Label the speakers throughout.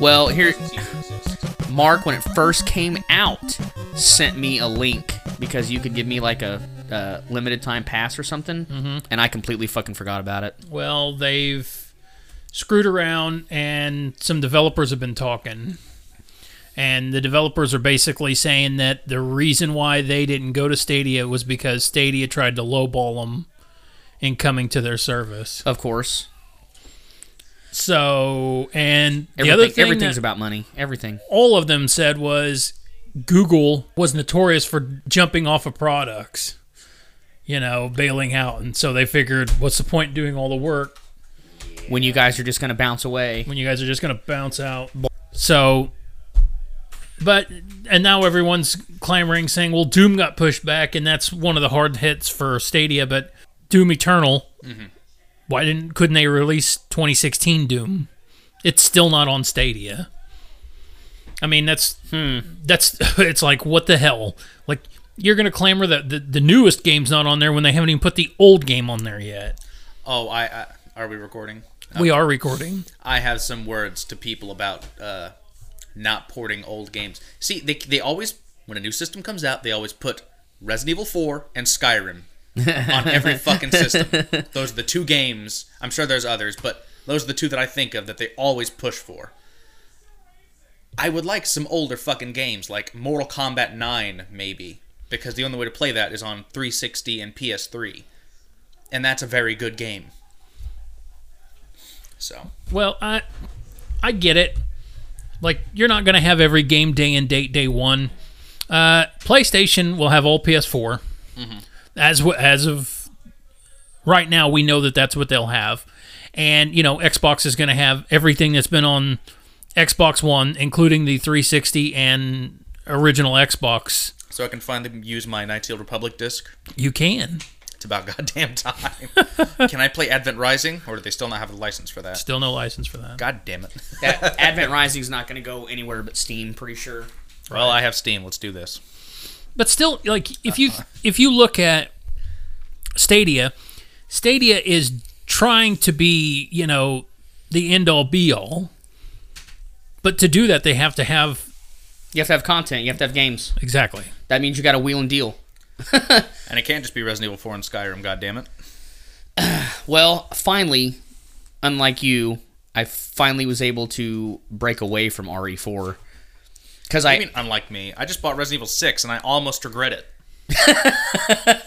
Speaker 1: Well, here, Mark, when it first came out, sent me a link because you could give me like a uh, limited time pass or something,
Speaker 2: Mm-hmm.
Speaker 1: and I completely fucking forgot about it.
Speaker 2: Well, they've screwed around, and some developers have been talking. And the developers are basically saying that the reason why they didn't go to Stadia was because Stadia tried to lowball them in coming to their service.
Speaker 1: Of course,
Speaker 2: So, and the
Speaker 1: everything,
Speaker 2: other thing
Speaker 1: everything's
Speaker 2: that
Speaker 1: about money. Everything.
Speaker 2: all of them said was Google was notorious for jumping off of products, you know, bailing out. And so they figured, what's the point in doing all the work
Speaker 1: When you guys are just gonna bounce away.
Speaker 2: when you guys are just going to bounce out. So, but, and now everyone's clamoring saying, well, Doom got pushed back, and that's one of the hard hits for Stadia, but Doom Eternal, why didn't, couldn't they release 2016 Doom? It's still not on Stadia. I mean, that's, that's, it's like, what the hell? Like, you're going to clamor that the, the newest game's not on there when they haven't even put the old game on there yet.
Speaker 3: Oh, I, I are we recording?
Speaker 2: We are recording.
Speaker 3: I have some words to people about uh, not porting old games. See, they they always when a new system comes out, they always put Resident Evil 4 and Skyrim on every fucking system. Those are the two games. I'm sure there's others, but those are the two that I think of that they always push for. I would like some older fucking games like Mortal Kombat 9 maybe, because the only way to play that is on 360 and PS3. And that's a very good game. So,
Speaker 2: Well, I I get it. Like you're not going to have every game day and date day one. Uh, PlayStation will have all PS4. As w- as of right now, we know that that's what they'll have, and you know Xbox is going to have everything that's been on Xbox One, including the 360 and original Xbox.
Speaker 3: so I can finally use my Nightingale Republic disc.
Speaker 2: You can
Speaker 3: It's about goddamn time. can I play Advent Rising, or do they still not have a license for that?
Speaker 2: still no license for that.
Speaker 3: God damn it!
Speaker 1: That Advent Rising's not gonna go anywhere but Steam. Pretty sure.
Speaker 3: Well, I have Steam. Let's do this.
Speaker 2: but still like if you if you look at stadia stadia is trying to be you know the end all be all but to do that they have to have
Speaker 1: You have to have content. You have to have games.
Speaker 2: exactly
Speaker 1: That means you got to wheel and deal.
Speaker 3: And it can't just be Resident Evil 4 and Skyrim. God damn it!
Speaker 1: Well, finally, unlike you, I finally was able to break away from RE4 because I,
Speaker 3: I mean, unlike me, I just bought Resident Evil 6, and I almost regret it.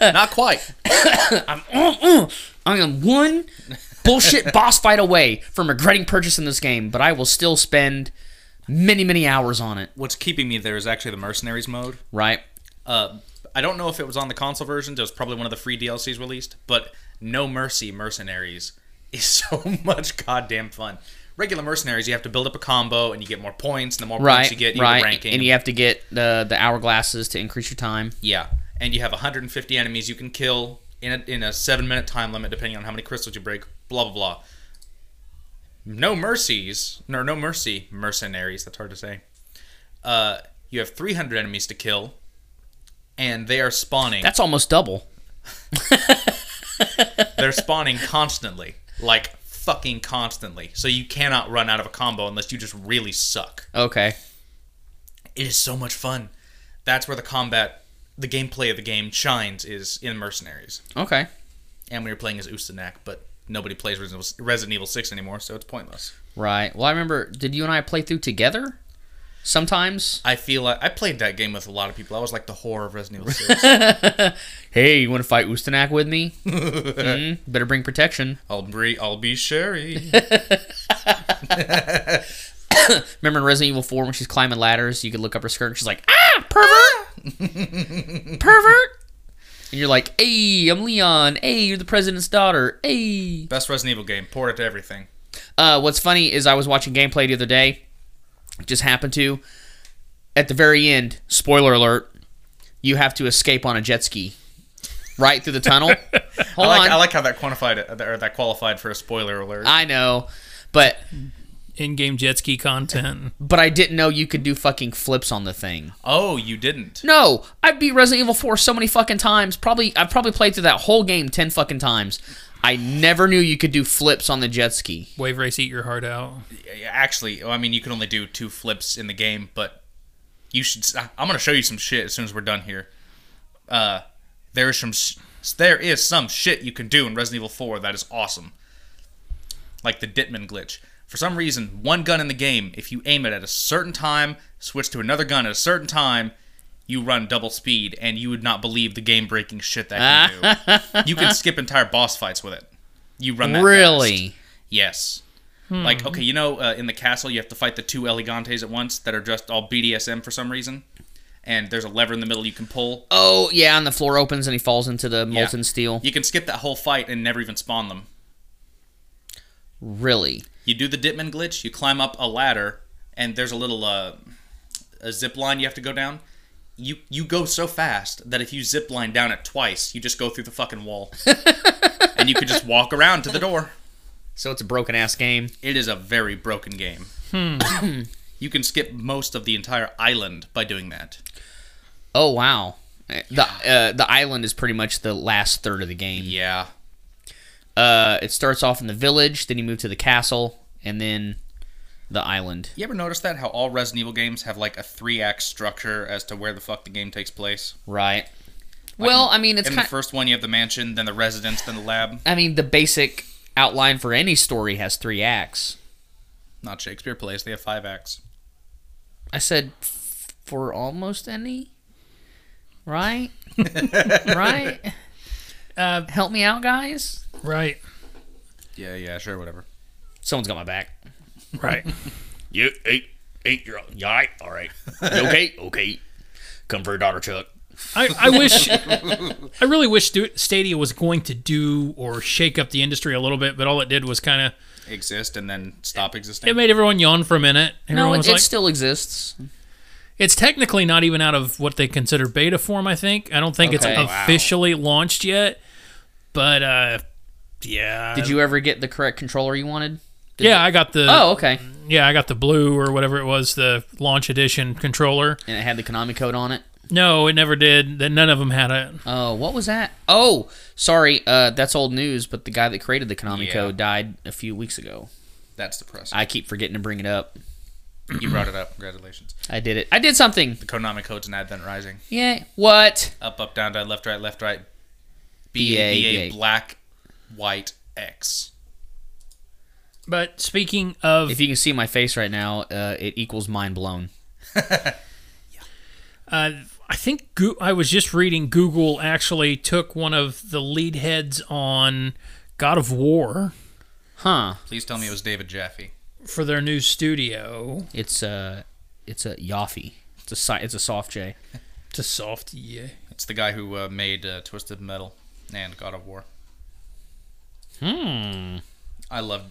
Speaker 3: not quite.
Speaker 1: I am one bullshit boss fight away from regretting purchasing this game, but I will still spend many many hours on it.
Speaker 3: What's keeping me there is actually the Mercenaries mode.
Speaker 1: Right?
Speaker 3: Uh, I don't know if it was on the console versions. It was probably one of the free DLCs released. But No Mercy Mercenaries is so much goddamn fun. Regular mercenaries, you have to build up a combo and you get more points. And the more
Speaker 1: Right.
Speaker 3: points you get, you
Speaker 1: right.
Speaker 3: get ranking.
Speaker 1: And you have to get the the hourglasses to increase your time.
Speaker 3: yeah, and you have 150 enemies you can kill in a, in a seven minute time limit, depending on how many crystals you break. Blah blah blah. No mercies, no no mercy mercenaries. That's hard to say. Uh, you have 300 enemies to kill, and they are spawning.
Speaker 1: That's almost double.
Speaker 3: they're spawning constantly like fucking constantly so you cannot run out of a combo unless you just really suck
Speaker 1: Okay.
Speaker 3: it is so much fun that's where the combat the gameplay of the game shines is in mercenaries
Speaker 1: Okay.
Speaker 3: and we were playing as Ustanak, but nobody plays Resident Evil- resident evil 6 anymore so it's pointless
Speaker 1: Right. Well, I remember. Did you and I play through together? Sometimes.
Speaker 3: i feel like i played that game with a lot of people i was like the horror of resident evil 6
Speaker 1: Hey, you want to fight Ustanak with me? mm, better bring protection.
Speaker 3: i'll be i'll be sherry
Speaker 1: Remember in Resident Evil 4 when she's climbing ladders, you could look up her skirt and she's like, ah, pervert! pervert! And you're like, hey, I'm Leon. Hey, you're the president's daughter. Hey.
Speaker 3: best resident evil game port it to everything
Speaker 1: Uh, what's funny is I was watching gameplay the other day. It just happened to. At the very end, spoiler alert, you have to escape on a jet ski right through the tunnel. Hold
Speaker 3: I like,
Speaker 1: on.
Speaker 3: I like how that quantified it or that qualified for a spoiler alert
Speaker 1: I know, but
Speaker 2: in-game jet ski content.
Speaker 1: But I didn't know you could do fucking flips on the thing.
Speaker 3: Oh, you didn't.
Speaker 1: No, I beat Resident Evil 4 so many fucking times. Probably I've probably played through that whole game 10 fucking times. I never knew you could do flips on the jet ski.
Speaker 2: Wave race, eat your heart out.
Speaker 3: Actually, I mean, you can only do two flips in the game, but you should. I'm gonna show you some shit as soon as we're done here. Uh, there is some. s- There is some shit you can do in Resident Evil 4 that is awesome. Like the Ditman glitch. For some reason, one gun in the game, if you aim it at a certain time, switch to another gun at a certain time, you run double speed, and you would not believe the game-breaking shit that you do. you can skip entire boss fights with it. You run that fast.
Speaker 1: Really?
Speaker 3: Yes. Like, okay, you know, uh, in the castle, you have to fight the two Elegantes at once that are just all BDSM for some reason. And there's a lever in the middle you can pull.
Speaker 1: Oh, yeah, and the floor opens and he falls into the molten steel.
Speaker 3: You can skip that whole fight and never even spawn them.
Speaker 1: Really?
Speaker 3: You do the Ditman glitch, you climb up a ladder, and there's a little uh, a zip line you have to go down. You you go so fast that if you zip line down it twice, you just go through the fucking wall. and you can just walk around to the door.
Speaker 1: So it's a broken ass game.
Speaker 3: It is a very broken game. you can skip most of the entire island by doing that.
Speaker 1: Oh, wow. The uh, the island is pretty much the last third of the game.
Speaker 3: Yeah.
Speaker 1: Uh, it starts off in the village, then you move to the castle, and then the island.
Speaker 3: You ever notice that how all Resident Evil games have like a three act structure as to where the fuck the game takes place?
Speaker 1: Right. Well, I mean, it's
Speaker 3: In
Speaker 1: kind.
Speaker 3: the first one, you have the mansion, then the residence, then the lab.
Speaker 1: I mean, the basic outline for any story has three acts.
Speaker 3: Not Shakespeare plays; they have five acts.
Speaker 1: I said f- for almost any. Right? right?
Speaker 2: Uh,
Speaker 1: Help me out, guys.
Speaker 2: right,
Speaker 3: Yeah, yeah, sure, whatever.
Speaker 1: Someone's got my back.
Speaker 2: right.
Speaker 1: You eight eight year old. You all right? All right. You okay? Okay. Come for your daughter, Chuck.
Speaker 2: I, I wish I really wish Stu- Stadia was going to do or shake up the industry a little bit, but all it did was kind of
Speaker 3: Exist and then stop existing.
Speaker 2: it made everyone yawn for a minute. Everyone
Speaker 1: No, it,
Speaker 2: was
Speaker 1: it
Speaker 2: like,
Speaker 1: still exists.
Speaker 2: it's technically not even out of what they consider beta form. I think I don't think
Speaker 1: Okay.
Speaker 2: it's
Speaker 1: Wow.
Speaker 2: officially launched yet, but uh, yeah.
Speaker 1: Did you ever get the correct controller you wanted?
Speaker 2: Yeah, I got the
Speaker 1: Oh, okay.
Speaker 2: yeah I got the blue or whatever it was the launch edition controller.
Speaker 1: And it had the Konami code on it.
Speaker 2: No, it never did. That none of them had it.
Speaker 1: Oh, what was that? Oh, sorry. Uh, that's old news. But the guy that created the Konami
Speaker 3: Yeah.
Speaker 1: code died a few weeks ago.
Speaker 3: That's depressing.
Speaker 1: I keep forgetting to bring it up.
Speaker 3: you brought it up. Congratulations.
Speaker 1: I did it. I did something.
Speaker 3: The Konami code's an Advent Rising.
Speaker 1: Yeah. What?
Speaker 3: Up, up, down, down, left, right, left, right. B A
Speaker 1: BA,
Speaker 3: B A
Speaker 1: BA.
Speaker 3: black, white, X.
Speaker 2: But speaking of
Speaker 1: If you can see my face right now, uh, it equals mind blown.
Speaker 2: Uh, I think Goo I was just reading Google actually took one of the lead heads on God of War
Speaker 1: Huh?
Speaker 3: Please tell me it was David Jaffe.
Speaker 2: for their new studio.
Speaker 1: It's a, it's a Yaffe. It's a si- it's a soft J.
Speaker 2: It's a soft yeah.
Speaker 3: It's the guy who uh, made uh, Twisted Metal and God of War.
Speaker 1: Hmm.
Speaker 3: I love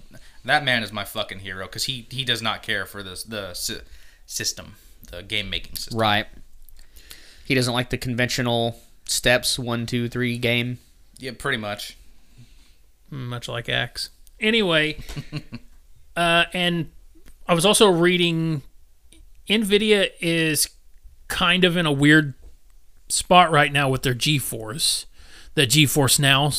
Speaker 3: that man is my fucking hero because he he does not care for this the sy- system, the game making system.
Speaker 1: Right. He doesn't like the conventional steps one two three game.
Speaker 3: Yeah, pretty much.
Speaker 2: much like Axe. Anyway, uh, and I was also reading NVIDIA is kind of in a weird spot right now with their GeForce, the GeForce Now.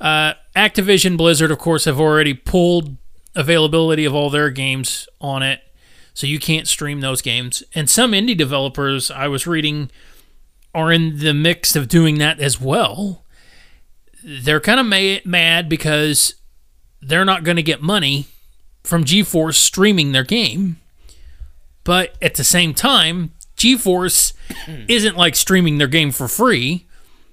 Speaker 2: Uh, Activision Blizzard, of course, have already pulled availability of all their games on it, so you can't stream those games. And some indie developers I was reading are in the mix of doing that as well they're kind of ma- mad because they're not going to get money from GeForce streaming their game. But at the same time, GeForce isn't like streaming their game for free.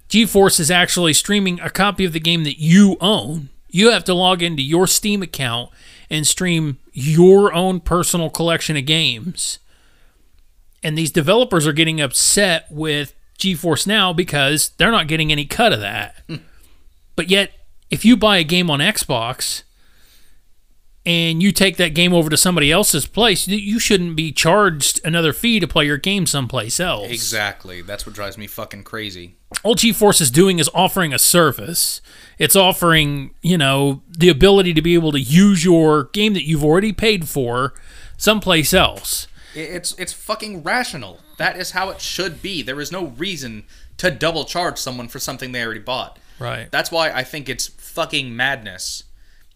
Speaker 2: GeForce is actually streaming a copy of the game that you own. You have to log into your Steam account and stream your own personal collection of games. And these developers are getting upset with GeForce now because they're not getting any cut of that. But yet, if you buy a game on Xbox, and you take that game over to somebody else's place, you- you shouldn't be charged another fee to play your game someplace else.
Speaker 3: Exactly. That's what drives me fucking crazy.
Speaker 2: all GeForce is doing is offering a service. It's offering, you know, the ability to be able to use your game that you've already paid for someplace else.
Speaker 3: I- It's it's fucking rational. That is how it should be. There is no reason to double charge someone for something they already bought.
Speaker 2: Right.
Speaker 3: That's why I think it's fucking madness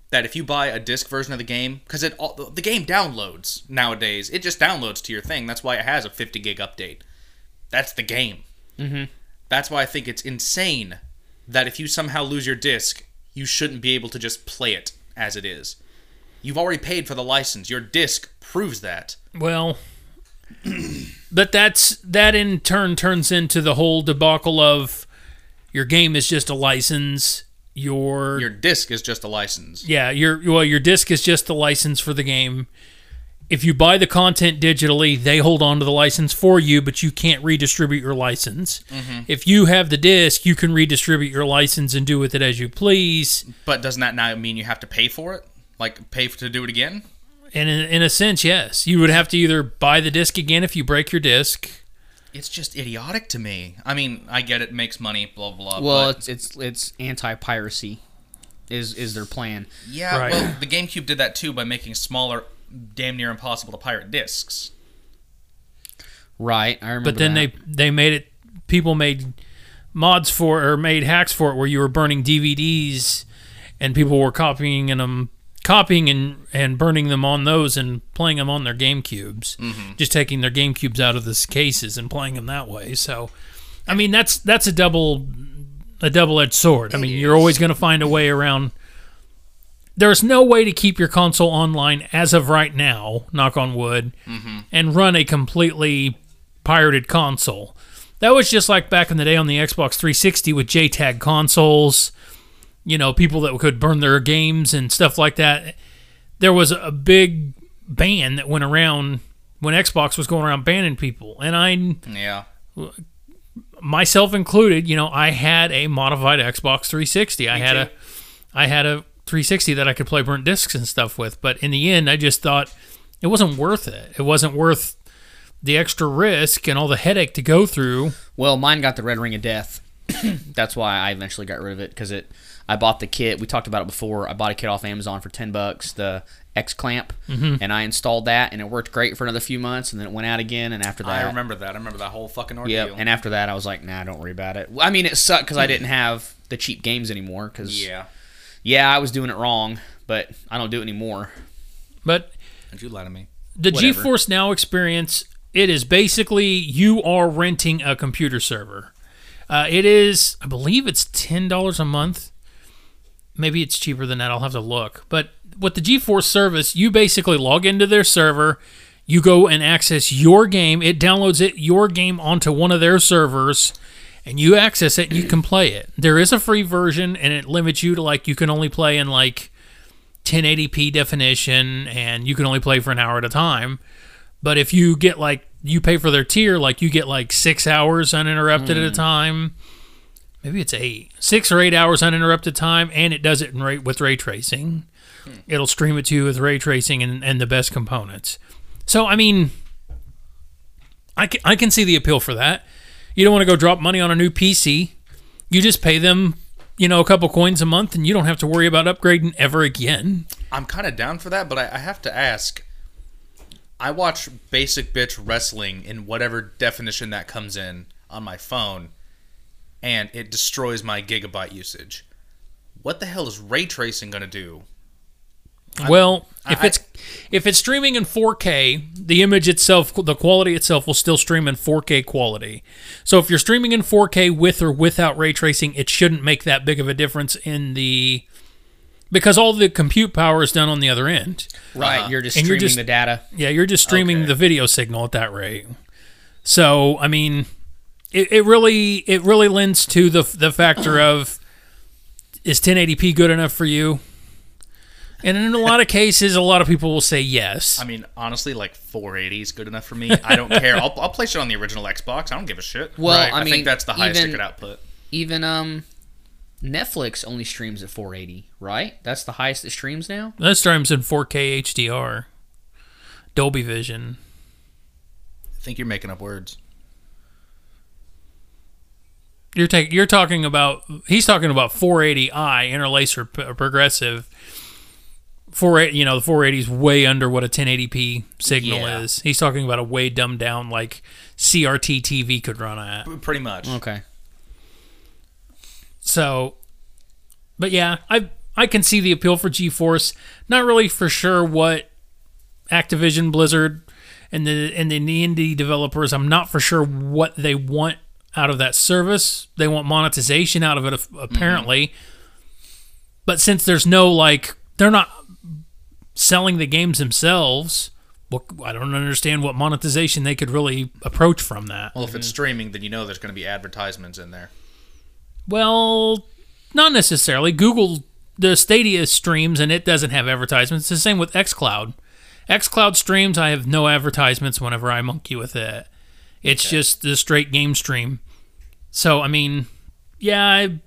Speaker 3: that if you buy a disc version of the game, because it all, the game downloads nowadays, it just downloads to your thing. That's why it has a 50 gig update. That's the game. Mm-hmm. That's why I think it's insane that if you somehow lose your disc, you shouldn't be able to just play it as it is. You've already paid for the license. Your disc proves that.
Speaker 2: Well, but that's that in turn turns into the whole debacle of your game is just a license. Your,
Speaker 3: Your disc is just a license.
Speaker 2: yeah, your well, your disc is just the license for the game. If you buy the content digitally, they hold on to the license for you, but you can't redistribute your license. If you have the disc, you can redistribute your license and do with it as you please.
Speaker 3: But doesn't that now mean you have to pay for it? Like pay for, to do it again?
Speaker 2: And in, in a sense, yes, you would have to either buy the disc again if you break your disc.
Speaker 3: It's just idiotic to me. I mean, I get it makes money, blah blah.
Speaker 1: Well,
Speaker 3: but
Speaker 1: it's it's it's anti piracy, is is their plan.
Speaker 3: yeah.
Speaker 2: Right.
Speaker 3: Well, the GameCube did that too by making smaller, damn near impossible to pirate discs.
Speaker 1: Right, I remember.
Speaker 2: But then
Speaker 1: that.
Speaker 2: they they made it. People made mods for or made hacks for it where you were burning DVDs, and people were copying and um copying and and burning them on those and playing them on their GameCubes.
Speaker 1: Mm-hmm.
Speaker 2: Just taking their GameCubes out of the cases and playing them that way. So, I mean that's that's a double a double edged sword. I mean you're always going to find a way around. There's no way to keep your console online as of right now, knock on wood,
Speaker 1: Mm-hmm.
Speaker 2: and run a completely pirated console. That was just like back in the day on the Xbox 360 with JTAG consoles, you know, people that could burn their games and stuff like that. There was a big ban that went around when Xbox was going around banning people. And I,
Speaker 3: Yeah.
Speaker 2: myself included, you know, I had a modified Xbox 360. I had a
Speaker 3: too.
Speaker 2: I had a 360 that I could play burnt discs and stuff with, but in the end I just thought it wasn't worth it. It wasn't worth the extra risk and all the headache to go through.
Speaker 1: Well, mine got the red ring of death. That's why I eventually got rid of it because it. I bought the kit. We talked about it before. I bought a kit off Amazon for ten bucks, the X clamp, and I installed that, and it worked great for another few months, and then it went out again. And after that,
Speaker 3: I remember that. I remember that whole fucking ordeal.
Speaker 1: Yep. And after that, I was like, nah, don't worry about it. I mean, it sucked because I didn't have the cheap games anymore. Because
Speaker 3: yeah.
Speaker 1: yeah, I was doing it wrong, but I don't do it anymore.
Speaker 2: But
Speaker 3: Did you lie to me?
Speaker 2: the
Speaker 1: Whatever.
Speaker 2: GeForce Now experience, it is basically you are renting a computer server. Uh, it is, I believe it's $10 a month. Maybe it's cheaper than that. I'll have to look. But with the GeForce service, you basically log into their server. You go and access your game. It downloads it, your game, onto one of their servers, and you access it and you can play it. There is a free version, and it limits you to like, you can only play in like 1080p definition and you can only play for an hour at a time. But if you get like you pay for their tier, like you get like six hours uninterrupted at a time. Maybe it's eight, six or eight hours uninterrupted time, and it does it in ray, with ray tracing. It'll stream it to you with ray tracing and, and the best components. So I mean, I can, I can see the appeal for that. You don't want to go drop money on a new PC. You just pay them, you know, a couple coins a month, and you don't have to worry about upgrading ever again.
Speaker 3: I'm kind of down for that, but I, I have to ask. I watch basic bitch wrestling in whatever definition that comes in on my phone, and it destroys my gigabyte usage. What the hell is ray tracing gonna do?
Speaker 2: Well, if
Speaker 3: I-
Speaker 2: it's if it's streaming in 4K, the image itself, the quality itself, will still stream in 4K quality. So if you're streaming in 4K with or without ray tracing, it shouldn't make that big of a difference in the because all the compute power is done on the other end.
Speaker 1: Right. You're just
Speaker 2: And
Speaker 1: streaming
Speaker 2: you're just-
Speaker 1: the data.
Speaker 2: Yeah, you're just streaming
Speaker 3: Okay.
Speaker 2: the video signal at that rate. So I mean, it, it really it really lends to the the factor of is 1080p good enough for you? And in a lot of cases, a lot of people will say yes.
Speaker 3: I mean, honestly, like 480 is good enough for me. I don't care. I'll, I'll play shit on the original Xbox. I don't give a shit.
Speaker 1: Well, I
Speaker 3: think
Speaker 1: mean,
Speaker 3: that's the highest
Speaker 1: even-
Speaker 3: it could output.
Speaker 1: Even um, Netflix only streams at 480, right? That's the highest it streams now.
Speaker 2: That streams in 4K HDR, Dolby Vision.
Speaker 3: I think you're making up words.
Speaker 2: You're taking. You're talking about. He's talking about 480i interlacer p- uh, progressive. 480. You know, the 480 is way under what a 1080p signal
Speaker 3: Yeah.
Speaker 2: is. He's talking about a way dumbed down like CRT TV could run at.
Speaker 3: P- Pretty much.
Speaker 1: Okay.
Speaker 2: So, but yeah, I I can see the appeal for GeForce. Not really for sure what Activision, Blizzard, and the and the indie developers. I'm not for sure what they want out of that service. They want monetization out of it, a- apparently. But since there's no like, they're not selling the games themselves. Well, I don't understand what monetization they could really approach from that.
Speaker 3: Well, if it's streaming, then you know there's going to be advertisements in there.
Speaker 2: Well, not necessarily. Google the Stadia streams and it doesn't have advertisements. It's the same with XCloud. XCloud streams, I have no advertisements whenever I monkey with it. It's just the straight game stream. So, I mean, yeah, I,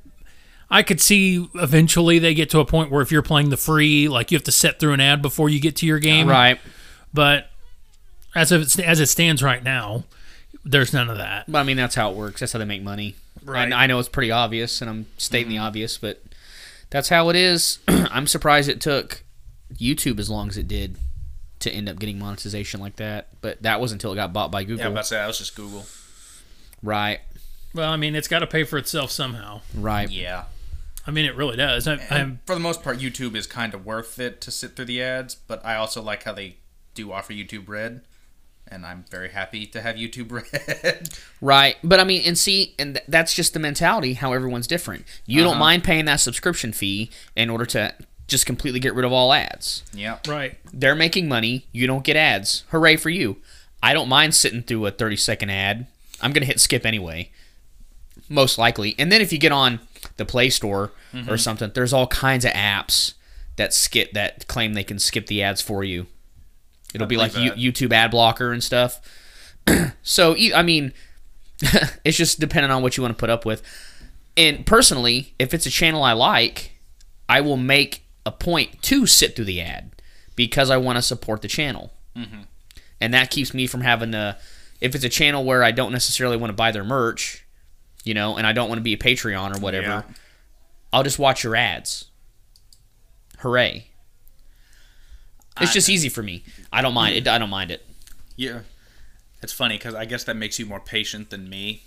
Speaker 2: I could see eventually they get to a point where if you're playing the free, like you have to set through an ad before you get to your game.
Speaker 1: Right.
Speaker 2: But as of, as it stands right now, there's none of that.
Speaker 1: But I mean, that's how it works. That's how they make money.
Speaker 3: Right. Mm-hmm.
Speaker 1: And I know it's pretty obvious, and I'm stating the obvious, but that's how it is. I'm surprised it took YouTube as long as it did to end up getting monetization like that. But that was until it got bought by
Speaker 3: Yeah,
Speaker 1: Google.
Speaker 3: I'm about to say that was just Google.
Speaker 1: right.
Speaker 2: Well, I mean, it's got to pay for itself somehow.
Speaker 1: Right.
Speaker 3: Yeah.
Speaker 2: I mean, it really does. I, I'm,
Speaker 3: for the most part, YouTube is kind of worth it to sit through the ads, but I also like how they do offer YouTube Red, and I'm very happy to have YouTube Red.
Speaker 1: Right. But I mean, and see, and th- that's just the mentality how everyone's different. You
Speaker 3: Uh-huh.
Speaker 1: don't mind paying that subscription fee in order to just completely get rid of all ads.
Speaker 3: yeah.
Speaker 2: right.
Speaker 1: They're making money. You don't get ads. Hooray for you. I don't mind sitting through a 30 second ad. I'm going to hit skip anyway, most likely. And then if you get on the Play Store or something, there's all kinds of apps that skip that claim they can skip the ads for you. It'll be like
Speaker 3: believe
Speaker 1: you,
Speaker 3: that.
Speaker 1: YouTube ad blocker and stuff. so e- I mean, it's just dependent on what you want to put up with. And personally, if it's a channel I like, I will make a point to sit through the ad because I want to support the channel. And that keeps me from having to, if it's a channel where I don't necessarily want to buy their merch, you know, and I don't want to be a Patreon or whatever,
Speaker 3: Yeah.
Speaker 1: I'll just watch your ads. Hooray. It's just easy for me. I don't mind it. I don't mind it.
Speaker 3: Yeah. It's funny because I guess that makes you more patient than me.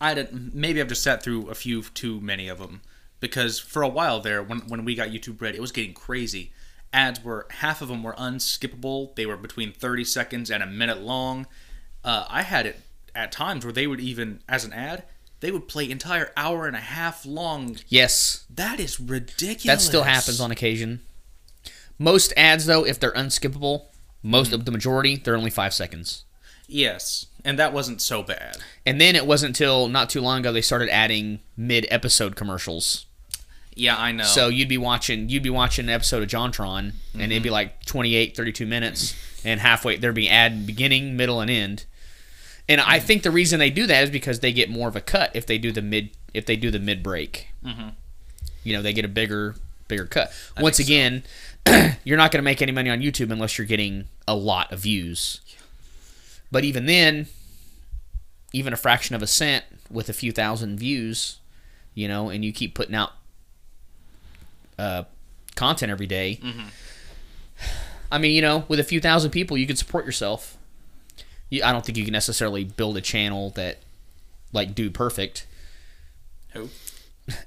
Speaker 3: I didn't. Maybe I've just sat through a few too many of them because for a while there, when when we got YouTube Red, it was getting crazy. Ads were half of them were unskippable. They were between thirty seconds and a minute long. Uh, I had it at times where they would even as an ad. They would play entire hour and a half long.
Speaker 1: Yes.
Speaker 3: That is ridiculous.
Speaker 1: That still happens on occasion. Most ads, though, if they're unskippable, most of the majority, they're only five seconds.
Speaker 3: Yes, and that wasn't so bad.
Speaker 1: And then it wasn't until not too long ago they started adding mid-episode commercials.
Speaker 3: Yeah, I know.
Speaker 1: So you'd be watching you'd be watching an episode of JonTron, and it'd be like 28, 32 minutes, and halfway there'd be ad beginning, middle, and end. And I think the reason they do that is because they get more of a cut if they do the mid if they do the mid break. You know, they get a bigger bigger cut. Once again, you're not going to make any money on YouTube unless you're getting a lot of views. But even then, even a fraction of a cent with a few thousand views, you know, and you keep putting out uh, content every day, I mean, you know, with a few thousand people, you can support yourself. You, I don't think you can necessarily build a channel that, like, do perfect.
Speaker 3: Who?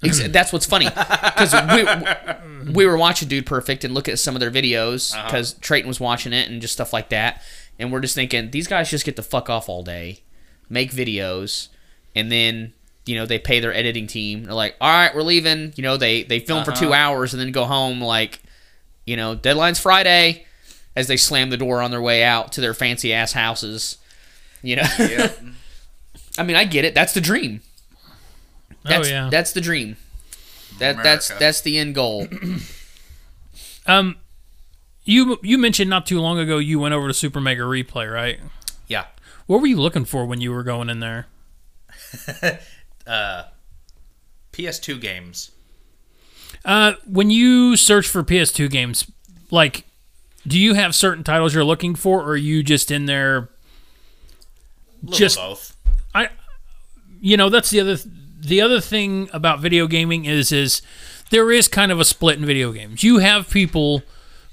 Speaker 1: Ex- That's what's funny because we, we were watching Dude Perfect and looking at some of their videos because Trayton was watching it and just stuff like that, and we're just thinking these guys just get the fuck off all day, make videos, and then you know they pay their editing team. They're like, all right, we're leaving. You know they they film for two hours and then go home like, you know deadline's Friday, as they slam the door on their way out to their fancy ass houses. You know,
Speaker 3: Yeah.
Speaker 1: I mean I get it. That's the dream. That's,
Speaker 2: oh yeah.
Speaker 1: that's the dream. That that's
Speaker 3: America.
Speaker 1: that's the end goal.
Speaker 2: um, you you mentioned not too long ago you went over to Super Mega Replay, right?
Speaker 3: yeah.
Speaker 2: What were you looking for when you were going in there?
Speaker 3: PS2 games.
Speaker 2: Uh, when you search for PS2 games, like, do you have certain titles you're looking for, or are you just in there?
Speaker 3: Little
Speaker 2: Just-
Speaker 3: Just both.
Speaker 2: You know, that's the other the other thing about video gaming is is there is kind of a split in video games. You have people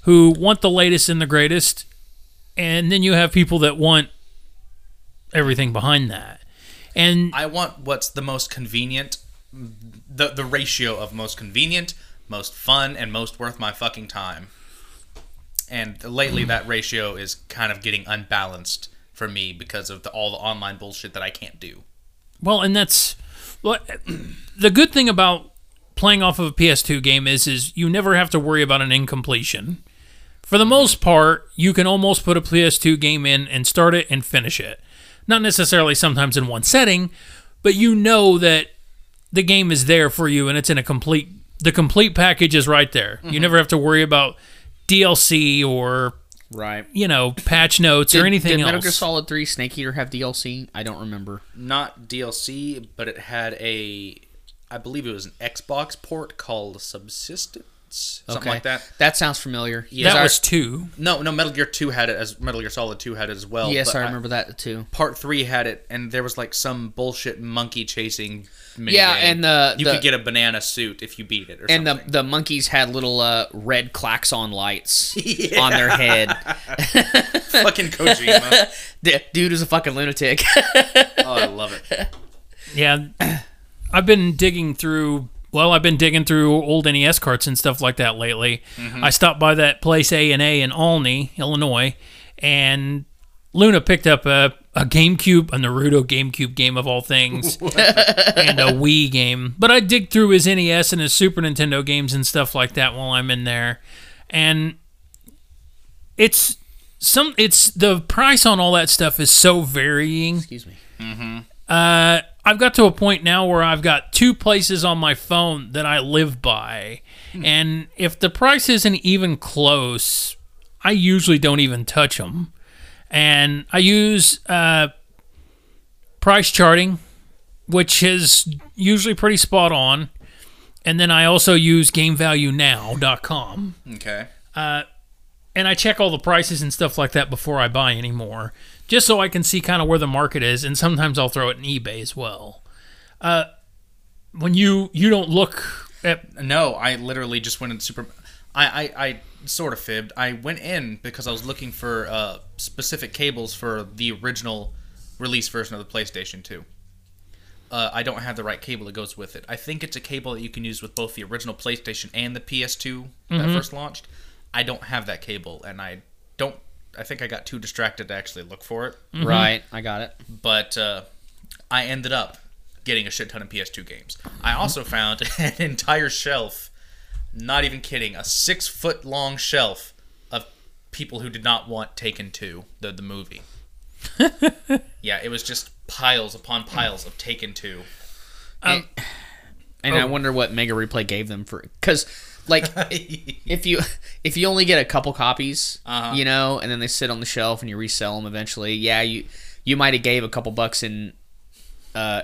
Speaker 2: who want the latest and the greatest, and then you have people that want everything behind that. And
Speaker 3: I want what's the most convenient, the the ratio of most convenient, most fun, and most worth my fucking time. And lately, that ratio is kind of getting unbalanced for me because of the, all the online bullshit that I can't do.
Speaker 2: Well, and that's well, the good thing about playing off of a PS2 game is is you never have to worry about an incompletion. For the most part, you can almost put a PS2 game in and start it and finish it. Not necessarily sometimes in one setting, but you know that the game is there for you and it's in a complete the complete package is right there.
Speaker 1: Mm-hmm.
Speaker 2: You never have to worry about DLC or,
Speaker 1: Right.
Speaker 2: you know, patch notes or anything
Speaker 1: did
Speaker 2: else.
Speaker 1: Metal Gear Solid 3 Snake Eater have DLC? I don't remember.
Speaker 3: Not DLC, but it had a, I believe it was an Xbox port called Subsistence, something like that.
Speaker 1: That sounds familiar. Yeah.
Speaker 2: that was 2.
Speaker 3: No, no, Metal Gear Two had it as Metal Gear Solid Two had it as well.
Speaker 1: yes,
Speaker 3: but
Speaker 1: I remember that too.
Speaker 3: part three had it, and there was like some bullshit monkey chasing. Minigame.
Speaker 1: Yeah, and the-
Speaker 3: you
Speaker 1: the-
Speaker 3: could get a banana suit if you beat it, or
Speaker 1: And the
Speaker 3: something.
Speaker 1: the monkeys had little uh, red klaxon lights on their head.
Speaker 3: the fucking Kojima.
Speaker 1: D- Dude is a fucking lunatic.
Speaker 3: oh, I love it.
Speaker 2: Yeah, I've been digging through. Well, I've been digging through old NES carts and stuff like that lately. I stopped by that place A and A in Alney, Illinois, and Luna picked up a, a GameCube, a Naruto GameCube game of all things, and a Wii game. But I dig through his NES and his Super Nintendo games and stuff like that while I'm in there, and it's some. It's the price on all that stuff is so varying.
Speaker 1: Excuse me.
Speaker 2: Uh, I've got to a point now where I've got two places on my phone that I live by, and if the price isn't even close, I usually don't even touch them. And I use uh, price charting, which is usually pretty spot on. And then I also use GameValueNow.com
Speaker 3: Okay.
Speaker 2: and I check all the prices and stuff like that before I buy anymore, just so I can see kind of where the market is. And sometimes I'll throw it in eBay as well. Uh, when you you don't look at
Speaker 3: No, I literally just went in super. I, I, I sort of fibbed. I went in because I was looking for uh, specific cables for the original release version of the PlayStation 2. Uh, I don't have the right cable that goes with it. I think it's a cable that you can use with both the original PlayStation and the PS2 that first launched. I don't have that cable, and I don't. I think I got too distracted to actually look for it.
Speaker 1: Right, I got it.
Speaker 3: But uh, I ended up getting a shit ton of PS2 games. I
Speaker 1: Mm-hmm.
Speaker 3: also found an entire shelf not even kidding, a six foot long shelf of people who did not want Taken 2, the, the movie. yeah, it was just piles upon piles of Taken 2.
Speaker 1: And I wonder what Mega Replay gave them for because, like, if you if you only get a couple copies, you know, and then they sit on the shelf and you resell them eventually, yeah, you you might have gave a couple bucks in, uh,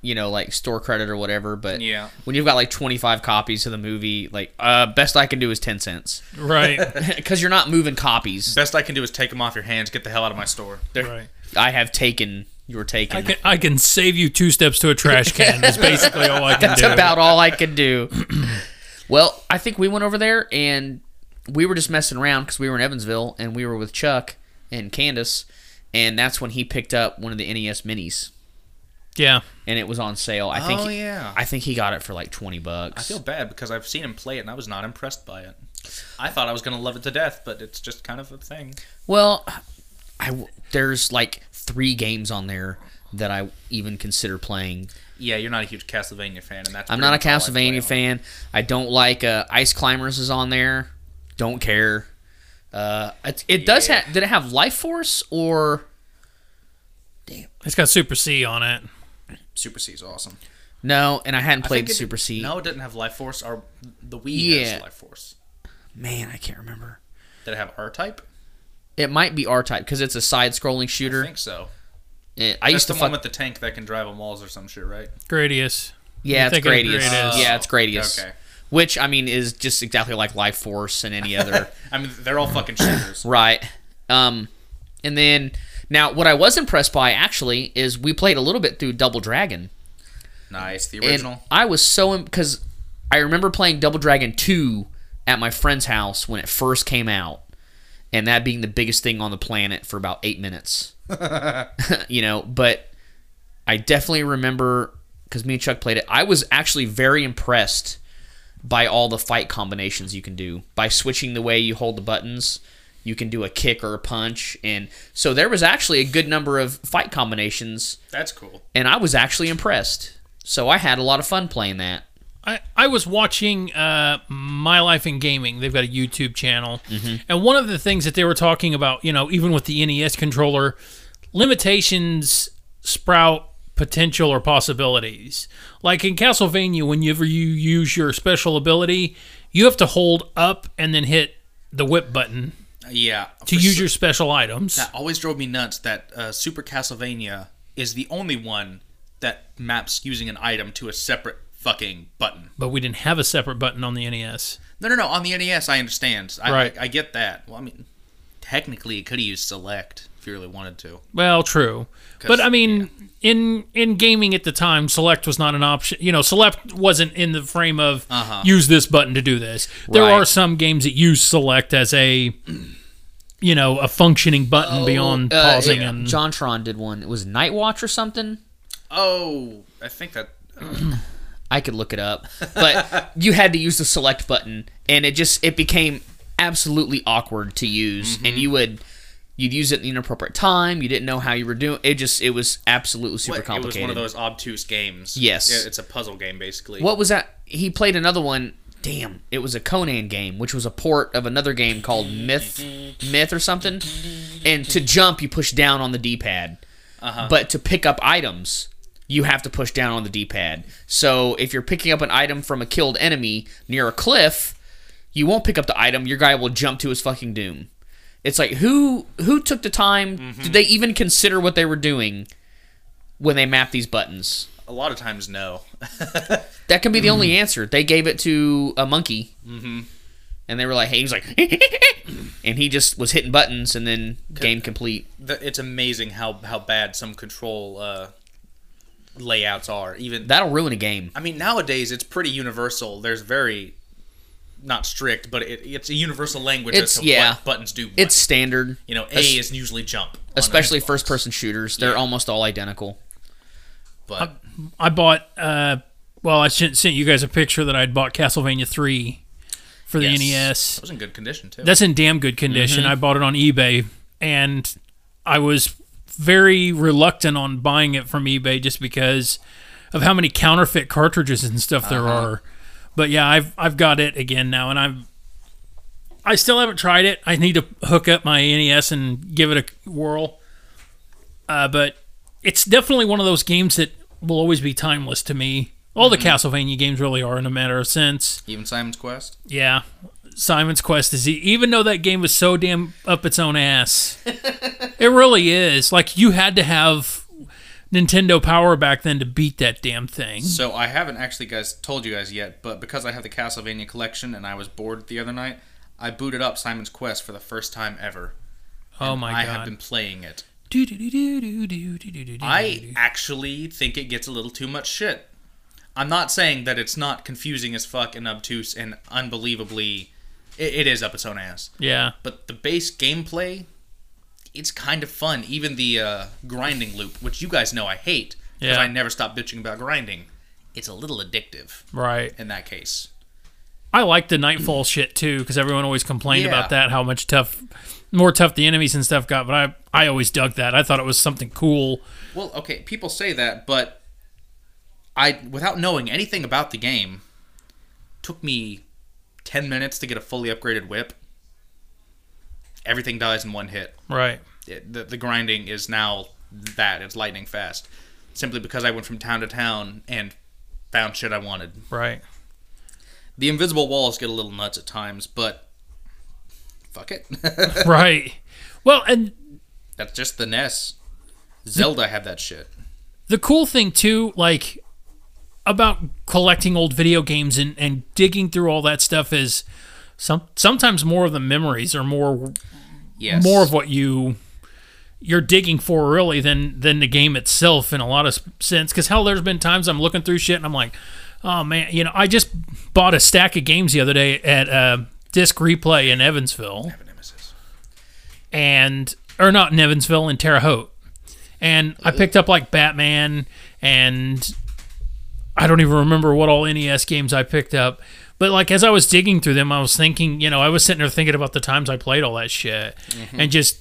Speaker 1: you know, like store credit or whatever. But
Speaker 3: Yeah.
Speaker 1: when you've got like twenty five copies of the movie, like, uh, best I can do is ten cents
Speaker 2: right,
Speaker 1: because you're not moving copies.
Speaker 3: Best I can do is take them off your hands, get the hell out of my store.
Speaker 2: right.
Speaker 1: I have taken your taken.
Speaker 2: I can, I can save you two steps to a trash can. Is basically all I can
Speaker 1: That's
Speaker 2: do.
Speaker 1: about all I could do. well, I think we went over there and we were just messing around because we were in Evansville and we were with Chuck and Candace, and that's when he picked up one of the NES minis
Speaker 2: yeah,
Speaker 1: and it was on sale. I think.
Speaker 3: Oh,
Speaker 1: he-
Speaker 3: yeah.
Speaker 1: I think he got it for like twenty bucks.
Speaker 3: I feel bad because I've seen him play it and I was not impressed by it. I thought I was going to love it to death, but it's just kind of a thing.
Speaker 1: well, I w- there's like three games on there that I even consider playing.
Speaker 3: Yeah, you're not a huge Castlevania fan, and that's
Speaker 1: I'm
Speaker 3: pretty
Speaker 1: not a
Speaker 3: much all I play
Speaker 1: Castlevania
Speaker 3: on.
Speaker 1: fan. I don't like uh, Ice Climbers is on there. Don't care. Uh, it, it does
Speaker 3: Yeah.
Speaker 1: have. Did it have Life Force or?
Speaker 2: it's got Super C on it.
Speaker 3: Super C's awesome.
Speaker 1: No, and I hadn't
Speaker 3: I
Speaker 1: played
Speaker 3: think it-
Speaker 1: Super C.
Speaker 3: No, it didn't have Life Force. Or the Wii
Speaker 1: Yeah.
Speaker 3: has Life Force.
Speaker 1: Man, I can't remember.
Speaker 3: Did it have R Type?
Speaker 1: It might be R type because it's a side-scrolling
Speaker 3: I
Speaker 1: shooter.
Speaker 3: think so.
Speaker 1: Eh, I,
Speaker 3: That's
Speaker 1: used to
Speaker 3: the one
Speaker 1: fuck.
Speaker 3: with the tank that can drive on walls or some shit, right? Oh,
Speaker 2: Gradius.
Speaker 1: Yeah, it's
Speaker 2: thinking of
Speaker 1: Gradius.
Speaker 2: Gradius.
Speaker 1: Yeah, it's Gradius.
Speaker 3: Okay.
Speaker 1: Which I mean is just exactly like Life Force and any other
Speaker 3: I mean, they're all fucking shooters.
Speaker 1: right. Um, and then now what I was impressed by actually is we played a little bit through Double Dragon.
Speaker 3: nice. The
Speaker 1: And
Speaker 3: original.
Speaker 1: I was so because I remember playing Double Dragon two at my friend's house when it first came out, and that being the biggest thing on the planet for about eight minutes. you know, but I definitely remember because me and Chuck played it. I was actually very impressed by all the fight combinations you can do by switching the way you hold the buttons. You can do a kick or a punch, and so there was actually a good number of fight combinations
Speaker 3: That's cool.
Speaker 1: and I was actually impressed. So I had a lot of fun playing that.
Speaker 2: I, I was watching uh, My Life in Gaming. They've got a YouTube channel. And one of the things that they were talking about, you know, even with the NES controller, limitations sprout potential or possibilities. Like in Castlevania, whenever you use your special ability, you have to hold up and then hit the whip button
Speaker 3: Yeah.
Speaker 2: to use your special items.
Speaker 3: That always drove me nuts that uh, Super Castlevania is the only one that maps using an item to a separate fucking button.
Speaker 2: But we didn't have a separate button on the E NES.
Speaker 3: No, no, no. On the NES, I understand. I,
Speaker 2: Right.
Speaker 3: I, I get that. Well, I mean, technically, you could have used select if you really wanted to.
Speaker 2: Well, true,
Speaker 3: 'Cause-
Speaker 2: but I mean, in in gaming at the time, select was not an option. You know, select wasn't in the frame of
Speaker 3: Uh-huh.
Speaker 2: use this button to do this. There
Speaker 1: Right.
Speaker 2: are some games that use select as a, you know, a functioning button beyond
Speaker 1: Uh,
Speaker 2: pausing
Speaker 1: it-
Speaker 2: and
Speaker 1: Jontron did one. It was Night Watch or something.
Speaker 3: Oh, I think that.
Speaker 1: I could look it up, but you had to use the select button, and it just it became absolutely awkward to use,
Speaker 3: Mm-hmm.
Speaker 1: and you would. You'd use it at the inappropriate time. You didn't know how you were doing. It just it was absolutely super
Speaker 3: It was
Speaker 1: complicated.
Speaker 3: one of those obtuse games.
Speaker 1: Yes.
Speaker 3: Yeah, it's a puzzle game, basically.
Speaker 1: What was that? He played another one. Damn, it was a Conan game, which was a port of another game called Myth, Myth or something. And to jump, you push down on the D-pad. But to pick up items, you have to push down on the D-pad. So if you're picking up an item from a killed enemy near a cliff, you won't pick up the item. Your guy will jump to his fucking doom. It's like who who took the time? Did they even consider what they were doing when they mapped these buttons?
Speaker 3: A lot of times, no.
Speaker 1: That could be the only answer. They gave it to a monkey, and they were like, "Hey," he was like, and he just was hitting buttons, and then game complete.
Speaker 3: The- It's amazing how, how bad some control uh, layouts are. Even
Speaker 1: That'll ruin a game.
Speaker 3: I mean, nowadays it's pretty universal. There's very not strict, but it, it's a universal language
Speaker 1: It's-
Speaker 3: as to
Speaker 1: yeah.
Speaker 3: what buttons do. What.
Speaker 1: It's standard,
Speaker 3: you know, A is usually jump, on an
Speaker 1: especially
Speaker 3: Xbox,
Speaker 1: first-person shooters. They're almost all identical.
Speaker 3: But
Speaker 2: I bought. Uh, well, I sent sent you guys a picture that I'd bought Castlevania three for the E
Speaker 3: yes,
Speaker 1: E
Speaker 2: NES.
Speaker 3: it was in good condition too.
Speaker 2: That's in damn good condition. I bought it on eBay and I was very reluctant on buying it from eBay just because of how many counterfeit cartridges and stuff there are. But yeah, I've I've got it again now and I'm I still haven't tried it. I need to hook up my NES and give it a whirl. Uh, but it's definitely one of those games that will always be timeless to me. All the Castlevania games really are in a matter of sense.
Speaker 3: Even Simon's Quest.
Speaker 2: Yeah. Simon's Quest is e, even though that game was so damn up its own ass. it really is. Like you had to have Nintendo power back then to beat that damn thing.
Speaker 3: So I haven't actually guys told you guys yet, but because I have the Castlevania collection and I was bored the other night, I booted up Simon's Quest for the first time ever.
Speaker 2: Oh my
Speaker 3: I have been
Speaker 2: god.
Speaker 3: playing it. I
Speaker 2: I
Speaker 3: actually think it gets a little too much shit. I'm not saying that it's not confusing as fuck and obtuse and unbelievably. It, it is up its own ass.
Speaker 2: Yeah.
Speaker 3: But the base gameplay, it's kind of fun. Even the uh, grinding loop, which you guys know I hate because
Speaker 2: Yeah.
Speaker 3: I never stop bitching about grinding, it's a little addictive
Speaker 2: Right.
Speaker 3: in that case.
Speaker 2: I like the Nightfall shit too cuz everyone always complained
Speaker 3: Yeah.
Speaker 2: about that how much tough more tough the enemies and stuff got, but I I always dug that. I thought it was something cool.
Speaker 3: Well, okay, people say that, but I, without knowing anything about the game, took me ten minutes to get a fully upgraded whip. Everything dies in one hit.
Speaker 2: Right.
Speaker 3: It, the, the grinding is now that it's lightning fast, simply because I went from town to town and found shit I wanted.
Speaker 2: Right.
Speaker 3: The invisible walls get a little nuts at times, but fuck it.
Speaker 2: right. Well, and
Speaker 3: That's just the NES. Zelda had that shit.
Speaker 2: the cool thing too, like about collecting old video games and, and digging through all that stuff is some sometimes more of the memories are more
Speaker 3: Yes.
Speaker 2: more of what you you're digging for really than than the game itself in a lot of s- sense because hell there's been times i'm looking through shit and i'm like oh man you know i just bought a stack of games the other day at uh, disc replay in evansville
Speaker 3: Nemesis.
Speaker 2: and or not in evansville in terre haute and i picked up like batman and i don't even remember what all nes games i picked up but like as i was digging through them i was thinking you know i was sitting there thinking about the times i played all that shit and just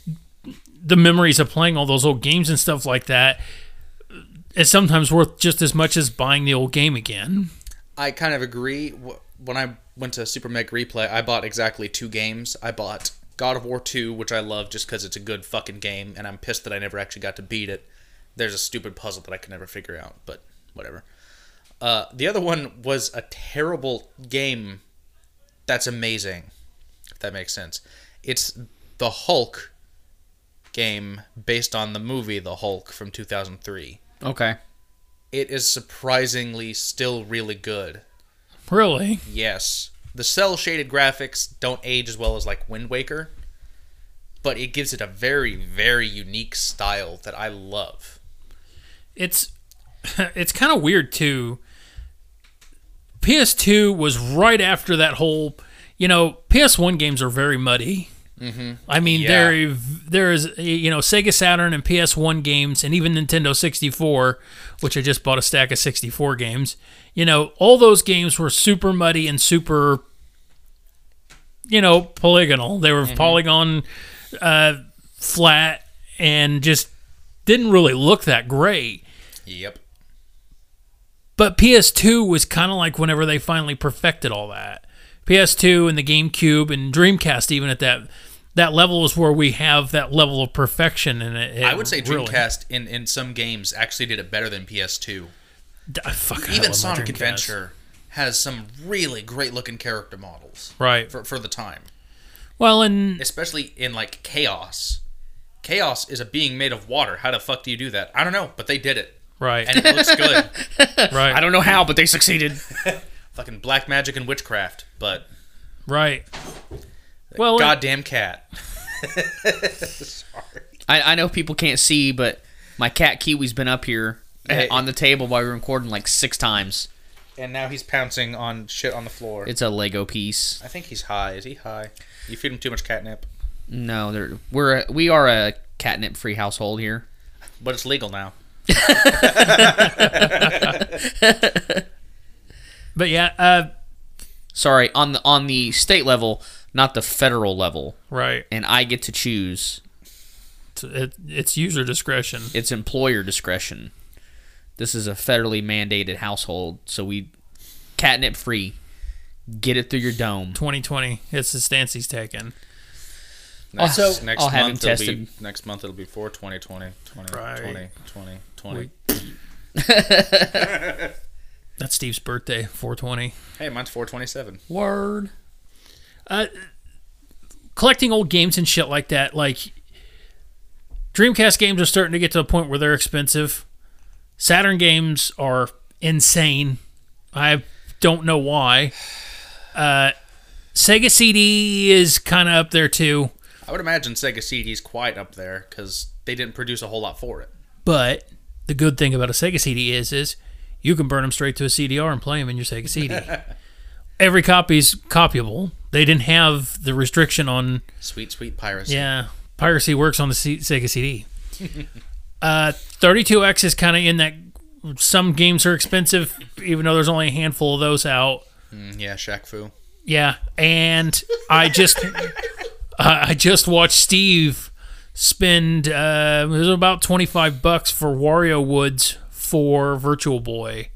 Speaker 2: the memories of playing all those old games and stuff like that is sometimes worth just as much as buying the old game again.
Speaker 3: I kind of agree. Wh- When I went to Super Mech Replay, I bought exactly two games. I bought God of War 2, which I love just because it's a good fucking game, and I'm pissed that I never actually got to beat it. There's a stupid puzzle that I could never figure out, but whatever. Uh, the other one was a terrible game that's amazing, if that makes sense. It's the Hulk game based on the movie The Hulk from 2003.
Speaker 1: Okay.
Speaker 3: It is surprisingly still really good.
Speaker 2: Really?
Speaker 3: Yes. The cell shaded graphics don't age as well as like Wind Waker, but it gives it a very, very unique style that I love.
Speaker 2: It's it's kind of weird too. PS2 was right after that whole, you know, PS1 games are very muddy. Mm-hmm. I mean,
Speaker 3: Yeah.
Speaker 2: there there is you know Sega Saturn and PS1 games, and even Nintendo 64, which I just bought a stack of 64 games. You know, all those games were super muddy and super, you know, polygonal. They were polygon uh, flat and just didn't really look that great.
Speaker 3: Yep.
Speaker 2: But PS2 was kind of like whenever they finally perfected all that. PS2 and the GameCube and Dreamcast, even at that that level, is where we have that level of perfection in it. It
Speaker 3: I would say
Speaker 2: really-
Speaker 3: Dreamcast in, in some games actually did it better than PS2.
Speaker 2: D- fuck, I love
Speaker 3: Even
Speaker 2: my
Speaker 3: Sonic
Speaker 2: Dreamcast.
Speaker 3: Adventure has some really great looking character models
Speaker 2: right?
Speaker 3: for, for the time,
Speaker 2: Well, and
Speaker 3: especially in like Chaos. Chaos is a being made of water. How the fuck do you do that? I don't know, but they did it.
Speaker 2: right,
Speaker 3: And it looks good.
Speaker 2: right,
Speaker 1: I don't know how, but they succeeded.
Speaker 3: Fucking black magic and witchcraft, but
Speaker 2: right. Well, and-
Speaker 3: goddamn cat.
Speaker 1: I, I know people can't see, but my cat Kiwi's been up here eh,
Speaker 3: Yeah.
Speaker 1: on the table while we were recording like six times.
Speaker 3: And now he's pouncing on shit on the floor.
Speaker 1: It's a Lego piece.
Speaker 3: I think he's high. Is he high? You feed him too much catnip.
Speaker 1: No, they're, we're a, we are a catnip free household here.
Speaker 3: But it's legal now.
Speaker 2: but yeah, uh,
Speaker 1: Sorry, on the on the state level, not the federal level,
Speaker 2: right.
Speaker 1: and I get to choose.
Speaker 2: It's, it, it's user discretion.
Speaker 1: It's employer discretion. This is a federally mandated household, so we catnip free. Get it through your dome.
Speaker 2: 2020. It's the stance he's taken.
Speaker 3: Next,
Speaker 1: Also,
Speaker 3: next
Speaker 1: I'll
Speaker 3: month
Speaker 1: have him
Speaker 3: it'll be
Speaker 1: tested.
Speaker 3: next month it'll be 4 20 20 20
Speaker 2: Right.
Speaker 3: 20 20 20.
Speaker 2: That's Steve's birthday. 420.
Speaker 3: Hey, mine's 427.
Speaker 1: Word.
Speaker 2: Uh, collecting old games and shit like that, like Dreamcast games are starting to get to a point where they're expensive. Saturn games are insane. I don't know why. Uh, Sega CD is kind of up there too,
Speaker 3: I would imagine Sega CD's quite up there cuz they didn't produce a whole lot for it.
Speaker 2: but the good thing about a Sega CD is is you can burn them straight to a CDR and play them in your Sega CD. Every copy's copyable. They didn't have the restriction on
Speaker 3: Sweet sweet piracy.
Speaker 2: Yeah, piracy works on the C- Sega CD. uh, 32X is kind of in that some games are expensive, even though there's only a handful of those out.
Speaker 3: Mm, yeah Shaq Fu.
Speaker 2: Yeah, and I just I I just watched Steve spend uh, it was about twenty five bucks for Wario Woods for Virtual Boy.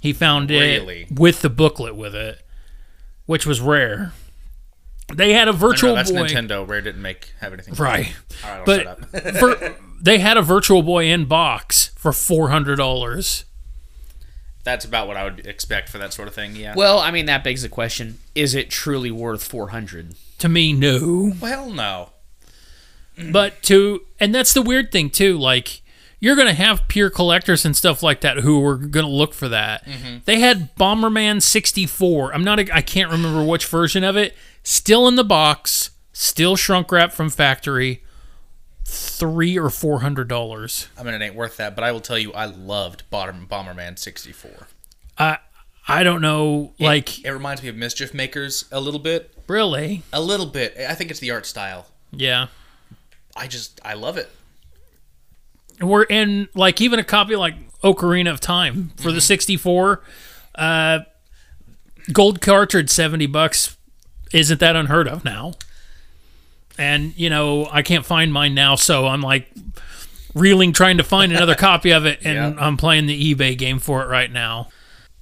Speaker 2: He found
Speaker 3: Really?
Speaker 2: it with the booklet with it, which was rare. They had a Virtual
Speaker 3: No, that's
Speaker 2: Boy.
Speaker 3: Nintendo. Rare didn't make have anything.
Speaker 2: Right.
Speaker 3: All right, I'll
Speaker 2: but
Speaker 3: shut up.
Speaker 2: vir- they had a Virtual Boy in box for four hundred dollars.
Speaker 3: that's about what I would expect for that sort of thing. Yeah.
Speaker 1: Well, I mean that begs the question: Is it truly worth four hundred?
Speaker 2: To me, no.
Speaker 3: well no.
Speaker 2: But to and that's the weird thing too. Like you're going to have pure collectors and stuff like that who are going to look for that. They had Bomberman 64. I'm not I can't remember which version of it. Still in the box, still shrunk wrap from factory. 3 or 400 dollars.
Speaker 3: I mean, it ain't worth that, but I will tell you, I loved Bottom Bomberman 64.
Speaker 2: I I don't know like
Speaker 3: It reminds me of Mischief Makers a little bit.
Speaker 2: really.
Speaker 3: A little bit. I think it's the art style.
Speaker 2: Yeah.
Speaker 3: I just, I love it.
Speaker 2: We're in like even a copy like Ocarina of Time for
Speaker 1: Mm-hmm.
Speaker 2: the 64 uh gold cartridge 70 bucks isn't that unheard of now. And you know, I can't find mine now, so I'm like reeling trying to find another copy of it and
Speaker 3: Yeah.
Speaker 2: I'm playing the eBay game for it right now.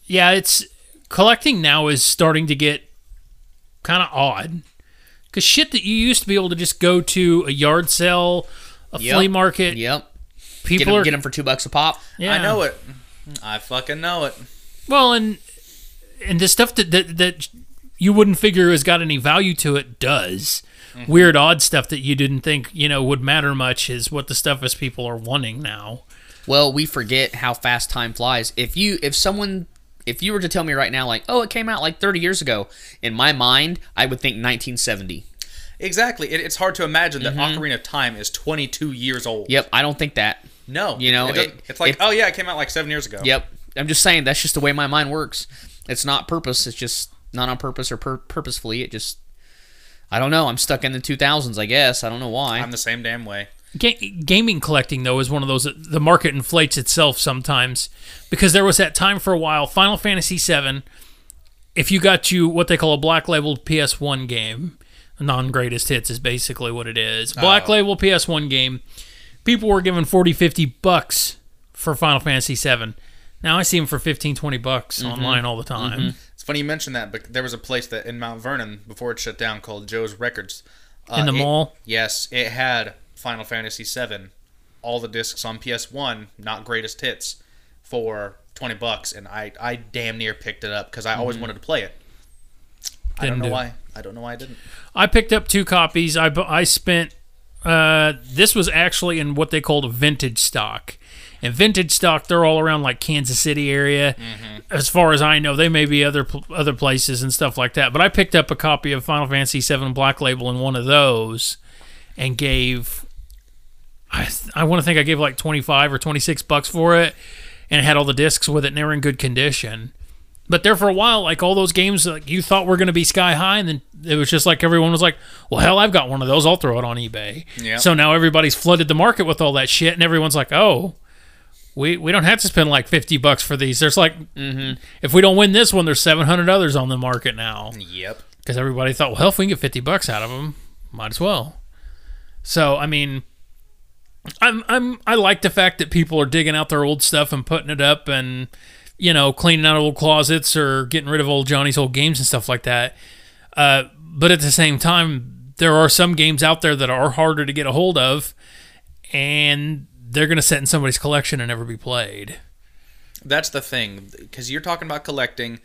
Speaker 2: Yeah, it's collecting now is starting to get kind of odd. Cuz shit that you used to be able to just go to a yard sale, a
Speaker 1: Yep.
Speaker 2: flea market,
Speaker 1: Yep. Get
Speaker 2: people
Speaker 1: them,
Speaker 2: are
Speaker 1: get them for two bucks a pop.
Speaker 2: yeah.
Speaker 3: I know it. I fucking know it.
Speaker 2: Well, and and the stuff that that, that you wouldn't figure has got any value to it does.
Speaker 3: Mm-hmm.
Speaker 2: Weird, odd stuff that you didn't think you know would matter much is what the stuff is people are wanting now.
Speaker 1: Well, we forget how fast time flies. If you if someone if you were to tell me right now like, "Oh, it came out like 30 years ago." In my mind, I would think 1970.
Speaker 3: Exactly. It, it's hard to imagine that Ocarina of Time is 22 years old.
Speaker 1: Yep, I don't think that.
Speaker 3: No.
Speaker 1: You know,
Speaker 3: it doesn't-
Speaker 1: it-
Speaker 3: it's like,
Speaker 1: it-
Speaker 3: oh yeah, it came out like seven years ago.
Speaker 1: Yep. I'm just saying that's just the way my mind works. It's not purpose, it's just not on purpose or pur- purposefully. It just I don't know. I'm stuck in the 2000s, I guess. I don't know why.
Speaker 3: I'm the same damn way.
Speaker 2: Ga- gaming collecting though is one of those that the market inflates itself sometimes because there was that time for a while Final Fantasy VII. If you got you what they call a black labeled PS1 game, non greatest hits is basically what it is. Black
Speaker 3: Oh.
Speaker 2: label PS1 game, people were given 40, 50 bucks for Final Fantasy VII. Now I see them for 15, 20 bucks
Speaker 3: Mm-hmm.
Speaker 2: online all the time.
Speaker 3: It's funny you mentioned that, but there was a place that in Mount Vernon before it shut down called Joe's Records. Uh,
Speaker 2: In the
Speaker 3: it-
Speaker 2: mall?
Speaker 3: Yes, it had Final Fantasy VII, all the discs on PS1, not greatest hits, for twenty bucks, and I I damn near picked it up because I always wanted to play it. I
Speaker 2: Mm-hmm. Didn't
Speaker 3: don't know
Speaker 2: do it.
Speaker 3: why. I don't know why I didn't.
Speaker 2: I picked up two copies. I, bu- I spent. Uh, this was actually in what they called a vintage stock. And vintage stock, they're all around like Kansas City area. As far as I know, they may be other pl- other places and stuff like that. But I picked up a copy of Final Fantasy VII Black Label in one of those, and gave. I th- I want to think I gave like twenty five or twenty six bucks for it, and it had all the discs with it, and they were in good condition but there for a while, like all those games like you thought were going to be sky high, and then it was just like everyone was like, "Well, hell, I've got one of those. I'll throw it on eBay."
Speaker 3: Yeah.
Speaker 2: So now everybody's flooded the market with all that shit, and everyone's like, "Oh, we we don't have to spend like fifty bucks for these." There's like, if we don't win this one, there's seven hundred others on the market now
Speaker 3: Yep.
Speaker 2: because everybody thought, "Well, hell, if we can get fifty bucks out of them, might as well." So I mean, I'm I'm I like the fact that people are digging out their old stuff and putting it up and you know cleaning out old closets or getting rid of old Johnny's old games and stuff like that. Uh, but at the same time, there are some games out there that are harder to get a hold of, and they're going to sit in somebody's collection and never be played.
Speaker 3: That's the thing, because you're talking about collecting.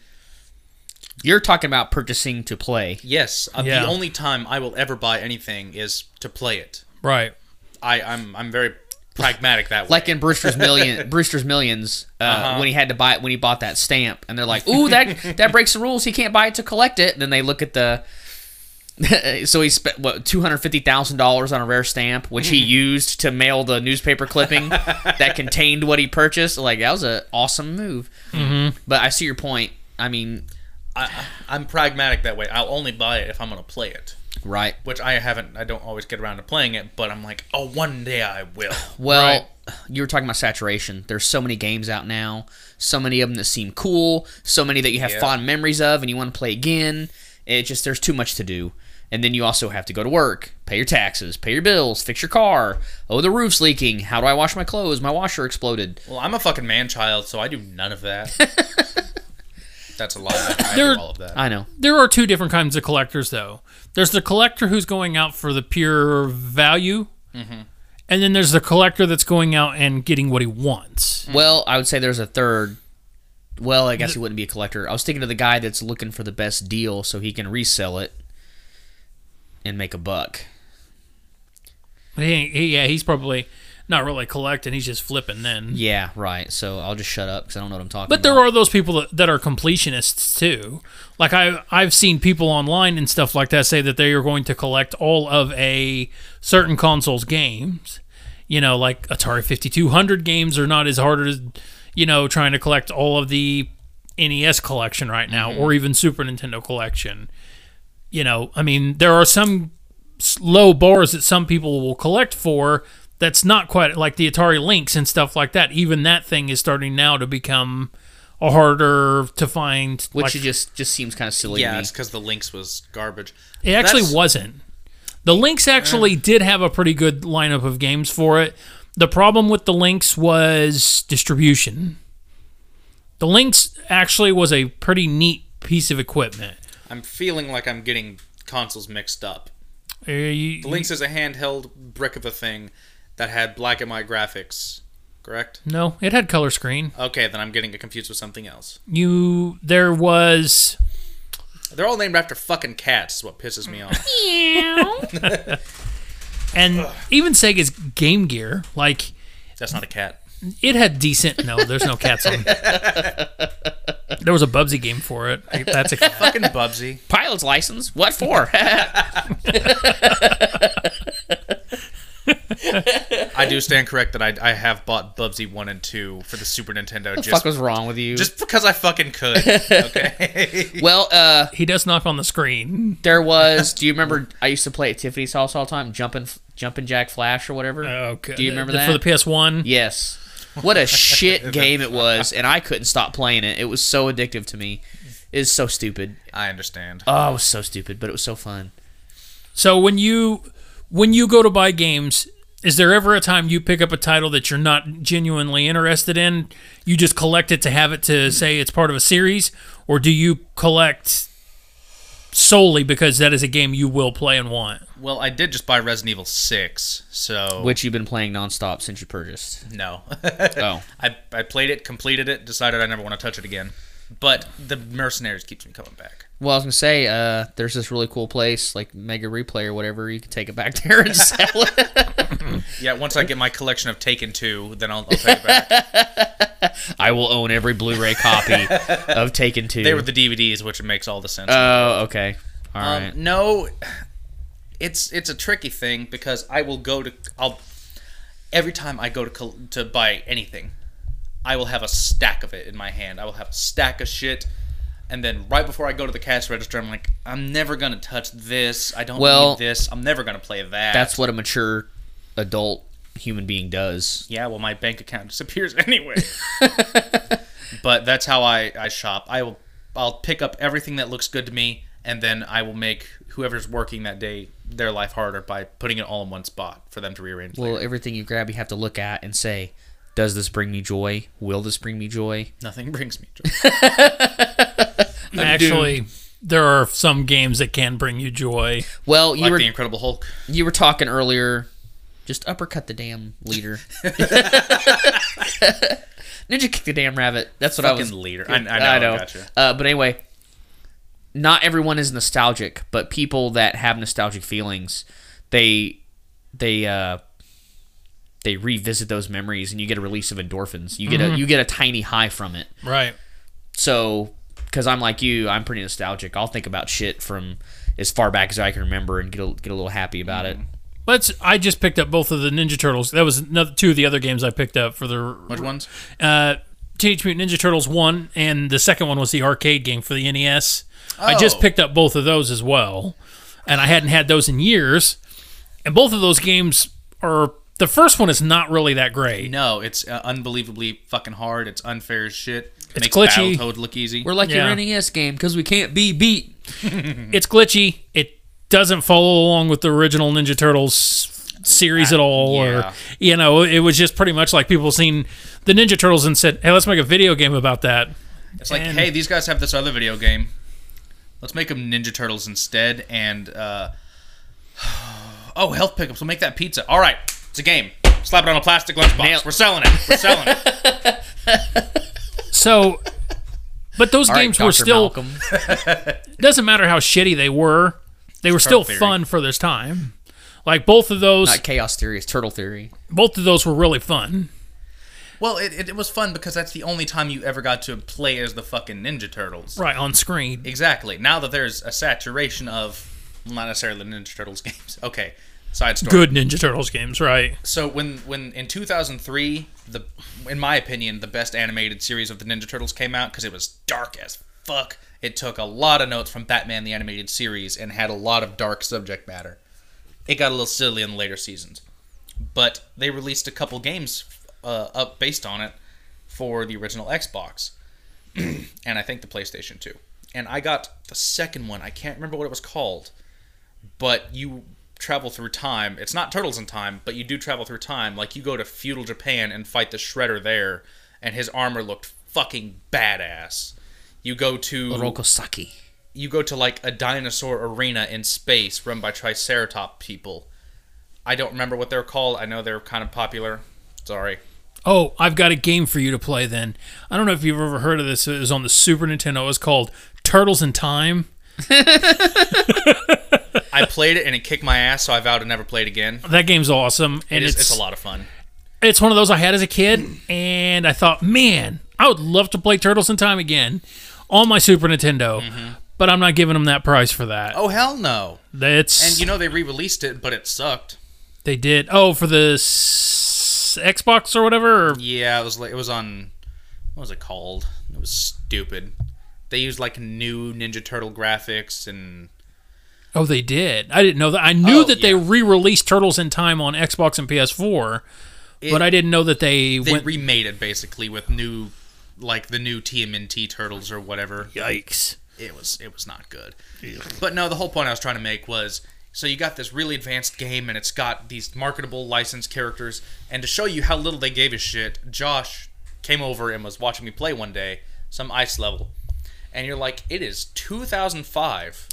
Speaker 1: You're talking about purchasing to play.
Speaker 3: Yes, uh,
Speaker 2: Yeah.
Speaker 3: the only time I will ever buy anything is to play it.
Speaker 2: Right.
Speaker 3: I, I'm I'm very pragmatic that way.
Speaker 1: Like in Brewster's Million, Brewster's Millions, uh, when he had to buy it, when he bought that stamp, and they're like, "Ooh, that that breaks the rules. He can't buy it to collect it." And then they look at the, so he spent what two hundred fifty thousand dollars on a rare stamp, which he used to mail the newspaper clipping that contained what he purchased. Like that was an awesome move. Mm-hmm. But I see your point. I mean,
Speaker 3: I, I'm pragmatic that way. I'll only buy it if I'm gonna play it,
Speaker 1: right?
Speaker 3: which I haven't. I don't always get around to playing it, but I'm like, oh, one day I will.
Speaker 1: Well, you were talking about saturation. There's so many games out now, so many of them that seem cool, so many that you have
Speaker 3: Yeah.
Speaker 1: fond memories of and you want to play again. It just there's too much to do. And then you also have to go to work, pay your taxes, pay your bills, fix your car. Oh, the roof's leaking. How do I wash my clothes? My washer exploded.
Speaker 3: Well, I'm a fucking man child, so I do none of that. That's a lot. I
Speaker 2: There-
Speaker 3: do all of that.
Speaker 1: I know.
Speaker 2: there are two different kinds of collectors though there's the collector who's going out for the pure value and then there's the collector that's going out and getting what he wants
Speaker 1: Mm-hmm. Well, I would say there's a third. Well, I guess he wouldn't be a collector. I was thinking of the guy that's looking for the best deal so he can resell it and make a buck.
Speaker 2: he, he, yeah he's probably not really collecting. He's just flipping then.
Speaker 1: Yeah, right. So I'll just shut up because I don't know what I'm talking
Speaker 2: But
Speaker 1: about.
Speaker 2: there are those people that, that are completionists too. Like I I've seen people online and stuff like that say that they are going to collect all of a certain console's games. You know, like Atari 5200 games are not as hard as you know trying to collect all of the NES collection right now
Speaker 1: Mm-hmm.
Speaker 2: or even Super Nintendo collection. You know, I mean, there are some s- low bars that some people will collect for that's not quite like the Atari Lynx and stuff like that. Even that thing is starting now to become a harder to find.
Speaker 1: which
Speaker 2: like,
Speaker 1: it just just seems kind of silly.
Speaker 3: Yeah,
Speaker 1: to me.
Speaker 3: it's because the links was garbage.
Speaker 2: it actually
Speaker 3: That's-
Speaker 2: wasn't. The Lynx actually did have a pretty good lineup of games for it. The problem with the Lynx was distribution. The Lynx actually was a pretty neat piece of equipment.
Speaker 3: I'm feeling like I'm getting consoles mixed up.
Speaker 2: Uh, you-
Speaker 3: The Lynx is a handheld brick of a thing that had black and white graphics, correct?
Speaker 2: no, it had color screen.
Speaker 3: Okay, then I'm getting it confused with something else.
Speaker 2: You there was
Speaker 3: They're all named after fucking cats, is what pisses me off.
Speaker 2: and even Sega's Game Gear, like
Speaker 3: That's not a cat.
Speaker 2: it had decent. No, there's no cats on. There was a Bubsy game for it. Like, That's a cat.
Speaker 3: Fucking Bubsy.
Speaker 1: pilot's license. What for?
Speaker 3: I do stand correct that I, I have bought Bubsy 1 and 2 for the Super Nintendo
Speaker 1: fuck
Speaker 3: just,
Speaker 1: was wrong with you?
Speaker 3: just because I fucking could. Okay.
Speaker 1: well, uh,
Speaker 2: He does knock on the screen.
Speaker 1: there was. Do you remember? I used to play at Tiffany's house all the time, jumping, jumping Jack Flash or whatever.
Speaker 2: Okay.
Speaker 1: Do you remember
Speaker 2: for
Speaker 1: that?
Speaker 2: the PS One?
Speaker 1: Yes. What a shit game it was, and I couldn't stop playing it. It was so addictive to me. It was so stupid.
Speaker 3: I understand.
Speaker 1: Oh, it was so stupid, but it was so fun.
Speaker 2: So when you when you go to buy games, is there ever a time you pick up a title that you're not genuinely interested in? You just collect it to have it to say it's part of a series, or do you collect solely because that is a game you will play and want?
Speaker 3: Well, I did just buy Resident Evil 6, so.
Speaker 1: Which you've been playing nonstop since you purchased.
Speaker 3: No.
Speaker 1: Oh,
Speaker 3: I, I played it, completed it, decided I never want to touch it again. But the Mercenaries keeps me coming back.
Speaker 1: well, I was gonna say, uh, there's this really cool place like Mega Replay or whatever. You can take it back there and sell it.
Speaker 3: Yeah, once I get my collection of Taken 2, then I'll, I'll take it back.
Speaker 1: I will own every Blu-ray copy of Taken Two.
Speaker 3: they were the DVDs, which makes all the sense.
Speaker 1: Oh, okay. All
Speaker 3: Um,
Speaker 1: right.
Speaker 3: No, it's it's a tricky thing because I will go to I'll every time I go to col- to buy anything, I will have a stack of it in my hand. I will have a stack of shit, and then right before I go to the cash register, I'm like, I'm never gonna touch this. I don't
Speaker 1: Well,
Speaker 3: need this. I'm never gonna play that.
Speaker 1: That's what a mature adult human being does.
Speaker 3: yeah. Well, my bank account disappears anyway. but that's how I I shop. I will I'll pick up everything that looks good to me, and then I will make whoever's working that day their life harder by putting it all in one spot for them to rearrange.
Speaker 1: Well,
Speaker 3: later.
Speaker 1: everything you grab, you have to look at and say, "Does this bring me joy? Will this bring me joy?"
Speaker 3: Nothing brings me joy.
Speaker 2: Actually, there are some games that can bring you joy.
Speaker 1: Well, you
Speaker 3: like
Speaker 1: were
Speaker 3: the Incredible Hulk.
Speaker 1: you were talking earlier. Just uppercut the damn leader. Ninja kick the damn rabbit. That's what I was.
Speaker 3: Fucking leader. I- I know, I gotcha.
Speaker 1: Uh, but anyway, not everyone is nostalgic, but people that have nostalgic feelings, they they uh, they revisit those memories, and you get a release of endorphins. You get
Speaker 2: Mm-hmm.
Speaker 1: a you get a tiny high from it.
Speaker 2: Right.
Speaker 1: So, because I'm like you, I'm pretty nostalgic. I'll think about shit from as far back as I can remember and get a, get a little happy about it.
Speaker 2: Let's. I just picked up both of the Ninja Turtles. That was another, two of the other games I picked up for the
Speaker 3: Which ones?
Speaker 2: uh, Teenage Mutant Ninja Turtles one, and the second one was the arcade game for the NES. I just
Speaker 3: Oh.
Speaker 2: picked up both of those as well, and I hadn't had those in years. And both of those games are the first one is not really that great.
Speaker 3: No, it's uh, unbelievably fucking hard. It's unfair as shit. It makes
Speaker 2: glitchy.
Speaker 3: Battletoad look easy.
Speaker 1: We're like
Speaker 2: Yeah.
Speaker 1: your NES game because we can't be beat.
Speaker 2: It's glitchy. It doesn't follow along with the original Ninja Turtles series at all
Speaker 3: yeah.
Speaker 2: or you know it was just pretty much like people seen the ninja turtles and said hey let's make a video game about that
Speaker 3: it's like,
Speaker 2: and-
Speaker 3: hey, these guys have this other video game. Let's make them Ninja Turtles instead. And uh, oh, health pickups. We'll make that pizza. All right, it's a game. Slap it on a plastic lunchbox.
Speaker 1: Nail-
Speaker 3: We're selling it. We're selling it.
Speaker 2: so but those
Speaker 1: All right,
Speaker 2: games were
Speaker 1: Dr.
Speaker 2: still
Speaker 1: Malcolm.
Speaker 2: doesn't matter how shitty they were, they were still
Speaker 3: Turtle Theory.
Speaker 2: fun for this time. Like both of those,
Speaker 1: Not chaos theory, it's turtle theory.
Speaker 2: both of those were really fun.
Speaker 3: Well, it, it, it was fun because that's the only time you ever got to play as the fucking Ninja Turtles.
Speaker 2: Right on screen.
Speaker 3: Exactly. Now that there's a saturation of not necessarily Ninja Turtles games. Okay. Side story.
Speaker 2: Good Ninja Turtles games, right?
Speaker 3: So when when in 2003, the in my opinion, the best animated series of the Ninja Turtles came out because it was dark as fuck. It took a lot of notes from Batman the Animated Series and had a lot of dark subject matter. It got a little silly in the later seasons, but they released a couple games uh, up based on it for the original Xbox and I think the PlayStation 2. And I got the second one. I can't remember what it was called, but you travel through time. It's not Turtles in Time, but you do travel through time. Like you go to feudal Japan and fight the Shredder there, and his armor looked fucking badass. You go to
Speaker 1: Orokosaki.
Speaker 3: you go to like a dinosaur arena in space run by Triceratop people. I don't remember what they're called. I know they're kind of popular. Sorry.
Speaker 2: Oh, I've got a game for you to play then. I don't know if you've ever heard of this. It was on the Super Nintendo. It was called Turtles in Time.
Speaker 3: I played it and it kicked my ass, so I vow to never play it again.
Speaker 2: That game's awesome.
Speaker 3: It
Speaker 2: And
Speaker 3: is,
Speaker 2: it's,
Speaker 3: it's a lot of fun.
Speaker 2: It's one of those I had as a kid, and I thought, man, I would love to play Turtles in Time again on my Super Nintendo. But I'm not giving them that price for that.
Speaker 3: Mm-hmm. Oh hell no!
Speaker 2: That's
Speaker 3: And you know they re-released it, but it sucked.
Speaker 2: they did. Oh, for the s- Xbox or whatever. Or,
Speaker 3: Yeah, it was like it was on. What was it called? It was stupid. They used like new Ninja Turtle graphics and
Speaker 2: oh, they did. I didn't know that. I knew
Speaker 3: Oh,
Speaker 2: that they
Speaker 3: yeah.
Speaker 2: re-released Turtles in Time on Xbox and PS4, but I didn't know that they,
Speaker 3: they
Speaker 2: went.
Speaker 3: remade it basically with new, like the new TMNT Turtles or whatever.
Speaker 2: Yikes.
Speaker 3: It was it was not good. But no, the whole point I was trying to make was so you got this really advanced game and it's got these marketable licensed characters and to show you how little they gave a shit, Josh came over and was watching me play one day, some ice level. And you're like, "It is 2005.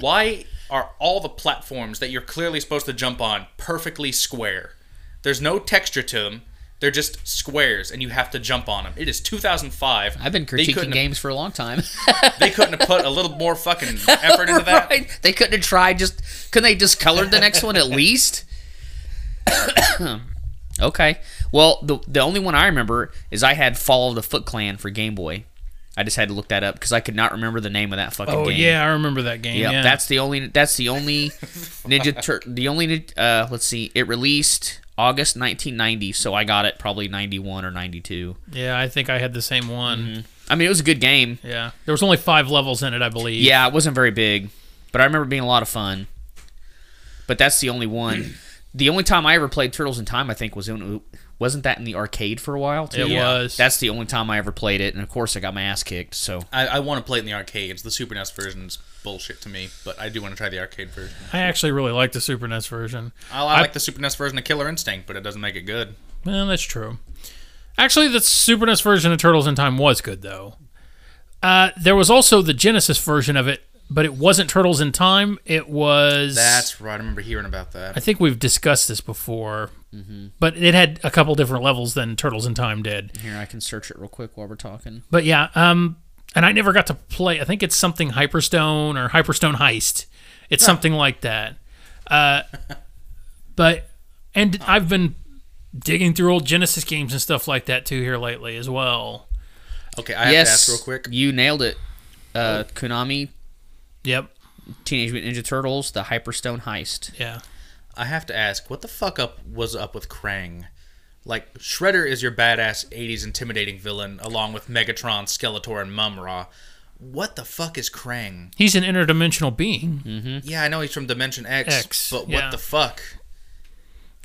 Speaker 3: Why are all the platforms that you're clearly supposed to jump on perfectly square? There's no texture to them. They're just squares and you have to jump on them. It is 2005.
Speaker 1: I've been
Speaker 3: They couldn't
Speaker 1: critiquing
Speaker 3: have-
Speaker 1: games for a long time.
Speaker 3: they couldn't have put a little more fucking effort into that.
Speaker 1: Right? They couldn't have tried just couldn't they just colored the next one at least? okay. Well, the the only one I remember is I had Fall of the Foot Clan for Game Boy. I just had to look that up because I could not remember the name of that fucking
Speaker 2: Oh
Speaker 1: game.
Speaker 2: yeah, I remember that game.
Speaker 1: Yep,
Speaker 2: yeah,
Speaker 1: that's the only. That's the only Ninja Tur- The only. nin- Uh, let's see. It released August 1990, so I got it probably 91 or 92.
Speaker 2: yeah. I think I had the same one.
Speaker 3: Mm-hmm.
Speaker 1: I mean, it was a good game.
Speaker 2: Yeah, there was only five levels in it, I believe.
Speaker 1: Yeah, it wasn't very big, but I remember being a lot of fun. But that's the only one. the only time I ever played Turtles in Time, I think, was in wasn't that in the arcade for a while too.
Speaker 2: It Yeah. was.
Speaker 1: That's the only time I ever played it, and of course I got my ass kicked. So
Speaker 3: I, I want to play it in the arcades. The Super NES version's bullshit to me, but I do want to try the arcade version.
Speaker 2: I actually really like the Super NES version.
Speaker 3: I, I like the Super NES version of Killer Instinct, but it doesn't make it good.
Speaker 2: Well, Eh, that's true. Actually, the Super NES version of Turtles in Time was good though. Uh, there was also the Genesis version of it, but it wasn't Turtles in Time. It was.
Speaker 3: That's right. I remember hearing about that.
Speaker 2: I think we've discussed this before, but it had a couple different levels than Turtles in Time did.
Speaker 1: here I can search it real quick while we're talking.
Speaker 2: But yeah, um, and I never got to play. I think it's something Hyperstone or Hyperstone Heist. It's something like that. Uh, but and I've been digging through old Genesis games and stuff like that too here lately as well.
Speaker 3: Okay, I have
Speaker 1: yes,
Speaker 3: to ask real quick.
Speaker 1: You nailed it. Uh, Konami,
Speaker 2: Yep.
Speaker 1: Teenage Mutant Ninja Turtles, the Hyperstone Heist.
Speaker 2: Yeah.
Speaker 3: I have to ask, what the fuck up was up with Krang? Like Shredder is your badass '80s intimidating villain, along with Megatron, Skeletor, and Mumra. What the fuck is Krang?
Speaker 2: He's an interdimensional being.
Speaker 3: Yeah, I know he's from Dimension X,
Speaker 2: X,
Speaker 3: but
Speaker 2: yeah.
Speaker 3: what the fuck?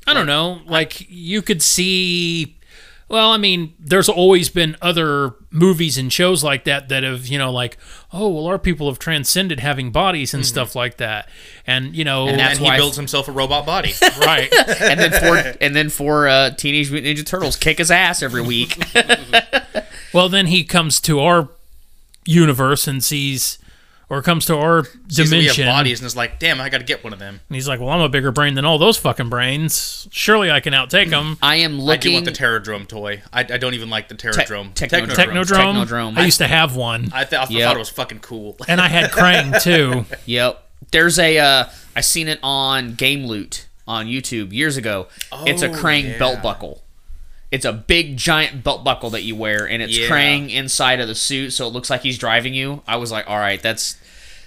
Speaker 2: I don't know. Like you could see. Well, I mean, there's always been other movies and shows like that that have, you know, like, oh, well, our people have transcended having bodies and stuff like that, and you know,
Speaker 1: Mm-hmm. And that's
Speaker 3: and he
Speaker 1: why-
Speaker 3: builds himself a robot body.
Speaker 2: right.
Speaker 1: and then four and then four uh, Teenage Mutant Ninja Turtles kick his ass every week.
Speaker 2: Well, then he comes to our universe and sees, or comes to our
Speaker 3: Sees that we have
Speaker 2: dimension, and
Speaker 3: bodies, and it's like, damn, I got to get one of them.
Speaker 2: he's like, "Well, I'm a bigger brain than all those fucking brains. Surely I can outtake them."
Speaker 1: I am
Speaker 3: I do
Speaker 1: looking.
Speaker 3: want the Terradrome toy. I, I don't even like the Terradrome.
Speaker 1: Technodrome.
Speaker 2: Technodrome.
Speaker 1: Technodrome.
Speaker 2: I used to have one,
Speaker 3: I, th- I
Speaker 1: Yep.
Speaker 3: thought it was fucking cool.
Speaker 2: and I had Krang too.
Speaker 1: yep. There's a. Uh, I I seen it on Game Loot on YouTube years ago. it's a
Speaker 3: Oh,
Speaker 1: Krang
Speaker 3: yeah.
Speaker 1: belt buckle. It's a big giant belt buckle that you wear, and it's
Speaker 3: Yeah.
Speaker 1: Krang inside of the suit, so it looks like he's driving you. I was like, all right, that's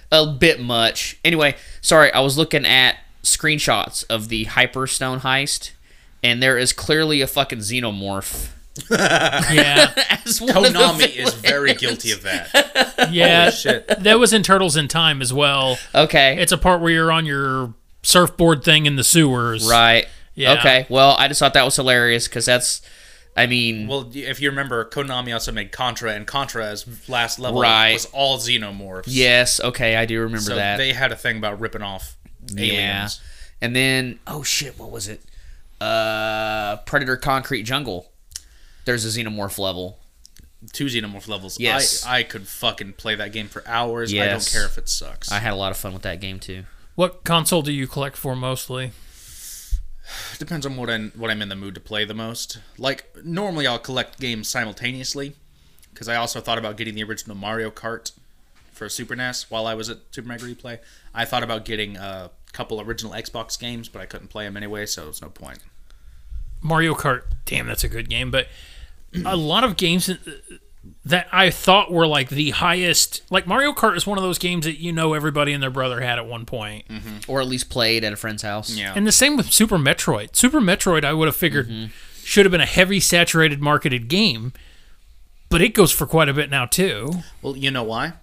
Speaker 1: a bit much. Anyway, sorry, I was looking at screenshots of the Hyperstone heist, and there is clearly a fucking xenomorph.
Speaker 2: Yeah,
Speaker 1: As one of the
Speaker 3: Konami is
Speaker 1: villains.
Speaker 3: very guilty of that.
Speaker 2: yeah.
Speaker 3: shit.
Speaker 2: That was in Turtles in Time as well.
Speaker 1: Okay.
Speaker 2: It's a part where you're on your surfboard thing in the sewers.
Speaker 1: Right.
Speaker 2: Yeah.
Speaker 1: Okay. Well, I just thought that was hilarious because that's, I mean,
Speaker 3: Well, if you remember, Konami also made Contra, and Contra's last level
Speaker 1: Right.
Speaker 3: was all xenomorphs.
Speaker 1: yes. Okay, I do remember
Speaker 3: so
Speaker 1: that.
Speaker 3: they had a thing about ripping off
Speaker 1: yeah.
Speaker 3: aliens.
Speaker 1: And then, oh shit, what was it? Uh, Predator Concrete Jungle. There's a xenomorph level.
Speaker 3: Two xenomorph levels.
Speaker 1: Yes.
Speaker 3: I, I could fucking play that game for hours. I don't
Speaker 1: Yes.
Speaker 3: care if it sucks.
Speaker 1: I had a lot of fun with that game too.
Speaker 2: What console do you collect for mostly?
Speaker 3: Depends on what I'm what I'm in the mood to play the most. Like normally I'll collect games simultaneously, because I also thought about getting the original Mario Kart for Super NES while I was at Super Mega Replay. I thought about getting a couple original Xbox games, but I couldn't play them anyway, so it's no point.
Speaker 2: Mario Kart. Damn, that's a good game. But a lot of games that I thought were like the highest, like Mario Kart is one of those games that you know everybody and their brother had at one point.
Speaker 1: Or at least played at a friend's house.
Speaker 3: Yeah,
Speaker 2: And the same with Super Metroid. Super Metroid, I would have figured should have been a heavy saturated marketed game, but it goes for quite a bit now too.
Speaker 3: Well, you know why?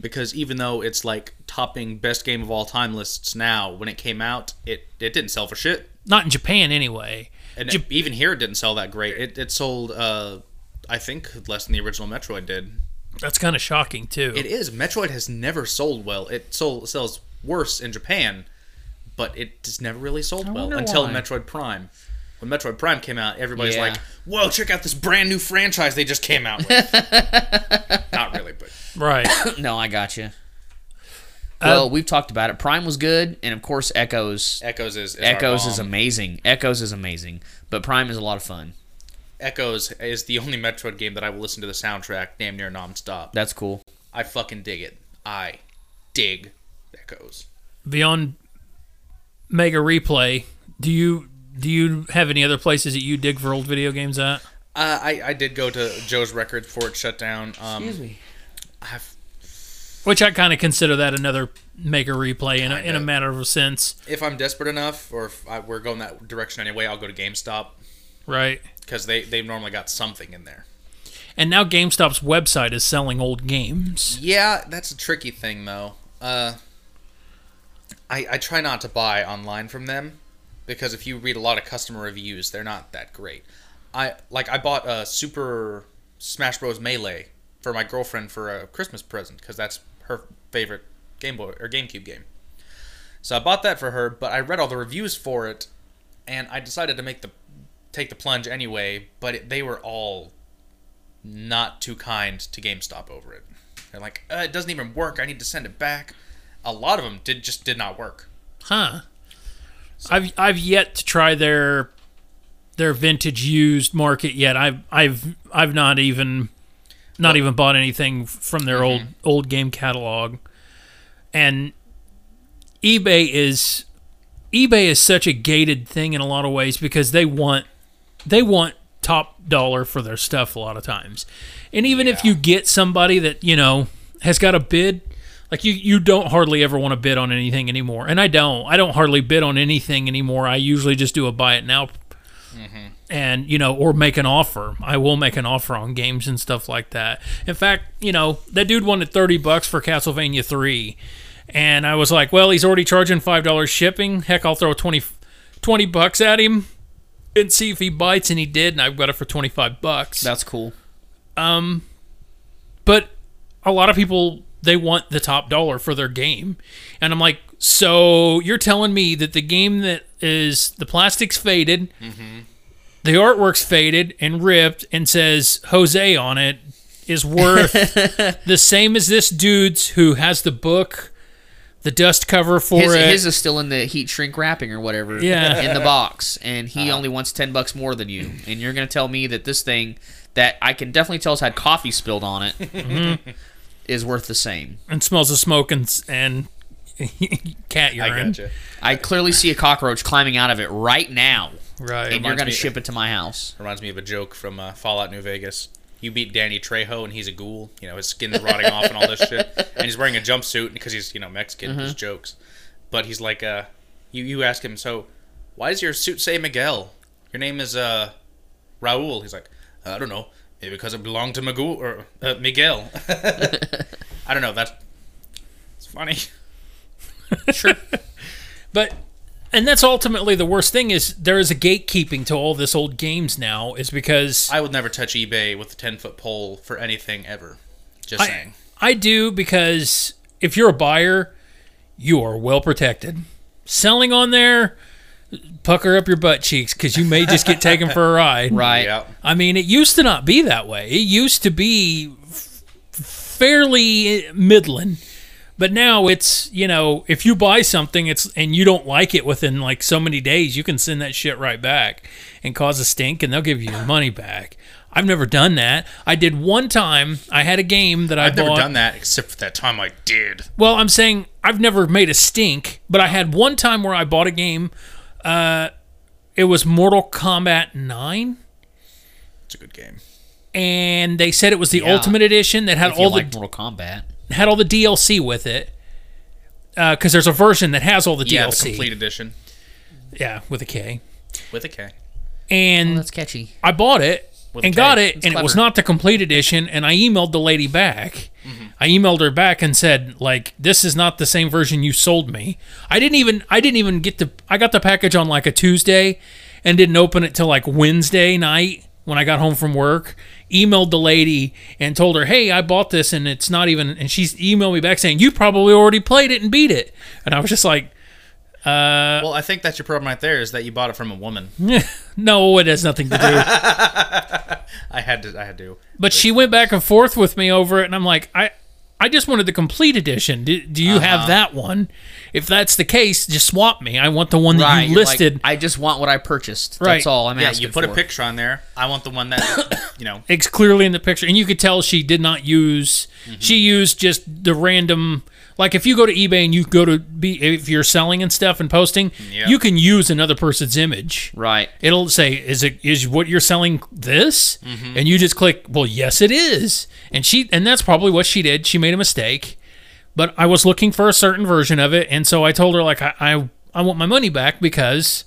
Speaker 3: Because even though it's like topping best game of all time lists now, when it came out, it, it didn't sell for shit.
Speaker 2: Not in Japan anyway.
Speaker 3: And even here, it didn't sell that great. It, it sold, uh, I think, less than the original Metroid did.
Speaker 2: That's kind of shocking too.
Speaker 3: It is. Metroid has never sold well. It sold, sells worse in Japan, but it just never really sold well
Speaker 2: wonder
Speaker 3: until
Speaker 2: why.
Speaker 3: Metroid Prime. When Metroid Prime came out, everybody's
Speaker 1: Yeah.
Speaker 3: like, whoa, check out this brand new franchise they just came out with. Not really, but.
Speaker 2: right.
Speaker 1: No, I got you. Well, we've talked about it. Prime was good, and of course, Echoes.
Speaker 3: Echoes is, is our
Speaker 1: Echoes is
Speaker 3: bomb.
Speaker 1: amazing. Echoes is amazing, but Prime is a lot of fun.
Speaker 3: Echoes is the only Metroid game that I will listen to the soundtrack damn near nonstop.
Speaker 1: That's cool.
Speaker 3: I fucking dig it. I dig Echoes.
Speaker 2: Beyond Mega Replay, do you do you have any other places that you dig for old video games at?
Speaker 3: Uh, I I did go to Joe's Records before it shut down. Um,
Speaker 1: me.
Speaker 3: I've,
Speaker 2: Which I kind of consider that another Mega Replay in a, in a
Speaker 3: Kinda.
Speaker 2: matter of a sense,
Speaker 3: if I'm desperate enough, or if I, we're going that direction anyway, I'll go to GameStop
Speaker 2: right?
Speaker 3: because they they've normally got something in there.
Speaker 2: And now GameStop's website is selling old games.
Speaker 3: Yeah, that's a tricky thing though. Uh, I I try not to buy online from them because if you read a lot of customer reviews, they're not that great. I like I bought a Super Smash Bros. Melee for my girlfriend for a Christmas present because that's her favorite Game Boy or GameCube game. So I bought that for her, but I read all the reviews for it, and I decided to make the take the plunge anyway. But it, they were all not too kind to GameStop over it. They're like, uh, it doesn't even work. I need to send it back. A lot of them did just did not work.
Speaker 2: Huh. I've I've yet to try their their vintage used market yet. I've I've I've not even not even bought anything f- from their old old game catalog. And eBay is eBay is such a gated thing in a lot of ways because they want they want top dollar for their stuff a lot of times. And even if you get somebody that, you know, has got a bid, like you you don't hardly ever want to bid on anything anymore. And I don't. I don't hardly bid on anything anymore. I usually just do a buy it now and you know or make an offer i will make an offer on games and stuff like that in fact you know that dude wanted 30 bucks for castlevania 3 and i was like well he's already charging $5 shipping heck i'll throw 20, 20 bucks at him and see if he bites and he did and i've got it for 25 bucks
Speaker 1: That's cool.
Speaker 2: but a lot of people they want the top dollar for their game and i'm like so you're telling me that the game that is the plastic's faded the artwork's faded and ripped and says jose on it is worth the same as this dude's who has the book the dust cover for
Speaker 1: His,
Speaker 2: it
Speaker 1: his is still in the heat shrink wrapping or whatever
Speaker 2: Yeah.
Speaker 1: in the box, and he
Speaker 3: Uh-huh.
Speaker 1: only wants ten bucks more than you. And you're gonna tell me that this thing that I can definitely tell has had
Speaker 2: Mm-hmm.
Speaker 1: coffee spilled on it is worth the same.
Speaker 2: and smells of smoke and and cat
Speaker 3: I
Speaker 2: urine.
Speaker 3: gotcha.
Speaker 1: I clearly see a cockroach climbing out of it right now,
Speaker 2: Right.
Speaker 1: and you're
Speaker 3: reminds
Speaker 1: gonna
Speaker 3: me-
Speaker 1: ship it to my house.
Speaker 3: Reminds me of a joke from uh, Fallout New Vegas. You meet Danny Trejo and he's a ghoul. You know his skin's rotting off and all this shit, and he's wearing a jumpsuit because he's you know Mexican.
Speaker 2: Mm-hmm.
Speaker 3: His jokes, but he's like, uh, you you ask him, so why does your suit say Miguel? Your name is uh, Raul. He's like, I don't know, maybe because it belonged to Magoo or uh, Miguel. I don't know. That's it's funny.
Speaker 2: But and that's ultimately the worst thing is there is a gatekeeping to all this old games now is because
Speaker 3: I would never touch eBay with a ten foot pole for anything ever. Just
Speaker 2: I,
Speaker 3: saying.
Speaker 2: I do because if you're a buyer, you are well protected. Selling on there, pucker up your butt cheeks because you may just get taken for a ride.
Speaker 1: Right.
Speaker 3: yeah.
Speaker 2: I mean, it used to not be that way. It used to be f- fairly eh, middling, but now it's you know if you buy something, it's and you don't like it within like so many days, you can send that shit right back and cause a stink, and they'll give you your money back. I've never done that. I did one time. I had a game that I
Speaker 3: I've
Speaker 2: bought.
Speaker 3: never done that except for that time I did.
Speaker 2: Well, I'm saying I've never made a stink, but I had one time where I bought a game. Uh, it was Mortal Kombat Nine.
Speaker 3: It's a good game.
Speaker 2: and they said it was the
Speaker 1: Yeah.
Speaker 2: ultimate edition that had
Speaker 1: If you
Speaker 2: all
Speaker 1: like
Speaker 2: the
Speaker 1: Mortal Kombat,
Speaker 2: had all the DLC with it. Because there's a version that has all the
Speaker 3: Yeah,
Speaker 2: DLC.
Speaker 3: the complete edition
Speaker 2: yeah, with a K.
Speaker 3: with a K.
Speaker 2: And
Speaker 1: that's catchy.
Speaker 2: I bought it
Speaker 3: a
Speaker 2: and
Speaker 3: K.
Speaker 2: got it,
Speaker 1: That's
Speaker 2: and it was
Speaker 1: clever.
Speaker 2: not the complete edition. And I emailed the lady back. I emailed her back and said, like, this is not the same version you sold me. I didn't even I didn't even get the I got the package on like a Tuesday, and didn't open it till like Wednesday night when I got home from work. Emailed the lady and told her, hey, I bought this, and it's not even. And she's emailed me back saying, you probably already played it and beat it. And I was just like, Uh,
Speaker 3: well, I think that's your problem right there is that you bought it from a woman.
Speaker 2: no, it has nothing to do.
Speaker 3: I had to. I had to.
Speaker 2: But she went back and forth with me over it, and I'm like, I, I just wanted the complete edition. Do, do you
Speaker 1: Uh-huh.
Speaker 2: have that one? If that's the case, just swap me. I want the one that
Speaker 1: Right.
Speaker 2: you
Speaker 1: you're like,
Speaker 2: listed.
Speaker 1: I just want what I purchased.
Speaker 2: Right.
Speaker 1: That's all I'm
Speaker 3: Yeah,
Speaker 1: asking
Speaker 3: you put
Speaker 1: for.
Speaker 3: a picture on there. I want the one that you know.
Speaker 2: it's clearly in the picture, and you could tell she did not use.
Speaker 1: Mm-hmm.
Speaker 2: She used just the random. Like if you go to eBay and you go to be if you're selling and stuff and posting,
Speaker 3: Yeah.
Speaker 2: you can use another person's image.
Speaker 1: Right.
Speaker 2: It'll say, "Is it is what you're selling this?" And you just click, "Well, yes, it is." And she and that's probably what she did. She made a mistake, but I was looking for a certain version of it, and so I told her like I I, I want my money back because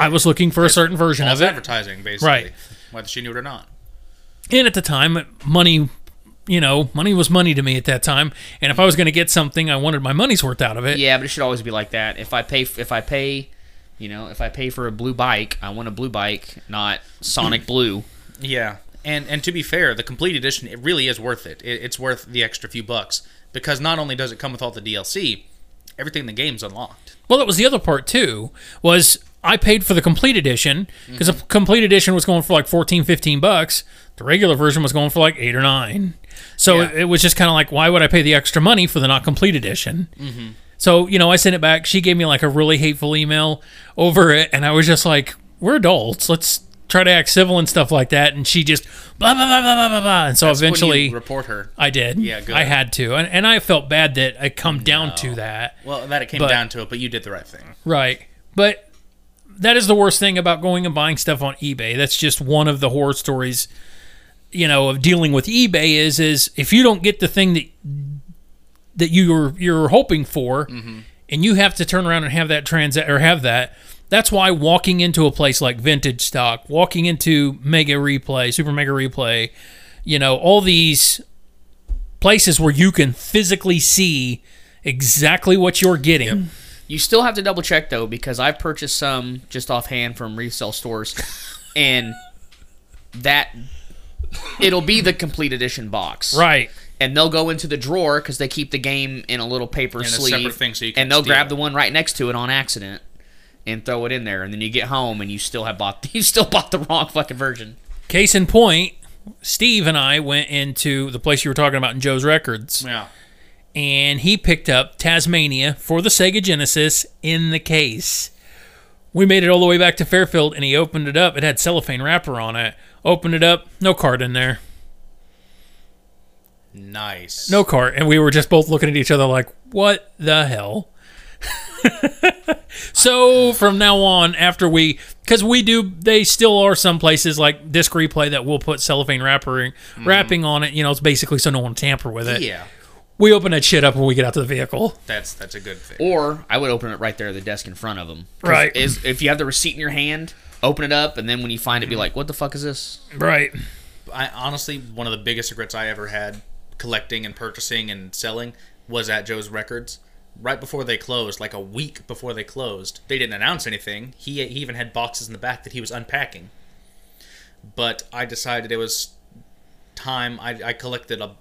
Speaker 2: I was looking for a certain version
Speaker 3: That's
Speaker 2: of it.
Speaker 3: advertising, basically.
Speaker 2: Right.
Speaker 3: Whether she knew it or not.
Speaker 2: And at the time, money, you know, money was money to me at that time, and if I was going to get something, I wanted my money's worth out of it.
Speaker 1: Yeah, but it should always be like that. If I pay, if I pay, you know, if I pay for a blue bike, I want a blue bike, not Sonic Blue.
Speaker 3: Yeah, and and to be fair, the complete edition it really is worth it. it. It's worth the extra few bucks because not only does it come with all the DLC, everything in the game's unlocked.
Speaker 2: Well, that was the other part too. Was I paid for the complete edition because
Speaker 3: Mm-hmm.
Speaker 2: the complete edition was going for like 14, 15 bucks. The regular version was going for like eight or nine. So
Speaker 3: Yeah.
Speaker 2: it, it was just kind of like, why would I pay the extra money for the not complete edition?
Speaker 3: Mm-hmm.
Speaker 2: So you know, I sent it back. She gave me like a really hateful email over it, and I was just like, we're adults. Let's try to act civil and stuff like that. And she just blah blah blah blah blah blah. blah. And so
Speaker 3: When you
Speaker 2: eventually.
Speaker 3: report her.
Speaker 2: I did.
Speaker 3: Yeah, good.
Speaker 2: I had to, and, and I felt bad that I come down to that.
Speaker 3: Well, that it came down to it, but you did the right thing.
Speaker 2: Right. But that is the worst thing about going and buying stuff on eBay. That's just one of the horror stories, you know, of dealing with eBay is is if you don't get the thing that that you were you're hoping for and you have to turn around and have that trans or have that that's why walking into a place like vintage stock walking into mega replay super mega replay you know all these places where you can physically see exactly what you're getting
Speaker 1: You still have to double check though, because I've purchased some just offhand from resale stores, and that it'll be the complete edition box,
Speaker 2: right
Speaker 1: And they'll go into the drawer because they keep the game in a little paper
Speaker 3: a
Speaker 1: sleeve,
Speaker 3: separate thing so you can
Speaker 1: and they'll
Speaker 3: steal
Speaker 1: grab
Speaker 3: it.
Speaker 1: the one right next to it on accident and throw it in there, and then you get home and you still have bought you still bought the wrong fucking version.
Speaker 2: Case in point, Steve and I went into the place you were talking about in Joe's Records,
Speaker 3: Yeah.
Speaker 2: and he picked up Tasmania for the Sega Genesis in the case. We made it all the way back to Fairfield, and he opened it up. It had cellophane wrapper on it. Opened it up, no card in there.
Speaker 3: Nice.
Speaker 2: no cart and we were just both looking at each other like what the hell so from now on after we because we do they still are some places like disc replay that will put cellophane wrapping wrapping on it you know it's basically so no one tamper with it
Speaker 3: Yeah,
Speaker 2: we open that shit up when we get out to the vehicle
Speaker 3: that's that's a good thing.
Speaker 1: Or I would open it right there at the desk in front of them.
Speaker 2: Right.
Speaker 1: Is if you have the receipt in your hand, open it up, and then when you find it, be like, "What the fuck is this?"
Speaker 2: right
Speaker 3: I honestly one of the biggest regrets I ever had collecting and purchasing and selling was at Joe's Records. Right before they closed, like a week before they closed, they didn't announce anything. He, he even had boxes in the back that he was unpacking. But I decided it was time. I, I collected a,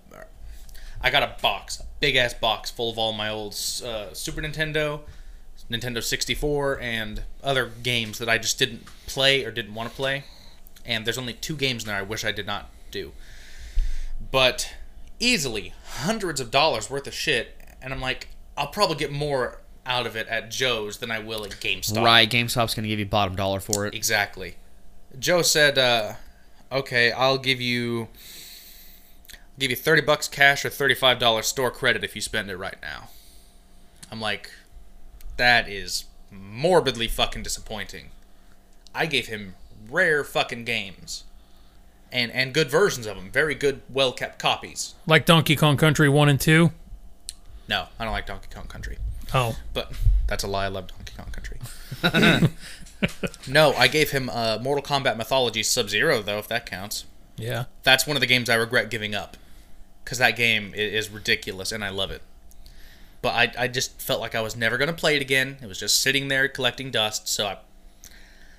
Speaker 3: I got a box, a big ass box full of all my old uh, Super Nintendo, Nintendo 64, and other games that I just didn't play or didn't want to play and there's only two games in there I wish I did not do. But easily hundreds of dollars worth of shit, and I'm like, I'll probably get more out of it at Joe's than I will at GameStop.
Speaker 1: Right. GameStop's gonna give you bottom dollar for it.
Speaker 3: Exactly. Joe said, uh, "Okay, I'll give you give you thirty bucks cash or thirty five dollars store credit if you spend it right now." I'm like, that is morbidly fucking disappointing. I gave him rare fucking games, and and good versions of them, very good, well kept copies.
Speaker 2: like donkey kong country 1 and 2
Speaker 3: No, I don't like Donkey Kong Country.
Speaker 2: oh
Speaker 3: But that's a lie. I love Donkey Kong Country. no, I gave him uh, Mortal Kombat Mythology Sub Zero, though, if that counts.
Speaker 2: yeah
Speaker 3: That's one of the games I regret giving up. Because that game i- is ridiculous and I love it. But I, I just felt like I was never going to play it again. It was just sitting there collecting dust. So I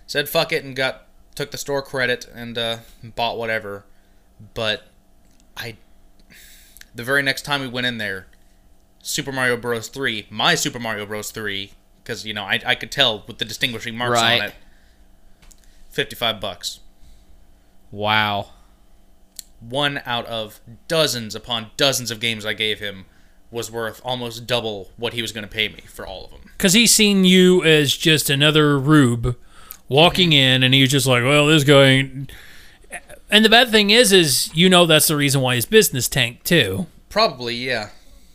Speaker 3: said fuck it and got took the store credit and uh, bought whatever. But I. The very next time we went in there, Super Mario Bros. 3, my Super Mario Bros. 3, because, you know, I, I could tell with the distinguishing marks
Speaker 1: Right.
Speaker 3: on it, 55 bucks.
Speaker 1: Wow.
Speaker 3: one out of dozens upon dozens of games I gave him was worth almost double what he was going to pay me for all of them.
Speaker 2: because he's seen you as just another rube walking in and he's just like well this guy ain't and the bad thing is is you know that's the reason why his business tanked too
Speaker 3: Probably, yeah.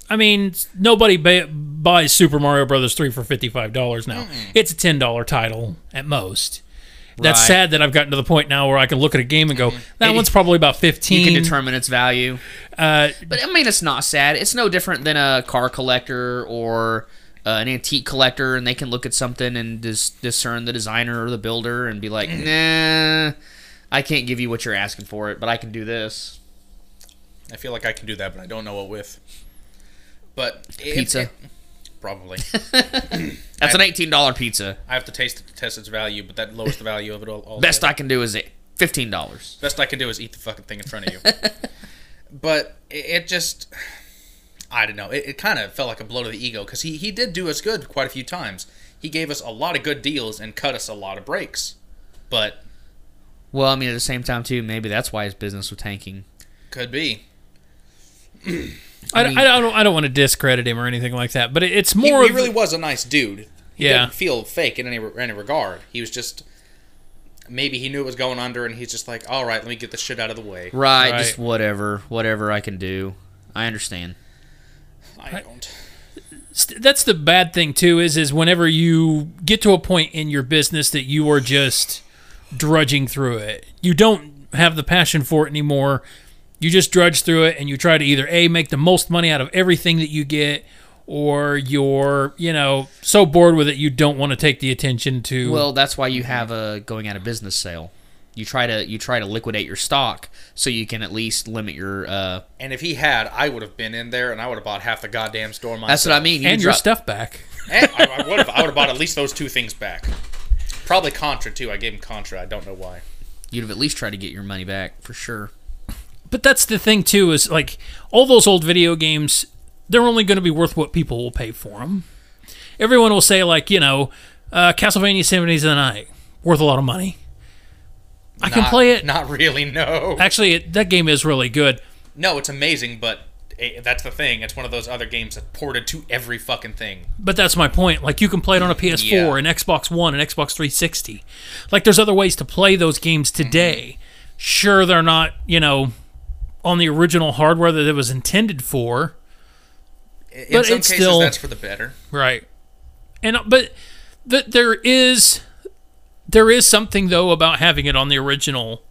Speaker 2: i mean nobody ba- buys super mario brothers 3 for $55 now it's a $10 title at most that's
Speaker 1: Right.
Speaker 2: sad that i've gotten to the point now where i can look at a game and go that one's probably about 15
Speaker 1: You can determine its value.
Speaker 2: uh,
Speaker 1: But I mean, it's not sad. It's no different than a car collector or uh, an antique collector, and they can look at something and dis- discern the designer or the builder and be like, "Nah, I can't give you what you're asking for it, but I can do this."
Speaker 3: I feel like I can do that, but I don't know what with. But it-
Speaker 1: Pizza.
Speaker 3: it- probably.
Speaker 1: That's an eighteen dollar pizza.
Speaker 3: I have to taste it to test its value, but that lowers the value of it all. all
Speaker 1: Best I can do is fifteen dollars.
Speaker 3: Best I can do is eat the fucking thing in front of you. but it, it just, I don't know. It, it kind of felt like a blow to the ego because he, he did do us good quite a few times. He gave us a lot of good deals and cut us a lot of breaks. But
Speaker 1: Well, I mean, at the same time, too, maybe that's why his business was tanking.
Speaker 3: could be.
Speaker 2: I,
Speaker 1: mean-
Speaker 2: I don't i don't want to discredit him or anything like that but it, it's
Speaker 3: He,
Speaker 2: more
Speaker 3: he
Speaker 2: of-
Speaker 3: really was a nice dude. He
Speaker 2: Yeah.
Speaker 3: didn't feel fake in any, re- any regard. He was just, maybe he knew it was going under and he's just like, all right, let me get this shit out of the way.
Speaker 1: Right,
Speaker 2: Right.
Speaker 1: just whatever, whatever I can do. I understand.
Speaker 3: I don't.
Speaker 2: st- that's the bad thing too is is whenever you get to a point in your business that you are just drudging through it you don't have the passion for it anymore you just drudge through it and you try to either a make the most money out of everything that you get or you're you know so bored with it you don't want to take the attention to
Speaker 1: Well, that's why you have a going out of business sale. You try to you try to liquidate your stock so you can at least limit your. Uh,
Speaker 3: And if he had, I would have been in there and I would have bought half the goddamn store myself.
Speaker 1: that's what I mean. You
Speaker 2: and
Speaker 1: can
Speaker 2: your
Speaker 1: drop-
Speaker 2: stuff back
Speaker 3: Eh, I, I would have. I would have bought at least those two things back. Probably Contra too. I gave him Contra. I don't know why.
Speaker 1: You'd have at least tried to get your money back for sure.
Speaker 2: but that's the thing too is like all those old video games they're only going to be worth what people will pay for them everyone will say like you know uh, castlevania symphonies of the night worth a lot of money i can
Speaker 3: Not-
Speaker 2: play it
Speaker 3: Not really. No.
Speaker 2: actually it, that game is really good
Speaker 3: No, it's amazing, but eh, that's the thing. It's one of those other games that ported to every fucking thing.
Speaker 2: but that's my point like you can play it on a ps4
Speaker 3: Yeah.
Speaker 2: an xbox one an xbox 360
Speaker 3: Mm-hmm.
Speaker 2: like there's other ways to play those games today sure they're not you know on the original hardware that it was intended for.
Speaker 3: In
Speaker 2: But
Speaker 3: some
Speaker 2: it's
Speaker 3: cases,
Speaker 2: still-
Speaker 3: that's for the better.
Speaker 2: Right. And uh, but th- there is there is something though about having it on the original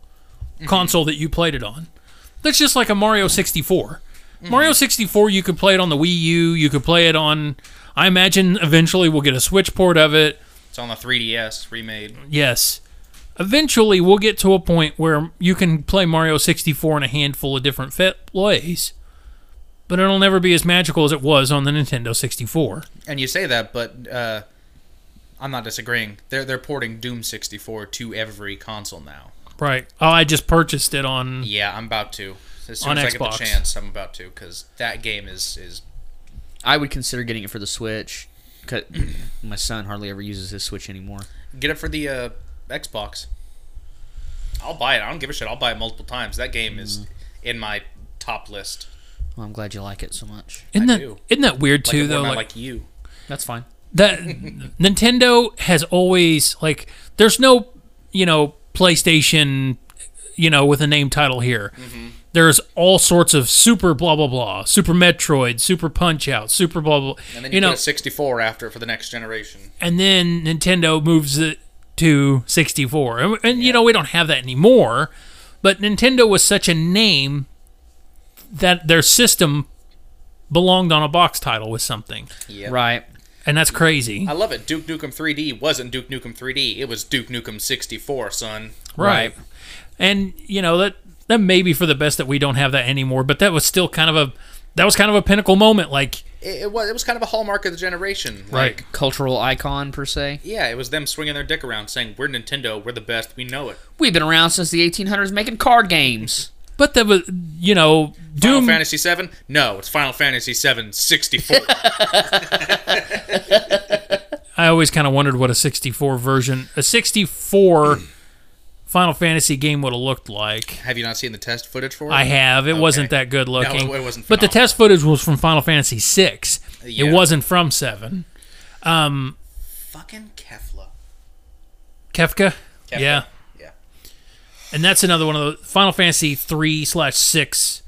Speaker 2: console that you played it on. That's just like a Mario 64. Mario 64 you could play it on the Wii U, you could play it on I imagine eventually we'll get a Switch port of it.
Speaker 3: It's on the 3DS remade.
Speaker 2: Yes. Eventually we'll get to a point where you can play Mario 64 in a handful of different fit ways. But it'll never be as magical as it was on the Nintendo 64.
Speaker 3: And you say that, but uh, I'm not disagreeing. They're they're porting Doom 64 to every console now.
Speaker 2: Right. Oh, I just purchased it on.
Speaker 3: Yeah, I'm about to. As soon
Speaker 2: On
Speaker 3: as I
Speaker 2: Xbox.
Speaker 3: get the chance, I'm about to because that game is is
Speaker 1: I would consider getting it for the Switch. 'cause my son hardly ever uses his Switch anymore.
Speaker 3: get it for the uh, Xbox. I'll buy it. I don't give a shit. I'll buy it multiple times. That game is
Speaker 2: Mm-hmm.
Speaker 3: in my top list.
Speaker 1: Well, I'm glad you like it so much.
Speaker 2: Isn't
Speaker 3: I
Speaker 2: that
Speaker 3: do.
Speaker 2: isn't that weird
Speaker 3: Like,
Speaker 2: too
Speaker 3: if we're
Speaker 2: though?
Speaker 3: not
Speaker 2: Like,
Speaker 3: like you.
Speaker 1: That's fine.
Speaker 2: that Nintendo has always like there's no you know PlayStation you know with a name title here.
Speaker 3: Mm-hmm.
Speaker 2: There's all sorts of super blah blah blah, super Metroid, super Punch Out, super blah blah.
Speaker 3: And then
Speaker 2: you
Speaker 3: you,
Speaker 2: know,
Speaker 3: put a 64 after it for the next generation.
Speaker 2: and then Nintendo moves it to 64. And, and, you know, we don't have that anymore, but Nintendo was such a name that their system belonged on a box title with something.
Speaker 3: Yeah.
Speaker 1: Right.
Speaker 2: And that's crazy.
Speaker 3: I love it. Duke Nukem 3D wasn't Duke Nukem 3D. It was Duke Nukem 64, son.
Speaker 2: right. And you know, that that may be for the best that we don't have that anymore, but that was still kind of a that was kind of a pinnacle moment like
Speaker 3: It, it was it was kind of a hallmark of the generation. Like,
Speaker 2: like
Speaker 1: Cultural icon per se.
Speaker 3: yeah, it was them swinging their dick around, saying, "We're Nintendo. We're the best. We know it."
Speaker 1: We've been around since the 1800s making card games.
Speaker 2: but that was you know
Speaker 3: Final
Speaker 2: Doom
Speaker 3: Fantasy 7? No, it's Final Fantasy 7 64.
Speaker 2: I always kind of wondered what a 64 version, a 64 Final Fantasy game would have looked like.
Speaker 3: Have you not seen the test footage for it?
Speaker 2: I have. It wasn't that good looking.
Speaker 3: it wasn't
Speaker 2: but the
Speaker 3: phenomenal.
Speaker 2: test footage was from Final Fantasy 6.
Speaker 3: Yeah.
Speaker 2: It wasn't from 7.
Speaker 3: Fucking Kefla.
Speaker 2: Kefka?
Speaker 3: Kefla.
Speaker 2: Yeah.
Speaker 3: Yeah.
Speaker 2: And that's another one of the Final Fantasy 3 slash 6.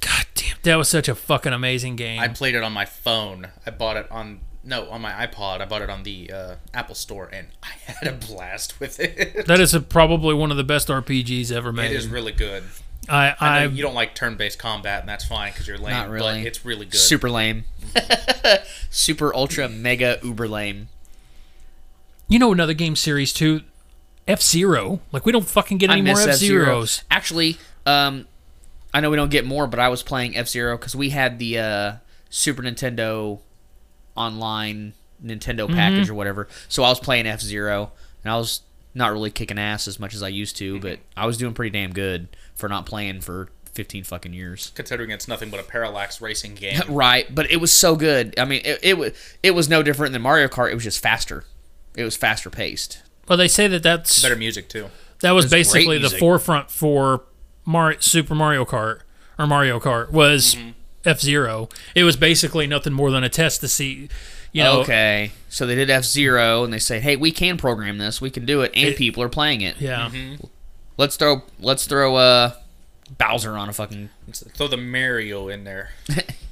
Speaker 2: God damn, that was such a fucking amazing game.
Speaker 3: I played it on my phone. I bought it on no, on my iPod. I bought it on the uh, Apple Store, and I had a blast with it.
Speaker 2: that is a, probably one of the best RPGs ever made.
Speaker 3: it is really good.
Speaker 2: I,
Speaker 3: I
Speaker 2: I,
Speaker 3: know you don't like turn-based combat, and that's fine because you're lame.
Speaker 1: Not really.
Speaker 3: But it's really good.
Speaker 1: Super lame. Super ultra mega uber lame.
Speaker 2: you know another game series too, F Zero. Like we don't fucking get any
Speaker 1: I
Speaker 2: more
Speaker 1: miss
Speaker 2: F
Speaker 1: F Zero.
Speaker 2: Zeros.
Speaker 1: Actually, um, I know we don't get more, but I was playing F Zero because we had the uh, Super Nintendo online Nintendo
Speaker 2: Mm-hmm.
Speaker 1: package or whatever. So I was playing F Zero, and I was not really kicking ass as much as I used to,
Speaker 3: Mm-hmm.
Speaker 1: but I was doing pretty damn good for not playing for fifteen fucking years.
Speaker 3: Considering it's nothing but a parallax racing game.
Speaker 1: Right, but it was so good. I mean, it it, wa- it was no different than Mario Kart. It was just faster. It was faster paced.
Speaker 2: Well, they say that that's
Speaker 3: Better music too.
Speaker 2: that was
Speaker 1: That's great
Speaker 2: basically the
Speaker 1: music.
Speaker 2: forefront for Mar- Super Mario Kart or Mario Kart was
Speaker 1: Mm-hmm.
Speaker 2: F Zero. It was basically nothing more than a test to see, you know.
Speaker 1: Okay, so they did F Zero, and they say, "Hey, we can program this. We can do it, and people are playing it.
Speaker 2: Yeah,
Speaker 1: Let's throw, let's throw uh, Bowser on a fucking.
Speaker 3: Throw the Mario in there.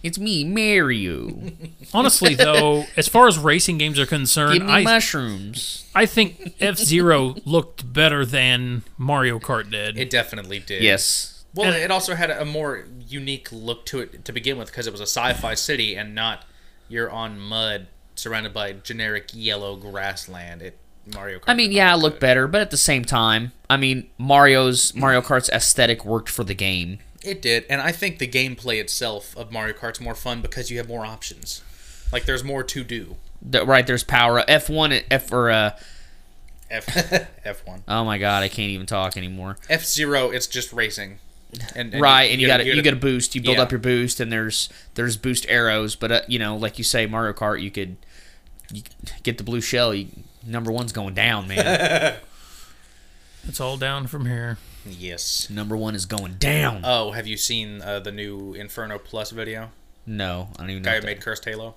Speaker 1: It's me, Mario.
Speaker 2: honestly though, as far as racing games are concerned,
Speaker 1: Give me
Speaker 2: I
Speaker 1: mushrooms.
Speaker 2: I think F Zero looked better than Mario Kart did.
Speaker 3: It definitely did.
Speaker 1: Yes,
Speaker 3: Well,
Speaker 2: And-
Speaker 3: it also had a more unique look to it to begin with because it was a sci-fi city and not you're on mud surrounded by generic yellow grassland. It Mario Kart.
Speaker 1: I mean, yeah, it looked better, but at the same time, I mean, Mario's Mario Kart's aesthetic worked for the game.
Speaker 3: it did, and I think the gameplay itself of Mario Kart's more fun because you have more options. Like there's more to do.
Speaker 1: The, right, there's power F one F or uh,
Speaker 3: F F one
Speaker 1: oh my god, I can't even talk anymore.
Speaker 3: F zero. It's just racing. And, and
Speaker 1: right and you, got
Speaker 3: gotta-
Speaker 1: to you got
Speaker 3: gotta-
Speaker 1: a boost you build
Speaker 3: yeah.
Speaker 1: up your boost and there's there's boost arrows but uh, you know like you say mario kart you could you could get the blue shell you, number one's going down man
Speaker 2: It's all down from here.
Speaker 3: yes.
Speaker 1: number one is going down
Speaker 3: Oh, have you seen uh, the new Inferno Plus video?
Speaker 1: no i don't even know
Speaker 3: Guy
Speaker 1: what
Speaker 3: who
Speaker 1: that-
Speaker 3: made Cursed Halo.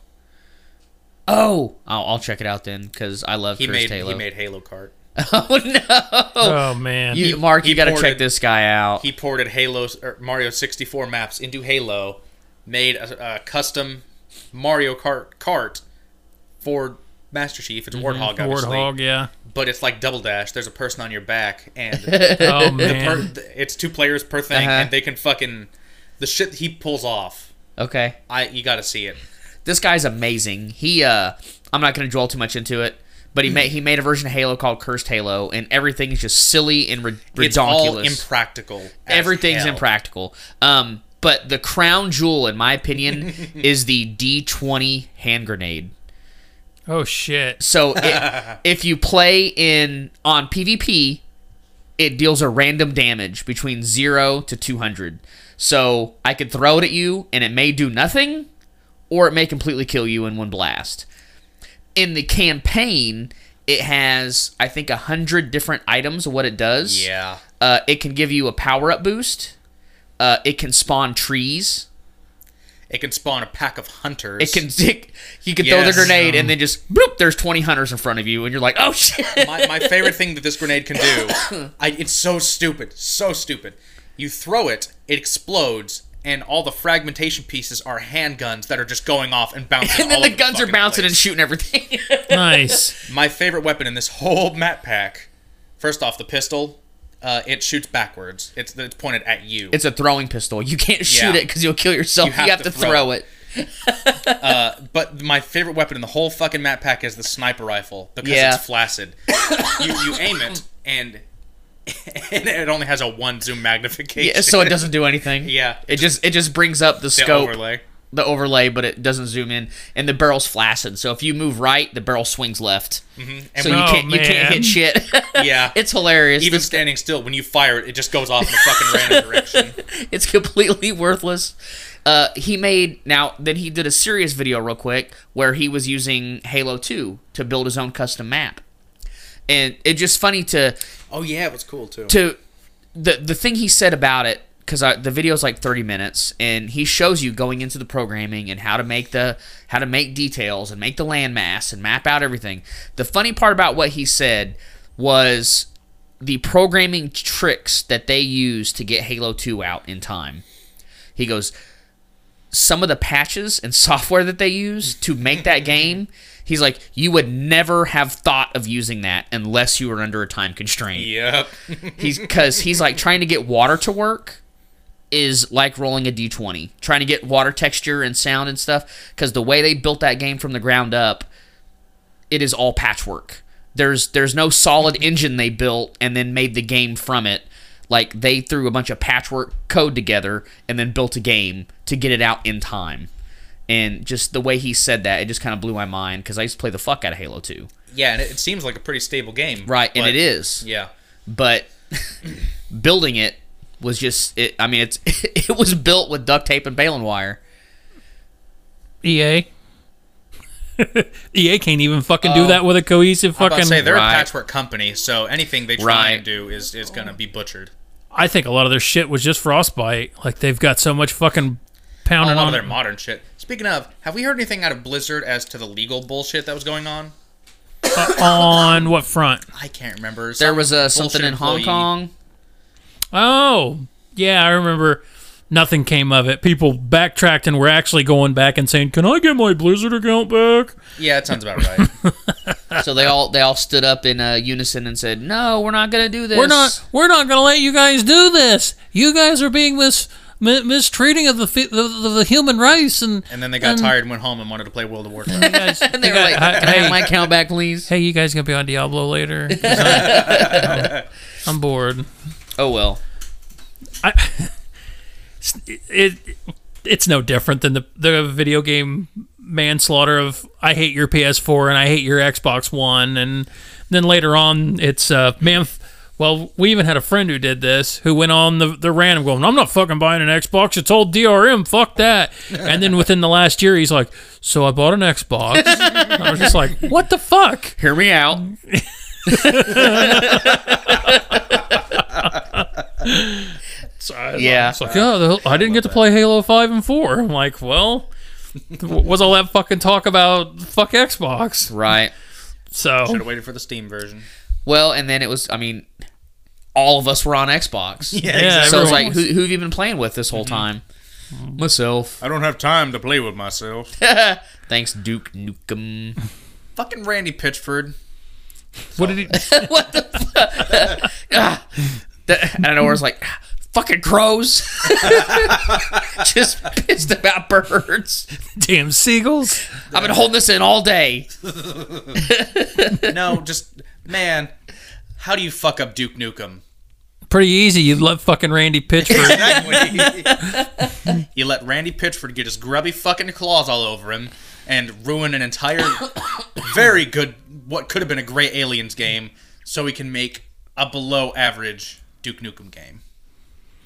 Speaker 1: oh I'll, I'll check it out then because i love
Speaker 3: He
Speaker 1: Chris
Speaker 3: made
Speaker 1: Taylor.
Speaker 3: he made Halo Kart.
Speaker 1: Oh no!
Speaker 2: Oh man.
Speaker 1: You, Mark, you
Speaker 3: he
Speaker 1: got to
Speaker 3: poured
Speaker 1: check
Speaker 3: it-
Speaker 1: this guy out.
Speaker 3: He ported Halo or Mario 64 maps into Halo, made a, a custom Mario Kart cart for Master Chief. It's a
Speaker 1: Mm-hmm.
Speaker 3: Warthog, obviously,
Speaker 2: Warthog, yeah.
Speaker 3: but it's like Double Dash. There's a person on your back, and
Speaker 2: Oh
Speaker 3: per,
Speaker 2: man.
Speaker 3: it's two players per thing,
Speaker 1: Uh-huh.
Speaker 3: and they can fucking the shit he pulls off.
Speaker 1: okay,
Speaker 3: I you got to see it.
Speaker 1: this guy's amazing. He, uh, I'm not going to dwell too much into it, but he made he made a version of Halo called Cursed Halo, and everything is just silly and rid-
Speaker 3: It's all
Speaker 1: ridiculous.
Speaker 3: impractical. as
Speaker 1: Everything's
Speaker 3: hell.
Speaker 1: impractical. Um, but the crown jewel, in my opinion, is the D20 hand grenade.
Speaker 2: Oh shit.
Speaker 1: So it, if you play in on PvP, it deals a random damage between zero to two hundred. So I could throw it at you, and it may do nothing, or it may completely kill you in one blast. In the campaign, it has I think a hundred different items of what it does.
Speaker 3: Yeah.
Speaker 1: Uh, it can give you a power up boost. Uh, it can spawn trees.
Speaker 3: It can spawn a pack of hunters.
Speaker 1: It can you can throw the
Speaker 3: Yes.
Speaker 1: grenade and then just boop. There's twenty hunters in front of you, and you're like, oh shit.
Speaker 3: my, my favorite thing that this grenade can do, I, it's so stupid, so stupid. You throw it, it explodes, and all the fragmentation pieces are handguns that are just going off and bouncing.
Speaker 1: and then
Speaker 3: all
Speaker 1: the
Speaker 3: over
Speaker 1: guns are
Speaker 3: fucking
Speaker 1: bouncing and
Speaker 3: place.
Speaker 1: shooting everything.
Speaker 2: Nice.
Speaker 3: My favorite weapon in this whole map pack. First off, the pistol. Uh, it shoots backwards. It's it's pointed at you.
Speaker 1: it's a throwing pistol. You can't shoot
Speaker 3: Yeah.
Speaker 1: it because you'll kill yourself. You have, to, throw, it.
Speaker 3: But my favorite weapon in the whole fucking map pack is the sniper rifle because
Speaker 1: Yeah.
Speaker 3: it's flaccid. you, you aim it and, and it only has a one zoom magnification.
Speaker 1: Yeah, so it doesn't do anything.
Speaker 3: Yeah.
Speaker 1: It just it just brings up the
Speaker 3: The
Speaker 1: scope,
Speaker 3: overlay.
Speaker 1: the overlay, but it doesn't zoom in. And the barrel's flaccid. So if you move right, the barrel swings left.
Speaker 3: And
Speaker 1: So
Speaker 3: when
Speaker 1: you
Speaker 2: Oh,
Speaker 1: can't you can't
Speaker 2: man.
Speaker 1: hit shit.
Speaker 3: Yeah.
Speaker 1: it's hilarious.
Speaker 3: even
Speaker 1: This-
Speaker 3: standing still, when you fire it, it just goes off in a fucking random direction.
Speaker 1: it's completely worthless. Uh, he made now then he did a serious video real quick where he was using Halo 2 to build his own custom map. And it's just funny to
Speaker 3: Oh yeah, it was cool too.
Speaker 1: to the the thing he said about it because the video's like 30 minutes and he shows you going into the programming and how to make the how to make details and make the landmass and map out everything the funny part about what he said was the programming tricks that they used to get halo 2 out in time he goes some of the patches and software that they use to make that game he's like you would never have thought of using that unless you were under a time constraint
Speaker 3: Yep.
Speaker 1: He's because he's like trying to get water to work is like rolling a d20, trying to get water texture and sound and stuff. Because the way they built that game from the ground up, it is all patchwork. There's there's no solid engine they built and then made the game from it. Like they threw a bunch of patchwork code together and then built a game to get it out in time. And just the way he said that, it just kind of blew my mind because I used to play the fuck out of Halo 2.
Speaker 3: Yeah, and it, it seems like a pretty stable game.
Speaker 1: Right, and
Speaker 3: but-
Speaker 1: it is
Speaker 3: Yeah.
Speaker 1: but building it was just it, i mean it's it was built with duct tape and baling wire
Speaker 2: EA. EA E can't even fucking do that with a cohesive
Speaker 3: I'm Oh. about
Speaker 2: fucking.
Speaker 3: to say they're
Speaker 1: Right.
Speaker 3: a patchwork company, so anything they try
Speaker 1: Right.
Speaker 3: and do is is gonna be butchered.
Speaker 2: I think a lot of their shit was just frostbite. Like they've got so much fucking pounding
Speaker 3: A lot of
Speaker 2: on.
Speaker 3: their modern shit. Speaking of, have we heard anything out of Blizzard as to the legal bullshit that was going on?
Speaker 2: on what front?
Speaker 3: I can't remember.
Speaker 1: there
Speaker 3: Some
Speaker 1: was uh,
Speaker 3: bullshit
Speaker 1: something in hong
Speaker 3: employee-
Speaker 1: kong
Speaker 2: Oh, yeah, I remember. Nothing came of it. People backtracked and were actually going back and saying, "Can I get my Blizzard account back?"
Speaker 3: Yeah, it sounds about right.
Speaker 1: so they all they all stood up in uh, unison and said no we're not gonna do this
Speaker 2: We're not. We're not going to let you guys do this. You guys are being mis mi- mistreating of the fe- the, the, the human race and.
Speaker 3: and then they
Speaker 1: Um,
Speaker 3: got tired and went home and wanted to play World of Warcraft.
Speaker 2: you guys-
Speaker 1: and they were like
Speaker 2: Hey,
Speaker 1: can i have my account back please
Speaker 2: hey, you guys gonna be on Diablo later? 'Cause I'm, I'm bored.
Speaker 1: oh well
Speaker 2: it it's no different than the the video game manslaughter of I hate your PS4 and I hate your Xbox One, and then later on it's uh man. f- Well, we even had a friend who did this, who went on the the random going, "I'm not fucking buying an Xbox. It's all DRM. Fuck that." And then within the last year, he's like, "So I bought an Xbox." I was just like, "What the fuck?"
Speaker 1: hear me out yeah
Speaker 2: It's like, "Oh, the, hell- I didn't get to play Halo Five and Four. I'm like, "Well." was all that fucking talk about fuck Xbox?
Speaker 1: right
Speaker 2: So
Speaker 3: Should have waited for the Steam version.
Speaker 1: Well, and then it was. I mean, all of us were on Xbox.
Speaker 2: Yeah, exactly.
Speaker 1: So it's
Speaker 2: everyone
Speaker 1: like, who, who have you been playing with this whole time? Myself.
Speaker 4: I don't have time to play with myself.
Speaker 1: Thanks, Duke Nukem.
Speaker 3: Fucking Randy Pitchford.
Speaker 2: What did he?
Speaker 1: what the? Fu- Ah. That- I don't know. Where it's like, "Ah, fucking crows. Just pissed about birds.
Speaker 2: Damn seagulls.
Speaker 1: I've been holding this in all day.
Speaker 3: No, just man. How do you fuck up Duke Nukem?
Speaker 2: Pretty easy. You let fucking Randy Pitchford.
Speaker 3: you let Randy Pitchford get his grubby fucking claws all over him and ruin an entire, very good, what could have been a great Aliens game, so he can make a below average Duke Nukem game.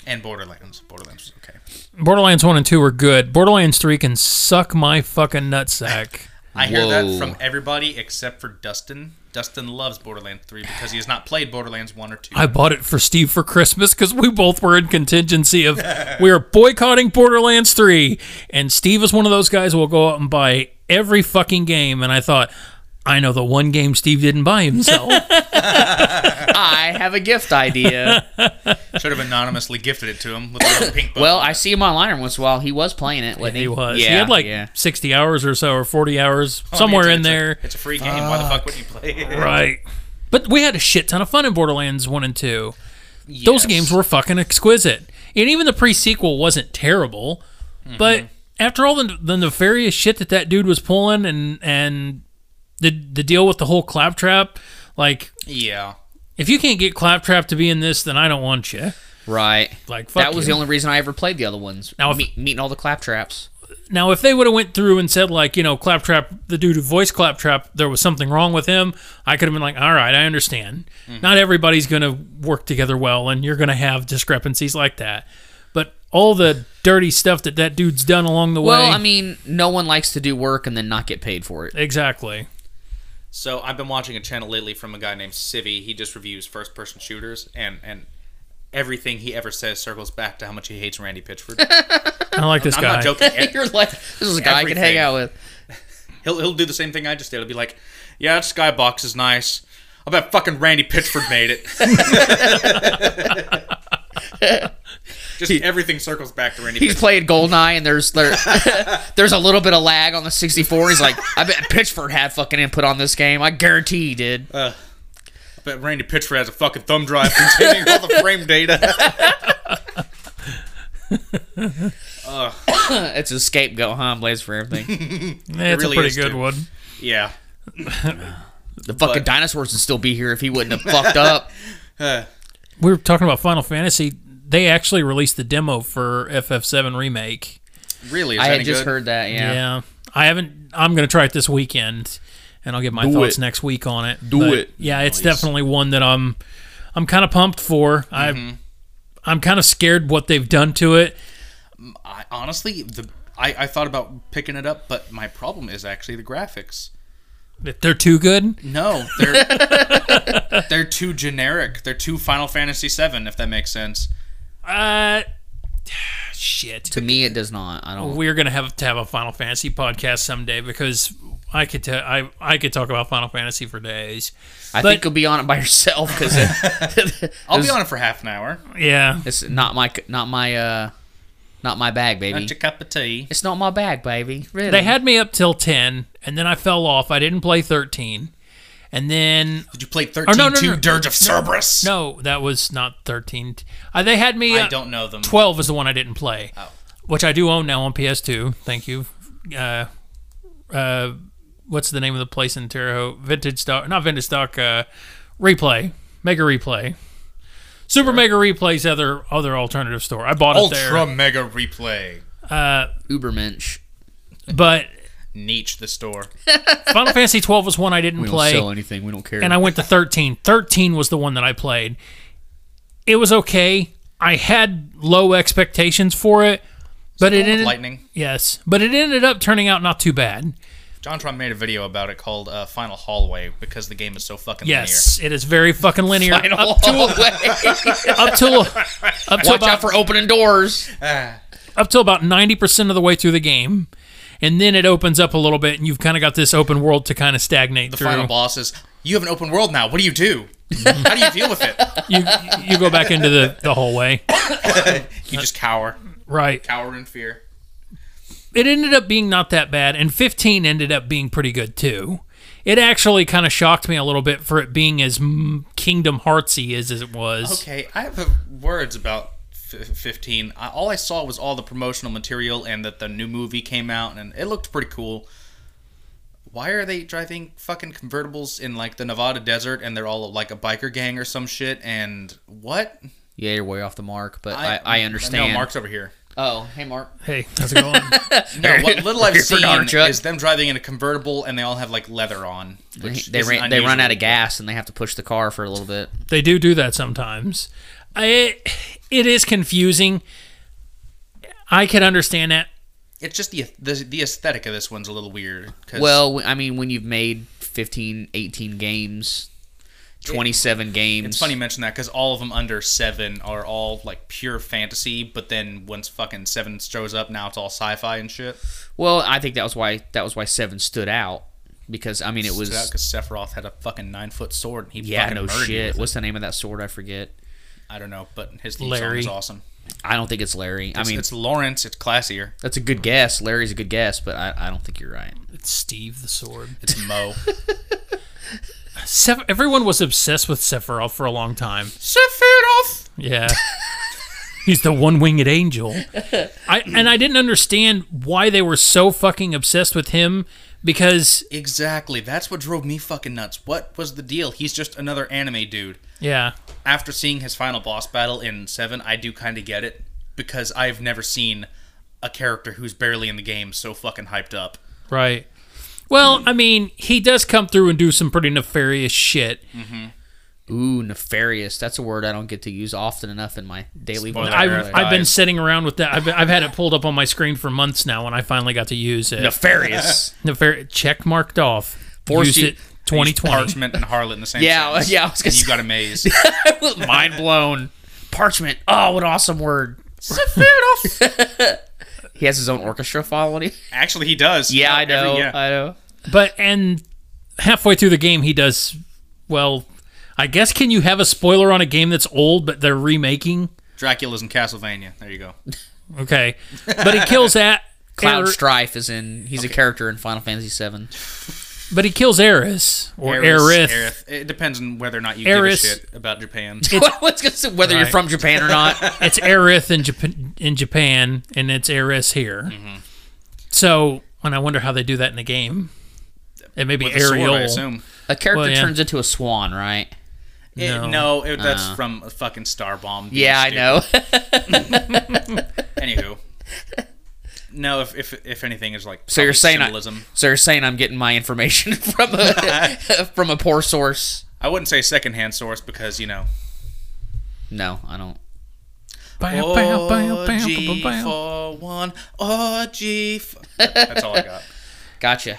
Speaker 3: And Borderlands. Borderlands was okay.
Speaker 2: Borderlands one and two were good. Borderlands three can suck my fucking nutsack.
Speaker 3: I hear that
Speaker 1: Whoa.
Speaker 3: from everybody except for Dustin. Dustin loves Borderlands 3 because he has not played Borderlands 1 or 2.
Speaker 2: I bought it for Steve for Christmas because we both were in contingency of we are boycotting Borderlands 3. And Steve is one of those guys who will go out and buy every fucking game. And I thought, I know the one game Steve didn't buy himself.
Speaker 1: I have a gift idea.
Speaker 3: Should have anonymously gifted it to him with a little pink bow.
Speaker 1: Well, I see him online every once in a while. He was playing it, wasn't he?
Speaker 2: he was.
Speaker 1: Yeah,
Speaker 2: he had like
Speaker 1: yeah. Oh,
Speaker 2: 60 hours or so or 40 hours,
Speaker 3: I mean,
Speaker 2: somewhere
Speaker 3: it's a-
Speaker 2: in
Speaker 3: it's a-
Speaker 2: there.
Speaker 3: it's a free game. Why the fuck would you play it?
Speaker 2: right. But we had a shit ton of fun in Borderlands 1 and 2. Those
Speaker 3: Yes.
Speaker 2: games were fucking exquisite. And even the pre sequel wasn't terrible. But
Speaker 1: Mm-hmm.
Speaker 2: after all the, the nefarious shit that that dude was pulling and, and the, the deal with the whole Claptrap, like,
Speaker 3: Yeah.
Speaker 2: if you can't get Claptrap to be in this, then I don't want you.
Speaker 1: Right.
Speaker 2: Like, fuck
Speaker 1: that was
Speaker 2: you.
Speaker 1: the only reason I ever played the other ones. Now,
Speaker 2: Now, if-
Speaker 1: meeting all the claptraps.
Speaker 2: Now, if they would have went through and said like, you know, Claptrap, the dude who voiced Claptrap, there was something wrong with him, I could have been like, all right, I understand.
Speaker 3: Mm-hmm.
Speaker 2: Not everybody's going to work together well, and you're going to have discrepancies like that. But all the dirty stuff that that dude's done along the way,
Speaker 1: Well, I mean, no one likes to do work and then not get paid for it.
Speaker 2: exactly.
Speaker 3: So I've been watching a channel lately from a guy named Civi. He just reviews first person shooters and and everything he ever says circles back to how much he hates Randy Pitchford.
Speaker 2: I like this
Speaker 3: I'm
Speaker 2: guy.
Speaker 3: not joking. And
Speaker 1: You're like, this is a guy I can hang
Speaker 3: Everything.
Speaker 1: out with.
Speaker 3: He'll he'll do the same thing I just did. He'll be like, "Yeah, that skybox is nice. I bet fucking Randy Pitchford made it." just everything circles back to Randy.
Speaker 1: He's
Speaker 3: Pitchford.
Speaker 1: playing Goldeneye, and there's there, there's a little bit of lag on the 64. He's like, I bet Pitchford had fucking input on this game. I guarantee he did.
Speaker 3: Uh. I bet Randy Pitchford has a fucking thumb drive containing all the frame data.
Speaker 1: Uh, it's a scapegoat, huh? I'm Blaze for everything.
Speaker 2: Eh, it's
Speaker 3: really
Speaker 2: a pretty
Speaker 3: is,
Speaker 2: good
Speaker 3: dude.
Speaker 2: one.
Speaker 3: yeah.
Speaker 1: The fucking
Speaker 3: But-
Speaker 1: dinosaurs would still be here if he wouldn't have fucked up.
Speaker 2: We were talking about Final Fantasy. They actually released the demo for FF7 remake.
Speaker 3: Really? Is
Speaker 1: I
Speaker 3: that
Speaker 1: had
Speaker 3: any
Speaker 1: just
Speaker 3: good?
Speaker 1: heard that.
Speaker 2: Yeah.
Speaker 1: Yeah.
Speaker 2: I haven't. I'm gonna try it this weekend, and I'll get my thoughts
Speaker 1: it.
Speaker 2: next week on it.
Speaker 1: Do it.
Speaker 2: Yeah, it's definitely one that I'm. I'm kind of pumped for.
Speaker 1: Mm-hmm.
Speaker 2: I. I'm kind of scared what they've done to it.
Speaker 3: I honestly the I, I thought about picking it up, but my problem is actually the graphics.
Speaker 2: That they're too good.
Speaker 3: No, they're they're too generic. They're too Final Fantasy VII, if that makes sense.
Speaker 2: Uh, shit.
Speaker 1: To me, it does not. I don't.
Speaker 2: We're gonna have to have a Final Fantasy podcast someday because I could tell I I could talk about Final Fantasy for days.
Speaker 1: I
Speaker 2: but-
Speaker 1: think you'll be on it by yourself because
Speaker 3: I'll be on it for half an hour.
Speaker 2: Yeah,
Speaker 1: It's not my not my uh not my bag, baby.
Speaker 3: Not your cup of tea.
Speaker 1: It's not my bag, baby. Really.
Speaker 2: they had me up till ten, and then I fell off. I didn't play thirteen, and then
Speaker 3: Did you play
Speaker 2: no,
Speaker 3: thirteen
Speaker 2: Oh, no,
Speaker 3: two
Speaker 2: no.
Speaker 3: Dirge of Cerberus?
Speaker 2: No, that was not 13. Uh, they had me.
Speaker 3: I
Speaker 2: uh,
Speaker 3: don't Oh. know them.
Speaker 2: 12 is the one I didn't play, which I do own now on PS2. Thank you. Uh, uh, what's the name of the place in Terre Haute? Vintage Stock. Not Vintage Stock. Uh, replay. Mega Replay. Super Mega Replay's other other alternative store. I bought it there.
Speaker 3: Ultra Mega Replay.
Speaker 1: Ubermensch.
Speaker 2: But
Speaker 3: Niche the store.
Speaker 2: Final Fantasy 12 was one I didn't
Speaker 1: We don't
Speaker 2: play.
Speaker 1: sell anything. We don't care.
Speaker 2: and I went to 13. 13 was the one that I played. It was okay. I had low expectations for it, but it ended
Speaker 3: Lightning.
Speaker 2: yes, but it ended up turning out not too bad.
Speaker 3: Jontron made a video about it called uh, Final Hallway because the game is so fucking
Speaker 2: Yes, it is very fucking linear. Up to uh, up till up to
Speaker 1: Watch out
Speaker 2: about
Speaker 1: for opening doors.
Speaker 2: up till about 90% of the way through the game. And then it opens up a little bit and you've kind of got this open world to kind of stagnate
Speaker 3: linear. The
Speaker 2: through.
Speaker 3: final boss is you have an open world now. What do you do? How do you deal with it?
Speaker 2: You you go back into the, the hallway.
Speaker 3: You just cower,
Speaker 2: Right.
Speaker 3: cower in fear.
Speaker 2: It ended up being not that bad, and 15 ended up being pretty good too. It actually kind of shocked me a little bit for it being as mm, Kingdom Heartsy as, as it was.
Speaker 3: Okay, I have uh, words about f- 15. I, all I saw was all the promotional material and that the new movie came out and it looked pretty cool. Why are they driving fucking convertibles in like the Nevada desert and they're all like a biker gang or some shit? And what?
Speaker 1: Yeah, you're way off the mark, but I, I,
Speaker 3: No,
Speaker 1: understand.
Speaker 3: Mark's over here.
Speaker 1: Oh, hey, Mark.
Speaker 2: Hey, how's it going?
Speaker 3: No, what little I've
Speaker 1: Here for darn
Speaker 3: seen
Speaker 1: truck.
Speaker 3: is them driving in a convertible and they all have like leather on. Which
Speaker 1: they
Speaker 3: isn't
Speaker 1: ran, they run
Speaker 3: unusual.
Speaker 1: out of gas and they have to push the car for a little bit.
Speaker 2: they do do that sometimes. I, it is confusing. I can understand that.
Speaker 3: It's just the, the the aesthetic of this one's a little weird. 'cause-
Speaker 1: Well, I mean, when you've made 15, 18 games, 27 games.
Speaker 3: It's funny you mention that because all of them under seven are all like pure fantasy, but then once fucking seven shows up, now it's all sci-fi and shit.
Speaker 1: Well, I think that was why that was why 7 stood out because I mean, it was
Speaker 3: because Sephiroth had a fucking nine foot sword and he
Speaker 1: Yeah,
Speaker 3: fucking
Speaker 1: no
Speaker 3: murdered you
Speaker 1: shit.
Speaker 3: with it.
Speaker 1: What's the name of that sword? I forget.
Speaker 3: I don't know, but his theme
Speaker 2: Larry.
Speaker 3: song is awesome.
Speaker 1: I don't think it's Larry. I
Speaker 3: It's,
Speaker 1: mean,
Speaker 3: it's Lawrence. It's classier.
Speaker 1: that's a good guess. Larry's a good guess, but I, I don't think you're right.
Speaker 2: It's Steve the Sword.
Speaker 3: It's Mo.
Speaker 2: Seph- everyone was obsessed with Sephiroth for a long time.
Speaker 3: Sephiroth.
Speaker 2: Yeah. He's the one winged angel. I and I didn't understand why they were so fucking obsessed with him because
Speaker 3: Exactly. That's what drove me fucking nuts. What was the deal? He's just another anime dude.
Speaker 2: yeah.
Speaker 3: after seeing his final boss battle in seven, I do kind of get it because I've never seen a character who's barely in the game so fucking hyped up.
Speaker 2: Right. Well, I mean, he does come through and do some pretty nefarious shit.
Speaker 1: Ooh, nefarious. That's a word I don't get to use often enough in my daily
Speaker 3: Spoiler
Speaker 2: I've,
Speaker 3: Nefarious.
Speaker 2: I've been sitting around with that. I've, I've had it pulled up on my screen for months now, and I finally got to use it.
Speaker 1: nefarious.
Speaker 2: Nefar- check marked off.
Speaker 1: Force
Speaker 2: Use
Speaker 1: you-
Speaker 2: it 2020.
Speaker 3: Parchment and Harlot in the same.
Speaker 1: Yeah,
Speaker 3: sentence.
Speaker 1: yeah, I was gonna
Speaker 3: And you
Speaker 1: say-
Speaker 3: got a maze.
Speaker 1: Mind blown. Parchment. Oh, what an awesome word. he has his own orchestra following.
Speaker 3: Actually, he does.
Speaker 1: Yeah, I know.
Speaker 3: Every- yeah.
Speaker 1: I know.
Speaker 2: But and halfway through the game, he does well. I guess can you have a spoiler on a game that's old but they're remaking?
Speaker 3: Dracula's in Castlevania. There you go.
Speaker 2: Okay, but he kills that.
Speaker 1: Cloud
Speaker 2: Er-
Speaker 1: Strife is in. He's a character in Final Fantasy VII.
Speaker 2: but he kills Eris or
Speaker 3: Aerith-
Speaker 2: Aerith.
Speaker 3: Aerith. It depends on whether or not you
Speaker 2: Aerith.
Speaker 3: give a shit about Japan.
Speaker 1: I was gonna say whether you're
Speaker 2: Right.
Speaker 1: from Japan or not.
Speaker 2: It's Aerith in Japan, in Japan, and it's Eris here. So, and I wonder how they do that in the game. It may be
Speaker 3: With a sword,
Speaker 2: Ariel.
Speaker 3: I assume.
Speaker 1: A character
Speaker 2: Well, yeah.
Speaker 1: turns into a swan, right?
Speaker 3: It-
Speaker 2: No.
Speaker 3: no, it, that's from a fucking Star Bomb. being
Speaker 1: Uh. Yeah, I
Speaker 3: stupid.
Speaker 1: know.
Speaker 3: Anywho. No, if, if if anything is like
Speaker 1: So you're saying I,
Speaker 3: symbolism.
Speaker 1: so you're saying I'm getting my information from a from a poor source?
Speaker 3: I wouldn't say secondhand source because you know
Speaker 1: No, I don't.
Speaker 2: Bow, bow, bow, bow, bow,
Speaker 3: OG
Speaker 2: bow, bow.
Speaker 3: for one, OG. For... That's all I got.
Speaker 1: Gotcha.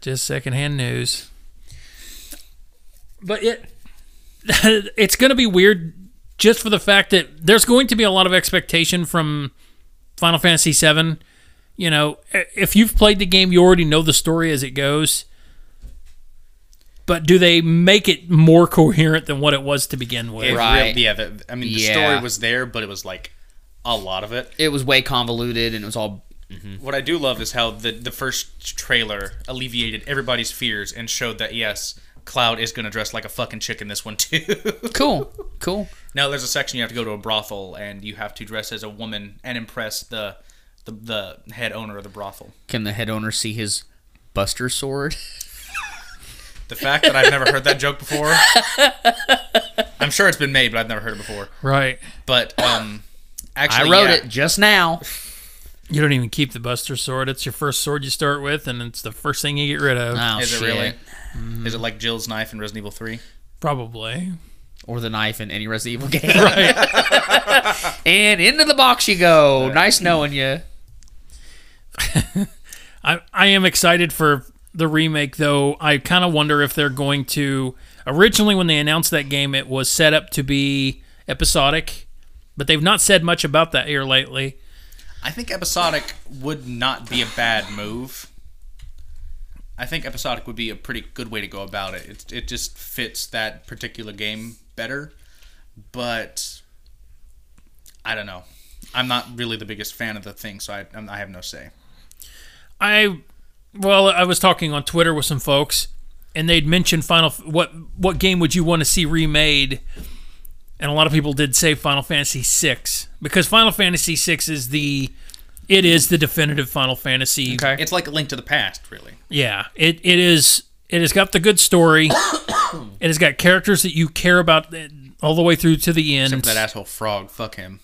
Speaker 2: just secondhand news. But it it's going to be weird just for the fact that there's going to be a lot of expectation from Final Fantasy VII. You know, i- if you've played the game, you already know the story as it goes. But do they make it more coherent than what it was to begin with?
Speaker 3: It
Speaker 1: Right.
Speaker 3: real- yeah, the, I mean, the
Speaker 1: Yeah.
Speaker 3: story was there, but it was like a lot of it.
Speaker 1: It was way convoluted and it was all
Speaker 3: What I do love is how the the first trailer alleviated everybody's fears and showed that yes, Cloud is gonna dress like a fucking chick in this one too.
Speaker 1: cool. Cool.
Speaker 3: now there's a section you have to go to a brothel and you have to dress as a woman and impress the the, the head owner of the brothel.
Speaker 1: Can the head owner see his Buster sword?
Speaker 3: The fact that I've never heard that joke before. I'm sure it's been made, but I've never heard it before.
Speaker 2: Right.
Speaker 3: But um,
Speaker 1: I
Speaker 3: actually,
Speaker 1: wrote
Speaker 3: yeah.
Speaker 1: it just now.
Speaker 2: You don't even keep the Buster sword. It's your first sword you start with, and it's the first thing you get rid of.
Speaker 1: Oh
Speaker 3: Is
Speaker 1: shit! Mm-hmm.
Speaker 3: it really? Is it like Jill's knife in Resident Evil Three?
Speaker 2: Probably.
Speaker 1: Or the knife in any Resident Evil game? and into the box you go. Nice knowing you.
Speaker 2: I, I am excited for the remake, though. I kind of wonder if they're going to. Originally, when they announced that game, it was set up to be episodic, but they've not said much about that here lately.
Speaker 3: I think episodic would not be a bad move. I think episodic would be a pretty good way to go about it. It it just fits that particular game better, but I don't know. I'm not really the biggest fan of the thing, so I I'm, I have no say.
Speaker 2: I well, I was talking on Twitter with some folks, and they'd mentioned Final what what game would you want to see remade, and a lot of people did say Final Fantasy VI because Final Fantasy VI is the it is the definitive Final Fantasy.
Speaker 1: Okay.
Speaker 3: It's like a link to the past, really.
Speaker 2: Yeah, it it is it has got the good story. it has got characters that you care about uh, all the way through to the
Speaker 3: Except
Speaker 2: end,
Speaker 3: for that asshole frog. Fuck him.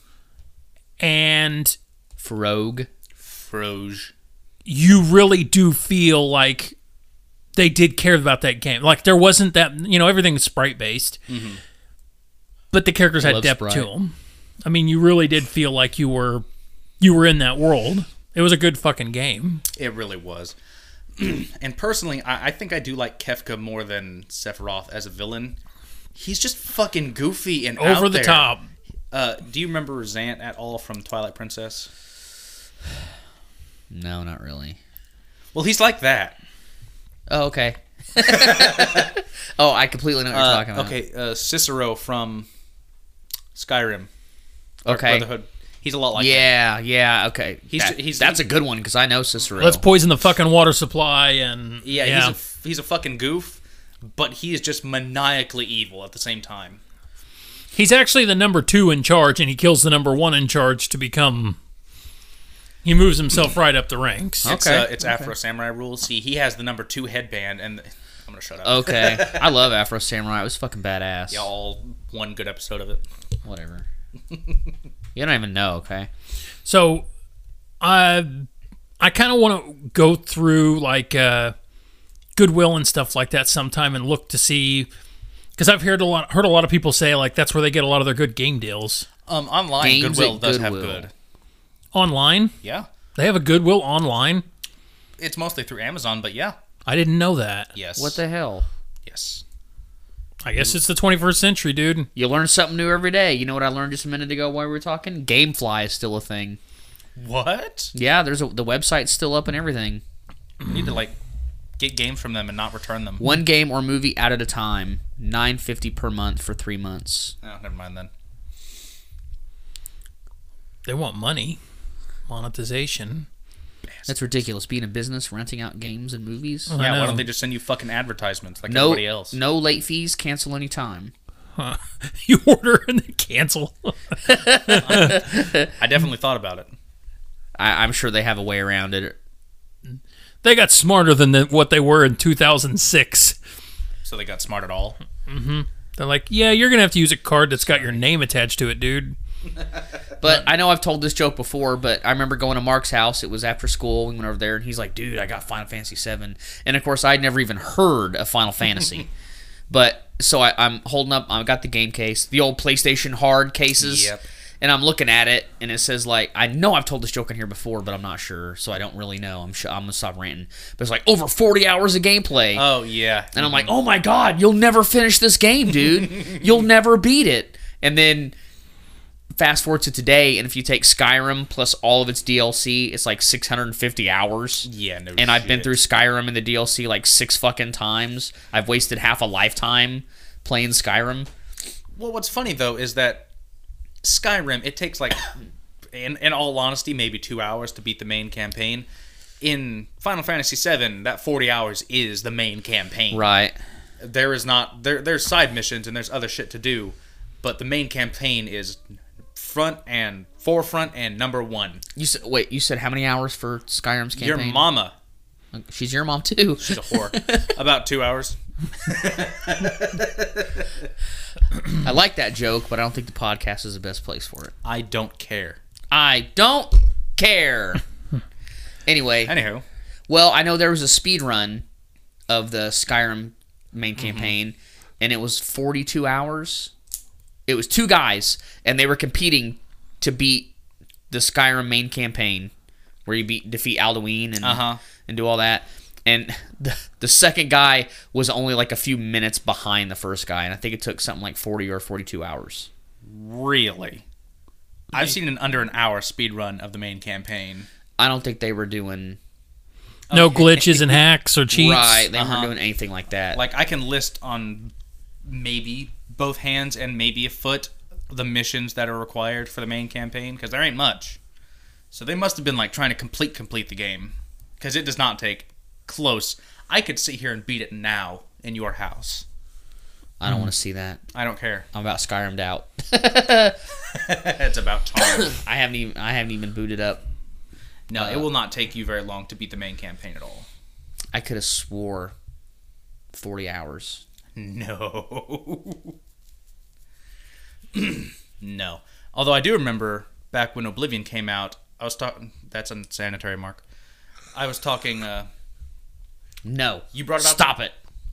Speaker 2: and
Speaker 1: Frog.
Speaker 3: Froge.
Speaker 2: you really do feel like they did care about that game. Like there wasn't that you know everything was sprite based,
Speaker 3: Mm-hmm.
Speaker 2: but the characters had
Speaker 1: love
Speaker 2: depth to
Speaker 1: Sprite.
Speaker 2: them. I mean, you really did feel like you were you were in that world. It was a good fucking game.
Speaker 3: It really was. and personally, I, I think I do like Kefka more than Sephiroth as a villain. He's just fucking goofy and
Speaker 2: Over the
Speaker 3: out there.
Speaker 2: top.
Speaker 3: Uh, do you remember Zant at all from Twilight Princess?
Speaker 1: No, not really.
Speaker 3: Well, he's like that.
Speaker 1: Oh, okay. oh, I completely know what you're
Speaker 3: Uh,
Speaker 1: talking about.
Speaker 3: Okay, uh, Cicero from Skyrim
Speaker 1: Okay.
Speaker 3: Brotherhood. He's a lot like. that.
Speaker 1: Yeah, yeah, okay. He's,
Speaker 3: He's- he's-
Speaker 1: that's a good one because I know Cicero.
Speaker 2: Let's poison the fucking water supply and
Speaker 3: yeah. He's a f- he's a fucking goof, but he is just maniacally evil at the same time.
Speaker 2: He's actually the number two in charge, and he kills the number one in charge to become. He moves himself right up the ranks.
Speaker 1: Huh?
Speaker 3: It's,
Speaker 1: Okay,
Speaker 3: uh, it's Afro Samurai rules. See, he has the number two headband, and I'm gonna shut up.
Speaker 1: okay. I love Afro Samurai. It was fucking badass.
Speaker 3: all one good episode of it.
Speaker 1: Whatever. you don't even know, okay?
Speaker 2: So, I I kind of want to go through like uh, Goodwill and stuff like that sometime and look to see because I've heard a lot heard a lot of people say like that's where they get a lot of their good game deals
Speaker 3: Um, online
Speaker 1: Games
Speaker 3: Goodwill
Speaker 1: at
Speaker 3: does
Speaker 1: Goodwill.
Speaker 3: have good.
Speaker 2: online.
Speaker 3: Yeah,
Speaker 2: They have a Goodwill online.
Speaker 3: it's mostly through Amazon, but yeah,
Speaker 2: I didn't know that.
Speaker 3: yes,
Speaker 1: What the hell?
Speaker 3: yes.
Speaker 2: I guess it's the 21st century, dude.
Speaker 1: You learn something new every day. You know what I learned just a minute ago while we were talking? Gamefly is still a thing.
Speaker 3: What?
Speaker 1: Yeah, there's a, the website's still up and everything.
Speaker 3: You need to like get games from them and not return them.
Speaker 1: One game or movie out at a time. Nine fifty per month for three months.
Speaker 3: Oh, never mind then.
Speaker 2: They want money, monetization.
Speaker 1: That's ridiculous. Being a business, renting out games and movies.
Speaker 2: I
Speaker 3: Yeah,
Speaker 2: know.
Speaker 3: why don't they just send you fucking advertisements like
Speaker 1: No,
Speaker 3: Mm-hmm. everybody else?
Speaker 1: no late fees. Cancel any time.
Speaker 2: Huh. you order and then cancel.
Speaker 3: I definitely thought about it.
Speaker 1: I, I'm sure they have a way around it.
Speaker 2: they got smarter than the, what they were in 2006.
Speaker 3: So they got smart at all.
Speaker 2: They're like, yeah, you're gonna have to use a card that's got your name attached to it, dude.
Speaker 1: But I know I've told this joke before, but I remember going to Mark's house. It was after school. We went over there, and he's like, "Dude, I got Final Fantasy VII," and of course, I'd never even heard of Final Fantasy. but so I, I'm holding up. I've got the game case, the old PlayStation hard cases,
Speaker 3: Yep.
Speaker 1: and I'm looking at it, and it says like, "I know I've told this joke in here before, but I'm not sure, so I don't really know." I'm sure I'm gonna stop ranting. But it's like over 40 hours of gameplay.
Speaker 3: Oh yeah.
Speaker 1: And I'm like, oh my God, you'll never finish this game, dude. you'll never beat it. And then fast forward to today, and if you take Skyrim plus all of its DLC, it's like 650 hours.
Speaker 3: yeah, no.
Speaker 1: And I've been
Speaker 3: shit.
Speaker 1: through Skyrim and the DLC like six fucking times. I've wasted half a lifetime playing Skyrim.
Speaker 3: Well, what's funny though is that Skyrim it takes like, in in all honesty, maybe two hours to beat the main campaign. In Final Fantasy VII, that forty hours is the main campaign.
Speaker 1: Right.
Speaker 3: There is not there. There's side missions and there's other shit to do, but the main campaign is front and forefront and number one.
Speaker 1: You said wait. You said how many hours for Skyrim's campaign? Uh,
Speaker 3: Your mama,
Speaker 1: She's your mom too.
Speaker 3: she's a whore. About two hours.
Speaker 1: I like that joke, but I don't think the podcast is the best place for it.
Speaker 3: I don't care.
Speaker 1: I don't care. anyway.
Speaker 3: Anywho,
Speaker 1: Well, I know there was a speed run of the Skyrim main
Speaker 3: Mm-hmm.
Speaker 1: campaign, and it was 42 hours. It was two guys, and they were competing to beat the Skyrim main campaign, where you beat defeat Alduin and
Speaker 3: Uh-huh.
Speaker 1: and do all that. And the, the second guy was only like a few minutes behind the first guy, and I think it took something like 40 or 42 hours.
Speaker 3: really, I've seen an under an hour speed run of the main campaign.
Speaker 1: I don't think they were doing
Speaker 2: No glitches and hacks or cheats.
Speaker 1: Right, they
Speaker 3: Uh-huh.
Speaker 1: weren't doing anything like that.
Speaker 3: Like I can list on maybe both hands and maybe a foot the missions that are required for the main campaign because there ain't much. So they must have been like trying to complete complete the game because it does not take close. I could sit here and beat it now in your house.
Speaker 1: I
Speaker 3: mm-hmm.
Speaker 1: don't want to see that.
Speaker 3: I don't care.
Speaker 1: I'm about Skyrimmed out.
Speaker 3: it's about time.
Speaker 1: I haven't even I haven't even booted up.
Speaker 3: no, it will not take you very long to beat the main campaign at all.
Speaker 1: I could have swore forty hours.
Speaker 3: No. no. Although I do remember back when Oblivion came out, I was talking. That's unsanitary, Mark. I was talking. Uh,
Speaker 1: No,
Speaker 3: you brought it out.
Speaker 1: stop it.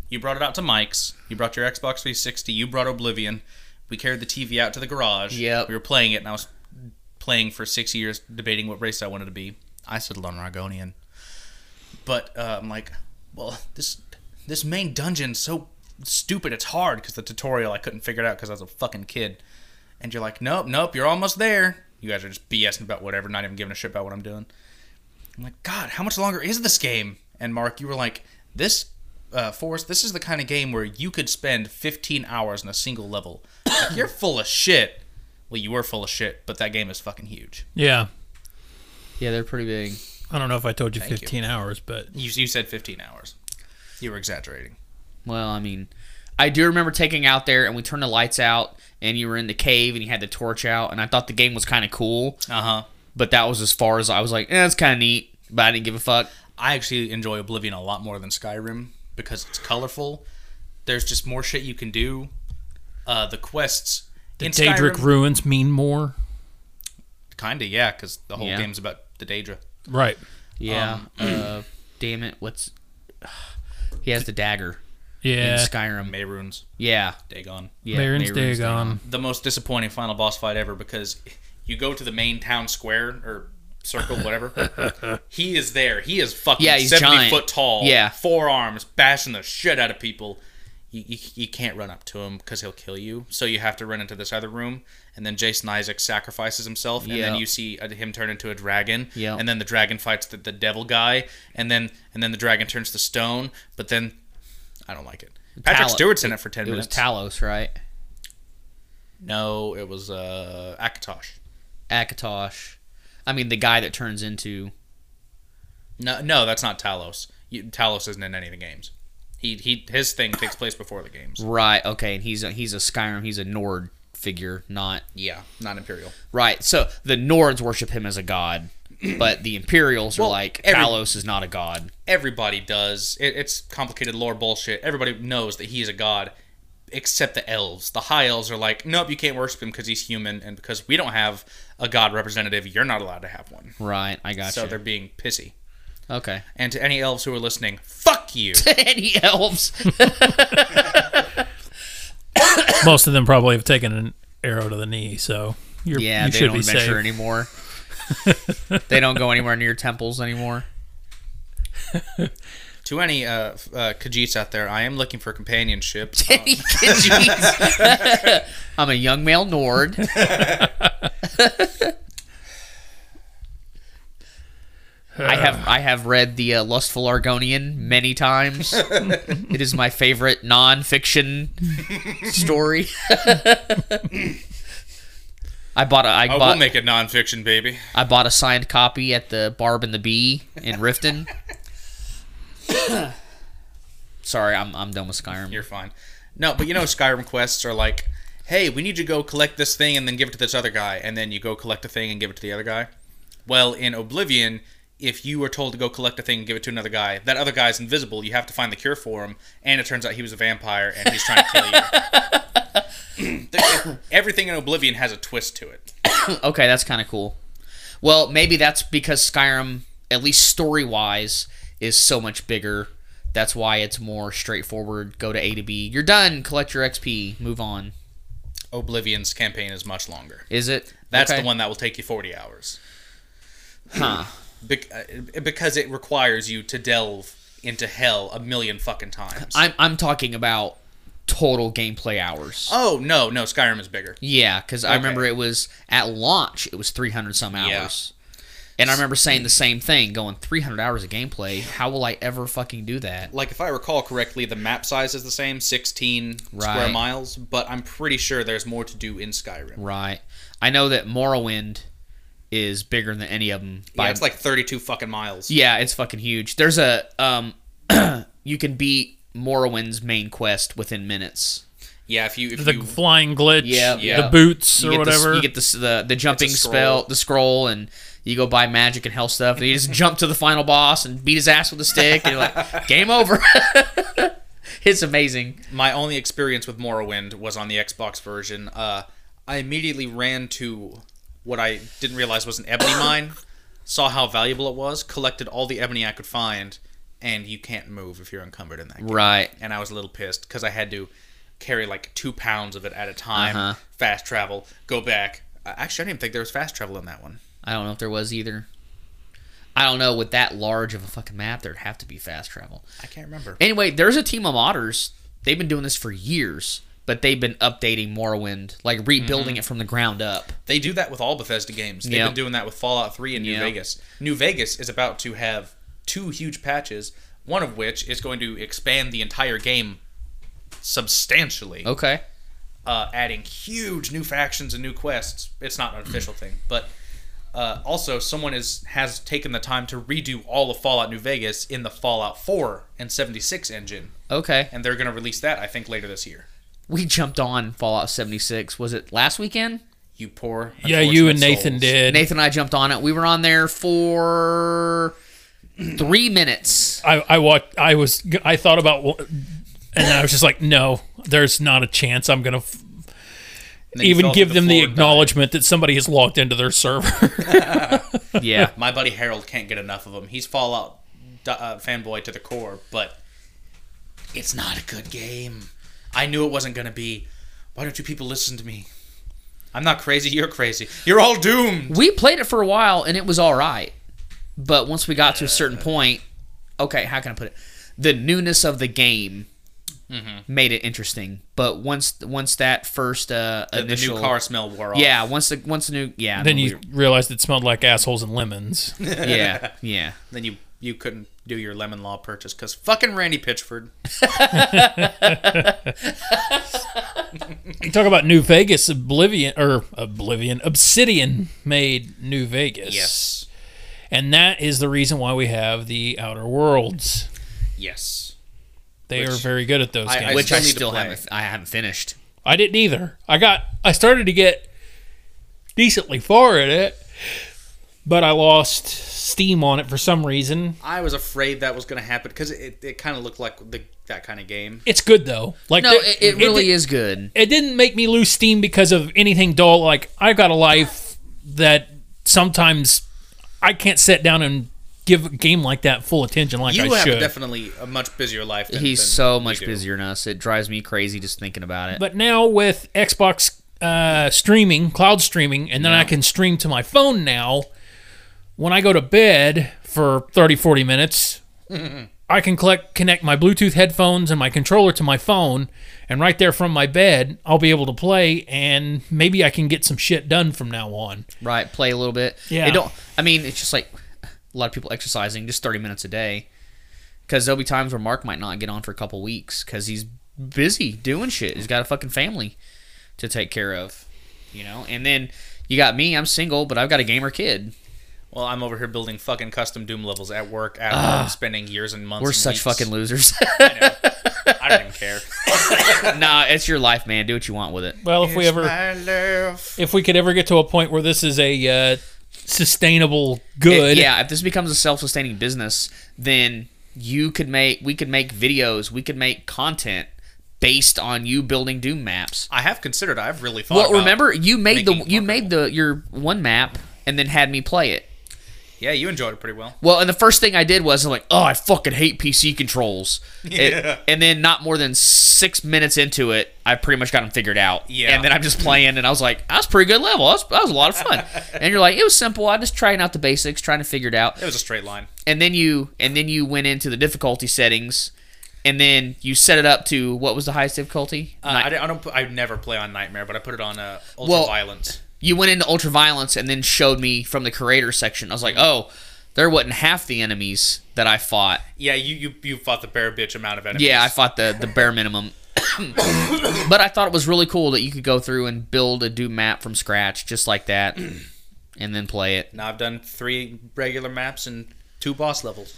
Speaker 3: You brought it out to Mike's. You brought your Xbox 360. You brought Oblivion. We carried the TV out to the garage.
Speaker 1: Yep.
Speaker 3: We were playing it, and I was playing for six years, debating what race I wanted to be. I settled on Rygonian. But uh, I'm like, well, this this main dungeon's so stupid. It's hard because the tutorial I couldn't figure it out because I was a fucking kid. And you're like, nope, nope, you're almost there. You guys are just BSing about whatever, not even giving a shit about what I'm doing. I'm like, God, how much longer is this game? And Mark, you were like, this, uh, Forrest, this is the kind of game where you could spend 15 hours in a single level. Like, you're full of shit. Well, you were full of shit, but that game is fucking huge.
Speaker 2: Yeah.
Speaker 1: Yeah, they're pretty big.
Speaker 2: I don't know if I told you
Speaker 3: you.
Speaker 2: 15 hours, but
Speaker 3: You, you said 15 hours. You were exaggerating.
Speaker 1: Well, I mean, I do remember taking out there and we turned the lights out and you were in the cave and you had the torch out and I thought the game was kind of cool,
Speaker 3: Uh
Speaker 2: Uh-huh.
Speaker 3: huh.
Speaker 1: but that was as far as I was like, eh, it's kind of neat, but I didn't give a fuck.
Speaker 3: I actually enjoy Oblivion a lot more than Skyrim because it's colorful. There's just more shit you can do. Uh, the quests.
Speaker 2: the
Speaker 3: in
Speaker 2: Daedric
Speaker 3: Skyrim-
Speaker 2: ruins mean more.
Speaker 3: Kinda, yeah, because the whole
Speaker 1: Yeah.
Speaker 3: game's about the Daedra.
Speaker 2: Right.
Speaker 1: Yeah. uh, damn it, what's he has the dagger in
Speaker 2: Yeah.
Speaker 1: Skyrim?
Speaker 3: Mehrunes,
Speaker 1: Yeah,
Speaker 3: Dagon.
Speaker 1: yeah.
Speaker 2: Baron's
Speaker 1: Mehrunes
Speaker 2: Dagon.
Speaker 3: the most disappointing final boss fight ever because you go to the main town square or circle, whatever. he is there. He is fucking
Speaker 1: Yeah, he's
Speaker 3: 70
Speaker 1: giant.
Speaker 3: foot tall.
Speaker 1: Yeah.
Speaker 3: Four arms, bashing the shit out of people. You, you, you can't run up to him because he'll kill you. So you have to run into this other room. And then Jason Isaac sacrifices himself. And
Speaker 1: Yeah.
Speaker 3: then you see uh, him turn into a dragon.
Speaker 1: Yeah.
Speaker 3: And then the dragon fights the, the devil guy. And then and then the dragon turns to stone. But then I don't like it. Patrick
Speaker 1: Tal-
Speaker 3: Stewart's in it for 10
Speaker 1: It was
Speaker 3: minutes.
Speaker 1: Talos, right?
Speaker 3: No, it was uh, Akatosh.
Speaker 1: Akatosh. I mean, the guy that turns into
Speaker 3: No, no, that's not Talos. You, Talos isn't in any of the games. He, he his thing takes place before the games.
Speaker 1: right. Okay, and he's a, he's a Skyrim. He's a Nord figure, not
Speaker 3: Yeah, not Imperial.
Speaker 1: right. So the Nords worship him as a god, but the Imperials are
Speaker 3: Well,
Speaker 1: like
Speaker 3: every-
Speaker 1: Talos is not a god.
Speaker 3: Everybody does. It, it's complicated lore bullshit. Everybody knows that he is a god, except the elves. The high elves are like, nope, you can't worship him because he's human, and because we don't have a god representative, you're not allowed to have one.
Speaker 1: Right. I got
Speaker 3: So
Speaker 1: you.
Speaker 3: they're being pissy.
Speaker 1: Okay.
Speaker 3: And to any elves who are listening, fuck you.
Speaker 1: Any elves?
Speaker 2: Most of them probably have taken an arrow to the knee, so you're,
Speaker 1: Yeah,
Speaker 2: you
Speaker 1: they
Speaker 2: should
Speaker 1: don't
Speaker 2: be
Speaker 1: venture
Speaker 2: safe.
Speaker 1: anymore. they don't go anywhere near temples anymore.
Speaker 3: to any uh, f- uh, Khajiits out there, I am looking for companionship.
Speaker 1: Jeez. I'm a young male Nord. I have I have read the uh, Lustful Argonian many times. it is my favorite non-fiction story. I bought a I
Speaker 3: Oh, we'll
Speaker 1: bought
Speaker 3: make it nonfiction, baby.
Speaker 1: I bought a signed copy at the Barb and the Bee in Rifton. Sorry, I'm I'm done with Skyrim.
Speaker 3: You're fine. No, but you know Skyrim quests are like, hey, we need you to go collect this thing and then give it to this other guy, and then you go collect a thing and give it to the other guy. Well, in Oblivion, if you were told to go collect a thing and give it to another guy, that other guy's invisible. You have to find the cure for him, and it turns out he was a vampire and he's trying to kill you. The- Everything in Oblivion has a twist to it.
Speaker 1: Okay, that's kind of cool. Well, maybe that's because Skyrim, at least story wise, is so much bigger. That's why it's more straightforward. Go to A to B. You're done. Collect your XP. Move on.
Speaker 3: Oblivion's campaign is much longer.
Speaker 1: Is it?
Speaker 3: That's
Speaker 1: Okay.
Speaker 3: the one that will take you 40 hours.
Speaker 1: Huh.
Speaker 3: Bec- uh, because it requires you to delve into hell a million fucking times.
Speaker 1: I'm I'm talking about total gameplay hours.
Speaker 3: Oh no, no, Skyrim is bigger.
Speaker 1: Yeah, because I remember it was at launch. It was three hundred some hours, And I remember saying the same thing, going 300 hours of gameplay. How will I ever fucking do that?
Speaker 3: Like if I recall correctly, the map size is the same, 16 square
Speaker 1: Right.
Speaker 3: miles, but I'm pretty sure there's more to do in Skyrim.
Speaker 1: Right. I know that Morrowind is bigger than any of them.
Speaker 3: yeah, it's like 32 fucking miles.
Speaker 1: Yeah, it's fucking huge. There's a um, you can beat Morrowind's main quest within minutes.
Speaker 3: Yeah, if you if
Speaker 2: the
Speaker 3: you
Speaker 2: flying glitch,
Speaker 1: Yeah,
Speaker 3: yeah.
Speaker 2: the boots
Speaker 1: You
Speaker 2: or
Speaker 1: get the-
Speaker 2: whatever.
Speaker 1: you get the s- the, the jumping
Speaker 3: scroll.
Speaker 1: spell, the scroll, and you go buy magic and hell stuff. And you just jump to the final boss and beat his ass with a stick. And you're like, game over. it's amazing.
Speaker 3: my only experience with Morrowind was on the Xbox version. Uh, I immediately ran to what I didn't realize was an ebony mine, saw how valuable it was, collected all the ebony I could find, and you can't move if you're encumbered in that game.
Speaker 1: Right.
Speaker 3: And I was a little pissed because I had to carry like two pounds of it at a time,
Speaker 1: Uh-huh.
Speaker 3: fast travel, go back. Uh, Actually, I didn't even think there was fast travel in that one.
Speaker 1: I don't know if there was either. I don't know. With that large of a fucking map, there'd have to be fast travel.
Speaker 3: I can't remember.
Speaker 1: Anyway, there's a team of modders. They've been doing this for years, but they've been updating Morrowind, like rebuilding it from the ground up.
Speaker 3: They do that with all Bethesda games. They've
Speaker 1: Yeah.
Speaker 3: been doing that with Fallout 3 and New
Speaker 1: Yeah.
Speaker 3: Vegas. New Vegas is about to have two huge patches, one of which is going to expand the entire game substantially,
Speaker 1: Okay.
Speaker 3: uh, adding huge new factions and new quests. It's not an official thing, but uh, also someone is has taken the time to redo all of Fallout New Vegas in the Fallout 4 and 76 engine,
Speaker 1: Okay.
Speaker 3: and they're going to release that I think later this year.
Speaker 1: We jumped on Fallout 76. Was it last weekend?
Speaker 3: You poor
Speaker 2: yeah, you and
Speaker 3: unfortunate
Speaker 2: Nathan
Speaker 3: souls.
Speaker 2: did.
Speaker 1: Nathan and I jumped on it. We were on there for three minutes.
Speaker 2: I, I watched. I was. I thought about, wha- and I was just like, no, there's not a chance. I'm gonna f-
Speaker 3: And then you
Speaker 2: even
Speaker 3: fell
Speaker 2: give
Speaker 3: through the
Speaker 2: them the
Speaker 3: floor and died.
Speaker 2: acknowledgement that somebody has logged into their server.
Speaker 1: Yeah.
Speaker 3: My buddy Harold can't get enough of him. He's Fallout uh, fanboy to the core, but it's not a good game. I knew it wasn't going to be. Why don't you people listen to me? I'm not crazy. You're crazy. You're all doomed.
Speaker 1: we played it for a while and it was all right. But once we got to a certain point, okay, how can I put it? The newness of the game made it interesting. But once once that first uh,
Speaker 3: The, the
Speaker 1: initial
Speaker 3: new car smell wore off.
Speaker 1: yeah, once the once the new yeah,
Speaker 2: then
Speaker 1: we
Speaker 2: you realized it smelled like assholes and lemons.
Speaker 1: were- yeah yeah.
Speaker 3: Then you you couldn't do your lemon law purchase because fucking Randy Pitchford.
Speaker 2: You talk about New Vegas, Oblivion or Oblivion, Obsidian made New Vegas. and that is the reason why we have the Outer Worlds.
Speaker 3: Yes.
Speaker 2: They
Speaker 3: Which
Speaker 2: are very good at those
Speaker 3: I- I
Speaker 2: games.
Speaker 1: Which I
Speaker 3: still need to
Speaker 1: still
Speaker 3: play.
Speaker 1: haven't I haven't finished.
Speaker 2: I didn't either. I got I started to get decently far at it, but I lost steam on it for some reason.
Speaker 3: I was afraid that was going to happen because it, it kind of looked like the, that kind of game.
Speaker 2: It's good though. Like
Speaker 1: No,
Speaker 2: there-
Speaker 1: it, it really
Speaker 2: di-
Speaker 1: is good.
Speaker 2: It didn't make me lose steam because of anything dull. Like I've got a life that sometimes I can't sit down and give a game like that full attention like
Speaker 3: You
Speaker 2: I
Speaker 3: have
Speaker 2: should.
Speaker 3: definitely a much busier life. Than,
Speaker 1: He's
Speaker 3: than
Speaker 1: so
Speaker 3: we
Speaker 1: much
Speaker 3: do.
Speaker 1: busier than us. It drives me crazy just thinking about it.
Speaker 2: But now with Xbox uh, streaming, cloud streaming, and then I can stream to my phone now, when I go to bed for 30, 40 minutes, I can collect, connect my Bluetooth headphones and my controller to my phone, and right there from my bed, I'll be able to play, and maybe I can get some shit done from now on.
Speaker 1: right play a little bit
Speaker 2: Yeah.
Speaker 1: it don't i mean it's just like a lot of people exercising just 30 minutes a day because there'll be times where mark might not get on for a couple weeks because he's busy doing shit he's got a fucking family to take care of you know and then you got me i'm single but i've got a gamer kid
Speaker 3: Well, I'm over here building fucking custom Doom levels at work, at home, spending years and months.
Speaker 1: Ah. we're
Speaker 3: and
Speaker 1: such
Speaker 3: weeks.
Speaker 1: fucking losers
Speaker 3: I don't even care.
Speaker 1: nah it's your life man do what you want with it
Speaker 2: Well, if we ever, if we could ever get to a point where this is a uh, sustainable good,
Speaker 1: yeah if this becomes a self-sustaining business then you could make we could make videos we could make content based on you building doom maps
Speaker 3: I have considered. I've really thought.
Speaker 1: Well,
Speaker 3: about-
Speaker 1: remember you made the
Speaker 3: making
Speaker 1: you
Speaker 3: Funko.
Speaker 1: made the your one map and then had me play it.
Speaker 3: Yeah, you enjoyed it pretty well.
Speaker 1: Well, and the first thing I did was I'm like, oh, I fucking hate PC controls. It-
Speaker 3: Yeah.
Speaker 1: and then not more than six minutes into it, I pretty much got them figured out.
Speaker 3: Yeah.
Speaker 1: And then I'm just playing, and I was like, that was a pretty good level. That was, that was a lot of fun. and you're like, it was simple. I just trying out the basics, trying to figure it out.
Speaker 3: It was a straight line.
Speaker 1: and then you and then you went into the difficulty settings, and then you set it up to what was the highest difficulty?
Speaker 3: Uh, I, don't- I don't. put- I never play on Nightmare, but I put it on uh, Ultra
Speaker 1: Well-
Speaker 3: Violence.
Speaker 1: you went into ultraviolence and then showed me from the creator section. I was like, oh, there wasn't half the enemies that I fought.
Speaker 3: Yeah, you you, you fought the bare bitch amount of enemies.
Speaker 1: Yeah, I fought the the bare minimum. but I thought it was really cool that you could go through and build a Doom map from scratch just like that, and then play it.
Speaker 3: Now I've done three regular maps and two boss levels.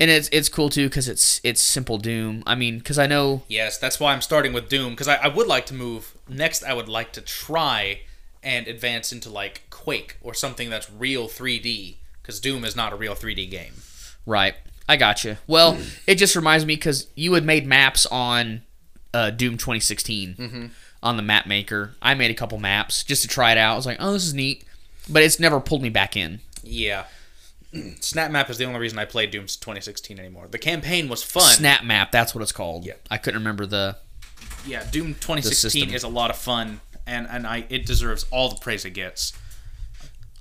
Speaker 1: And it's it's cool too because it's it's simple Doom. I mean, because I know
Speaker 3: Yes, that's why I'm starting with Doom because I, I would like to move next. I would like to try and advance into like Quake or something that's real 3D because Doom is not a real 3D game.
Speaker 1: Right. I gotcha. Well, it just reminds me because you had made maps on uh, Doom 2016
Speaker 3: Mm-hmm.
Speaker 1: on the map maker. I made a couple maps just to try it out. I was like, oh, this is neat. But it's never pulled me back in.
Speaker 3: Yeah. Snap map is the only reason I play Doom 2016 anymore. The campaign was fun.
Speaker 1: Snap map, that's what it's called.
Speaker 3: Yeah.
Speaker 1: I couldn't remember the.
Speaker 3: yeah, Doom
Speaker 1: system.
Speaker 3: 2016 is a lot of fun and and I it deserves all the praise it gets.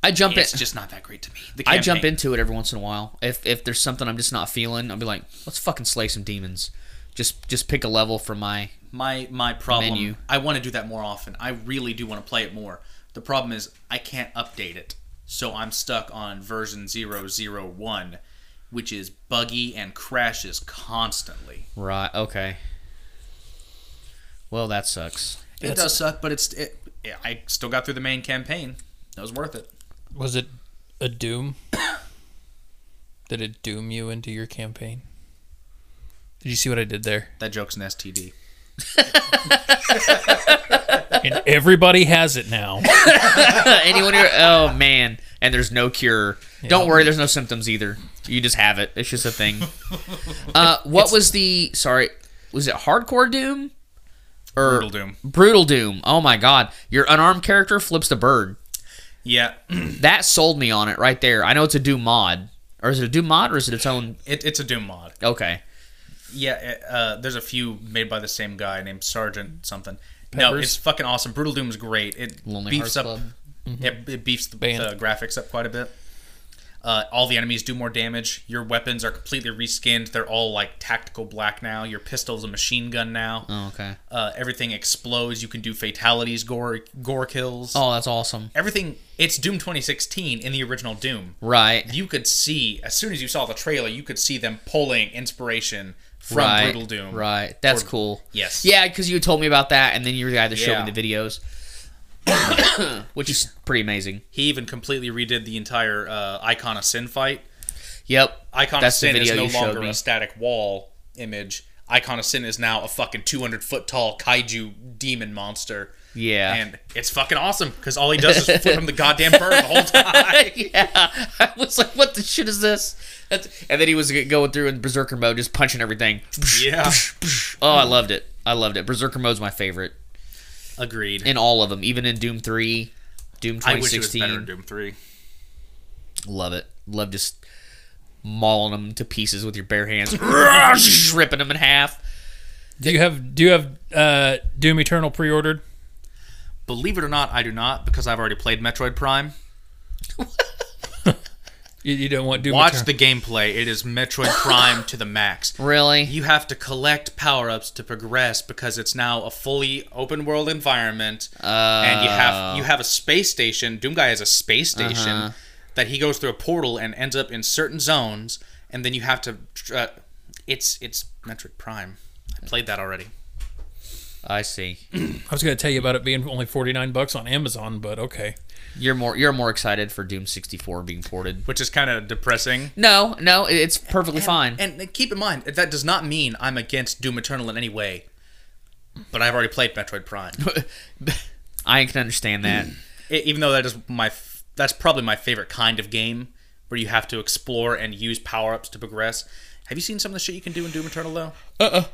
Speaker 1: I jump in.
Speaker 3: It's just not that great to me. The
Speaker 1: I jump
Speaker 3: campaign.
Speaker 1: into it every once in a while. If if there's something I'm just not feeling, I'll be like, let's fucking slay some demons. Just just pick a level from my.
Speaker 3: my my problem.
Speaker 1: Menu.
Speaker 3: I want to do that more often. I really do want to play it more. The problem is I can't update it, so I'm stuck on version 001, which is buggy and crashes constantly.
Speaker 1: Right. Okay. Well, that sucks.
Speaker 3: It does suck, but it's it, yeah, I still got through the main campaign. That was worth it.
Speaker 2: Was it a doom? did it doom you into your campaign? Did you see what I did there?
Speaker 3: That joke's an STD.
Speaker 2: And everybody has it now.
Speaker 1: Anyone here? Oh man! And there's no cure. Don't worry, there's no symptoms either. You just have it. It's just a thing. Uh, what was the? Sorry, was it hardcore doom or
Speaker 3: Er,
Speaker 4: Brutal Doom.
Speaker 1: Brutal doom. Oh my god! Your unarmed character flips the bird.
Speaker 3: Yeah,
Speaker 1: That sold me on it right there. I know it's a doom mod, or is it a doom mod, or is it its own?
Speaker 3: it, it's a Doom mod.
Speaker 1: Okay,
Speaker 3: Yeah, it, uh, there's a few made by the same guy named Sergeant something. No,
Speaker 2: Peppers?
Speaker 3: it's fucking awesome. Brutal Doom's great. It
Speaker 1: Lonely
Speaker 3: beefs
Speaker 1: Hearts
Speaker 3: up.
Speaker 1: Club. Mm-hmm.
Speaker 3: It, it beefs the,
Speaker 2: Band.
Speaker 3: the graphics up quite a bit. Uh, all the enemies do more damage. Your weapons are completely reskinned. They're all like tactical black now. Your pistol's a machine gun now.
Speaker 1: oh, okay.
Speaker 3: Uh, everything explodes. You can do fatalities, gore, gore kills.
Speaker 1: Oh, that's awesome.
Speaker 3: Everything. It's Doom 2016 in the original Doom
Speaker 1: Right.
Speaker 3: you could see as soon as you saw the trailer, you could see them pulling inspiration from
Speaker 1: right.
Speaker 3: Brutal Doom.
Speaker 1: Right. That's cool.
Speaker 3: Yes.
Speaker 1: Yeah, because you told me about that, and then you were the guy that showed
Speaker 3: Yeah.
Speaker 1: me the videos, which is pretty amazing.
Speaker 3: He even completely redid the entire uh, Icon of Sin fight.
Speaker 1: Yep.
Speaker 3: Icon
Speaker 1: That's
Speaker 3: of
Speaker 1: the
Speaker 3: Sin is
Speaker 1: video
Speaker 3: no
Speaker 1: you showed
Speaker 3: longer
Speaker 1: me.
Speaker 3: a static wall image. Icon of Sin is now a fucking 200 foot tall kaiju demon monster.
Speaker 1: Yeah.
Speaker 3: And it's fucking awesome because all he does is flip him the goddamn bird the whole time.
Speaker 1: yeah. I was like, what the shit is this? That's, and then he was going through in berserker mode, just punching everything.
Speaker 3: yeah.
Speaker 1: Oh, I loved it. I loved it. Berserker mode's my favorite
Speaker 3: Agreed.
Speaker 1: in all of them, even in Doom 3, Doom
Speaker 3: I wish it was better
Speaker 1: 2016.
Speaker 3: in Doom 3.
Speaker 1: Love it. Love just mauling them to pieces with your bare hands, ripping them in half.
Speaker 2: Do you have Do you have uh, Doom Eternal pre-ordered?
Speaker 3: Believe it or not, I do not because I've already played Metroid Prime.
Speaker 2: You, you don't want Doom
Speaker 3: Watch
Speaker 2: Eternal.
Speaker 3: the gameplay. It is Metroid Prime to the max.
Speaker 1: Really?
Speaker 3: You have to collect power ups to progress because it's now a fully open world environment, and you have you have a space station. Doom Guy has a space station that he goes through a portal and ends up in certain zones, and then you have to. tr- Uh, it's it's Metroid Prime. I played that already.
Speaker 1: I see.
Speaker 2: I was going to tell you about it being only forty nine bucks on Amazon, but okay.
Speaker 1: You're more you're more excited for Doom 64 being ported.
Speaker 4: Which is kind of depressing.
Speaker 1: No, no, it- it's perfectly fine.
Speaker 3: And keep in mind that does not mean I'm against Doom Eternal in any way. But I've already played Metroid Prime.
Speaker 1: I can understand that.
Speaker 3: E- even though that is my f- that's probably my favorite kind of game where you have to explore and use power-ups to progress have you seen some of the shit you can do in doom eternal though uh-uh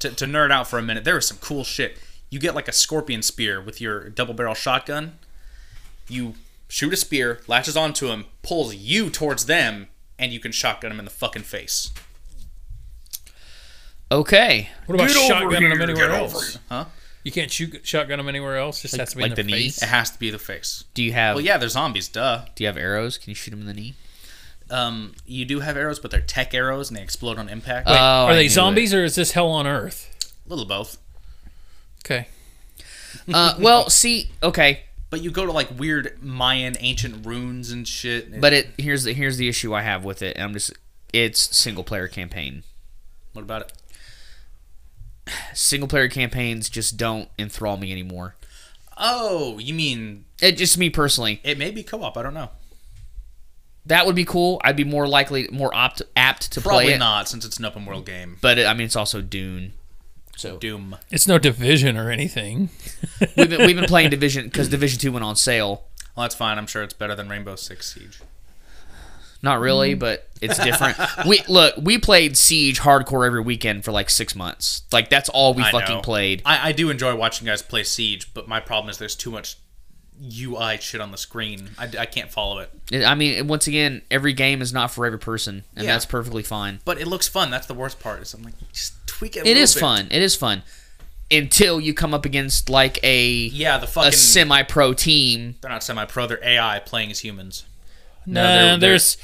Speaker 3: to, to nerd out for a minute there is some cool shit you get like a scorpion spear with your double barrel shotgun you shoot a spear latches onto him pulls you towards them and you can shotgun him in the fucking face
Speaker 1: Okay.
Speaker 2: What about shotgunning them anywhere
Speaker 4: get
Speaker 2: else?
Speaker 4: over
Speaker 3: huh
Speaker 2: You can't shoot shotgun them anywhere else. Just has to be
Speaker 1: like
Speaker 2: in the,
Speaker 1: the
Speaker 2: face.
Speaker 1: knees?
Speaker 3: it has to be the face
Speaker 1: Do you have
Speaker 3: well yeah they're zombies duh
Speaker 1: do you have arrows? Can you shoot him in the knee?
Speaker 3: um you do have arrows but they're tech arrows and they explode on impact
Speaker 1: Oh, I
Speaker 2: Are
Speaker 1: knew
Speaker 2: they
Speaker 1: it.
Speaker 2: zombies or is this hell on earth?
Speaker 3: a little of both
Speaker 2: Okay.
Speaker 1: Uh, well, see, okay.
Speaker 3: But you go to like weird Mayan ancient runes and shit. and-
Speaker 1: But it here's the here's the issue I have with it. And I'm just it's single player campaign.
Speaker 3: what about it?
Speaker 1: Single player campaigns just don't enthrall me anymore.
Speaker 3: Oh, you mean
Speaker 1: It just me personally.
Speaker 3: it may be co-op? I don't know.
Speaker 1: That would be cool. I'd be more likely, more opt, apt to
Speaker 3: Probably
Speaker 1: play it.
Speaker 3: not, since it's an open world game.
Speaker 1: But it, I mean, it's also Dune. So
Speaker 3: Doom.
Speaker 2: It's no division or anything.
Speaker 1: we've been, we've been playing Division because Division Two went on sale.
Speaker 3: Well, that's fine. I'm sure it's better than Rainbow Six Siege.
Speaker 1: Not really,
Speaker 3: Mm.
Speaker 1: but it's different. we look, we played Siege hardcore every weekend for like six months. Like that's all we
Speaker 3: I
Speaker 1: fucking
Speaker 3: know.
Speaker 1: played.
Speaker 3: I, I do enjoy watching guys play Siege, but my problem is there's too much UI shit on the screen. I, I can't follow it.
Speaker 1: I mean, once again, every game is not for every person, and
Speaker 3: Yeah.
Speaker 1: that's perfectly fine.
Speaker 3: But it looks fun. That's the worst part. Is I'm like, just tweak it. A
Speaker 1: It
Speaker 3: little
Speaker 1: is
Speaker 3: bit.
Speaker 1: fun. It is fun until you come up against like a
Speaker 3: Yeah, the
Speaker 1: a
Speaker 3: fucking.
Speaker 1: semi-pro team.
Speaker 3: they're not semi-pro. They're AI playing as humans.
Speaker 2: No,
Speaker 1: they're- they're-
Speaker 2: there's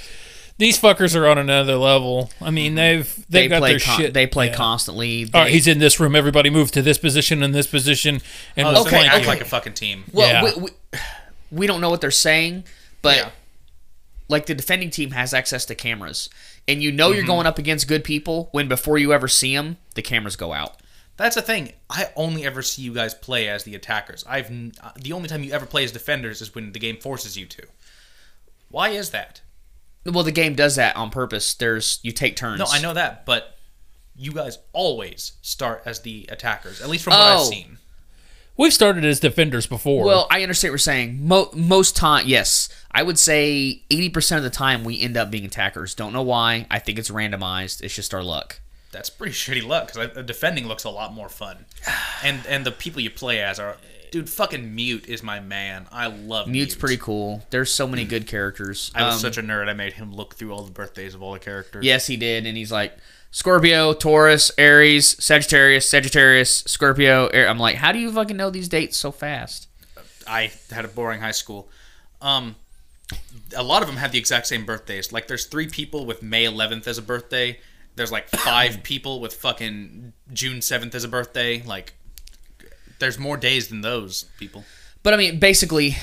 Speaker 2: these fuckers are on another level. I mean, they've they've
Speaker 1: Mm-hmm. They
Speaker 2: got
Speaker 1: play.
Speaker 2: their
Speaker 1: Con-
Speaker 2: shit.
Speaker 1: they play
Speaker 2: yeah.
Speaker 1: constantly. They,
Speaker 2: All right, he's in this room. Everybody move to this position and this position, and
Speaker 3: Oh,
Speaker 2: we'll
Speaker 3: so
Speaker 1: Okay,
Speaker 3: they
Speaker 2: flank
Speaker 3: act
Speaker 2: you.
Speaker 3: like a fucking team.
Speaker 1: well,
Speaker 2: yeah.
Speaker 1: we, we, we don't know what they're saying, but
Speaker 3: Yeah.
Speaker 1: like the defending team has access to cameras, and you know
Speaker 3: Mm-hmm.
Speaker 1: you're going up against good people when before you ever see them, the cameras go out.
Speaker 3: That's the thing. I only ever see you guys play as the attackers. I've n- uh, the only time you ever play as defenders is when the game forces you to. Why is that?
Speaker 1: Well, the game does that on purpose. There's you take turns.
Speaker 3: No, I know that, but you guys always start as the attackers, at least from what
Speaker 1: Oh.
Speaker 3: I've seen.
Speaker 2: We've started as defenders before.
Speaker 1: Well, I understand what you're saying. Mo- most time, yes, I would say 80% of the time we end up being attackers. Don't know why. I think it's randomized. It's just our luck.
Speaker 3: That's pretty shitty luck because defending looks a lot more fun, and and the people you play as are, dude. Fucking mute is my man. I love
Speaker 1: Mute's
Speaker 3: Mute.
Speaker 1: pretty cool. There's so many good characters.
Speaker 3: I was
Speaker 1: Um,
Speaker 3: such a nerd. I made him look through all the birthdays of all the characters.
Speaker 1: Yes, he did, and he's like Scorpio, Taurus, Aries, Sagittarius, Sagittarius, Scorpio. Air. I'm like, how do you fucking know these dates so fast?
Speaker 3: I had a boring high school. Um, a lot of them have the exact same birthdays. Like, there's three people with May 11th as a birthday. There's like five people with fucking June 7th as a birthday. Like, there's more days than those people.
Speaker 1: But I mean, basically,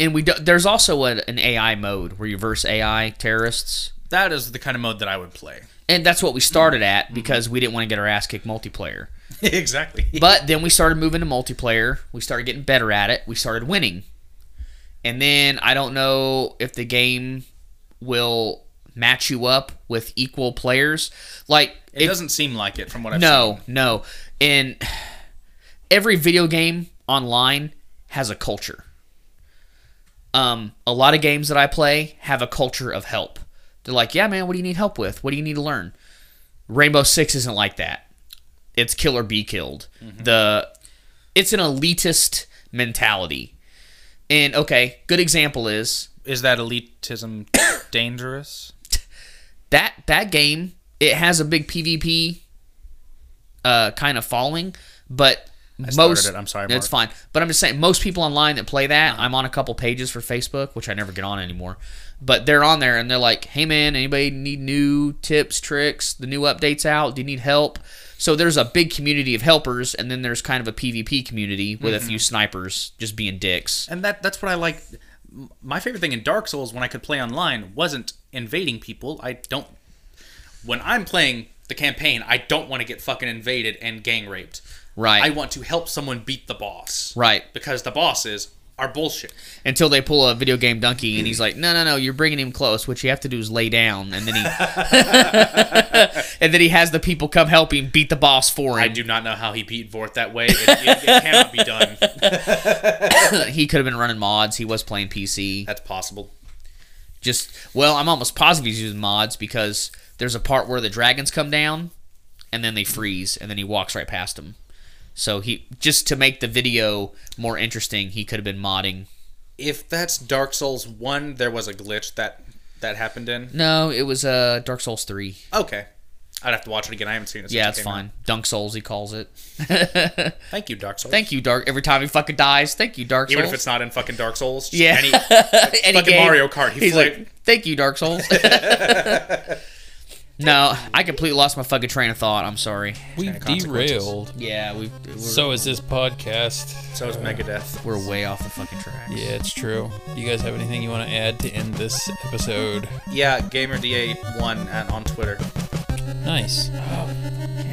Speaker 1: and we do, there's also a, an AI mode where you verse AI terrorists,
Speaker 3: That is the kind of mode that I would play.
Speaker 1: and that's what we started at because we didn't want to get our ass kicked multiplayer.
Speaker 3: exactly.
Speaker 1: But then we started moving to multiplayer. We started getting better at it. We started winning. And then I don't know if the game will match you up with equal players. Like
Speaker 3: It
Speaker 1: if-
Speaker 3: doesn't seem like it from what I've
Speaker 1: no, no. And every video game online has a culture. Um, a lot of games that I play have a culture of help. They're like, yeah, man, what do you need help with? What do you need to learn? Rainbow Six isn't like that. It's kill or be killed.
Speaker 3: Mm-hmm.
Speaker 1: The it's an elitist mentality. And okay, good example is
Speaker 3: seen. Is that elitism dangerous?
Speaker 1: that that game it has a big PvP uh, kind of following, but
Speaker 3: started
Speaker 1: most
Speaker 3: it. I'm sorry, Uh-huh.
Speaker 1: it's fine. But I'm just saying most people online that play that I'm on a couple pages for Facebook, which I never get on anymore. But they're on there and they're like, "Hey man, anybody need new tips, tricks? The new updates out? Do you need help?" So there's a big community of helpers, and then there's kind of a PvP community with
Speaker 3: Mm-hmm.
Speaker 1: a few snipers just being dicks.
Speaker 3: And that that's what I like. M- My favorite thing in Dark Souls when I could play online wasn't invading people. I don't. When I'm playing the campaign, I don't want to get fucking invaded and gang raped.
Speaker 1: Right.
Speaker 3: I want to help someone beat the boss.
Speaker 1: Right.
Speaker 3: Because the bosses are bullshit.
Speaker 1: until they pull a video game donkey and he's like, "No, no, no, you're bringing him close. What you have to do is lay down." And then he and then he has the people come help him beat the boss for
Speaker 3: I
Speaker 1: him.
Speaker 3: do not know how he beat Vort that way. It, it, it cannot be done.
Speaker 1: He could have been running mods. He was playing PC.
Speaker 3: That's possible.
Speaker 1: Just well, I'm almost positive he's using mods because there's a part where the dragons come down and then they freeze and then he walks right past them. So he just to make the video more interesting, he could have been modding.
Speaker 3: If that's Dark Souls one, there was a glitch that that happened in.
Speaker 1: No, it was uh Dark Souls 3.
Speaker 3: Okay. I'd have to watch it again. I haven't seen it. since
Speaker 1: Yeah,
Speaker 3: it
Speaker 1: it's
Speaker 3: came out.
Speaker 1: fine. Dunk Souls he calls it.
Speaker 3: Thank you, Dark Souls.
Speaker 1: Thank you, Dark. Every time he fucking dies, thank you, Dark Souls.
Speaker 3: Even if it's not in fucking Dark Souls. just
Speaker 1: Yeah.
Speaker 3: Any,
Speaker 1: Any
Speaker 3: fucking
Speaker 1: game,
Speaker 3: Mario Kart. He
Speaker 1: he's
Speaker 3: flipped.
Speaker 1: like, thank you, Dark Souls. No, I completely lost my fucking train of thought. I'm sorry.
Speaker 2: We've derailed.
Speaker 1: Yeah, we we're,
Speaker 2: So is this podcast.
Speaker 5: So is Megadeth.
Speaker 1: we're way off the fucking track.
Speaker 2: Yeah, it's true. You guys have anything you want to add to end this episode?
Speaker 3: Yeah, GamerDA1 at, on Twitter.
Speaker 2: Nice.
Speaker 1: Oh,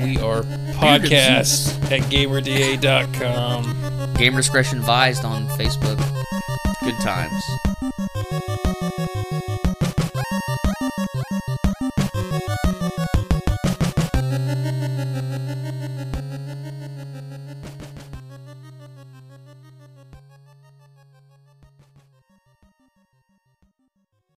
Speaker 2: We are podcast at gamerda.com.
Speaker 1: Gamer discretion advised on Facebook. Good times.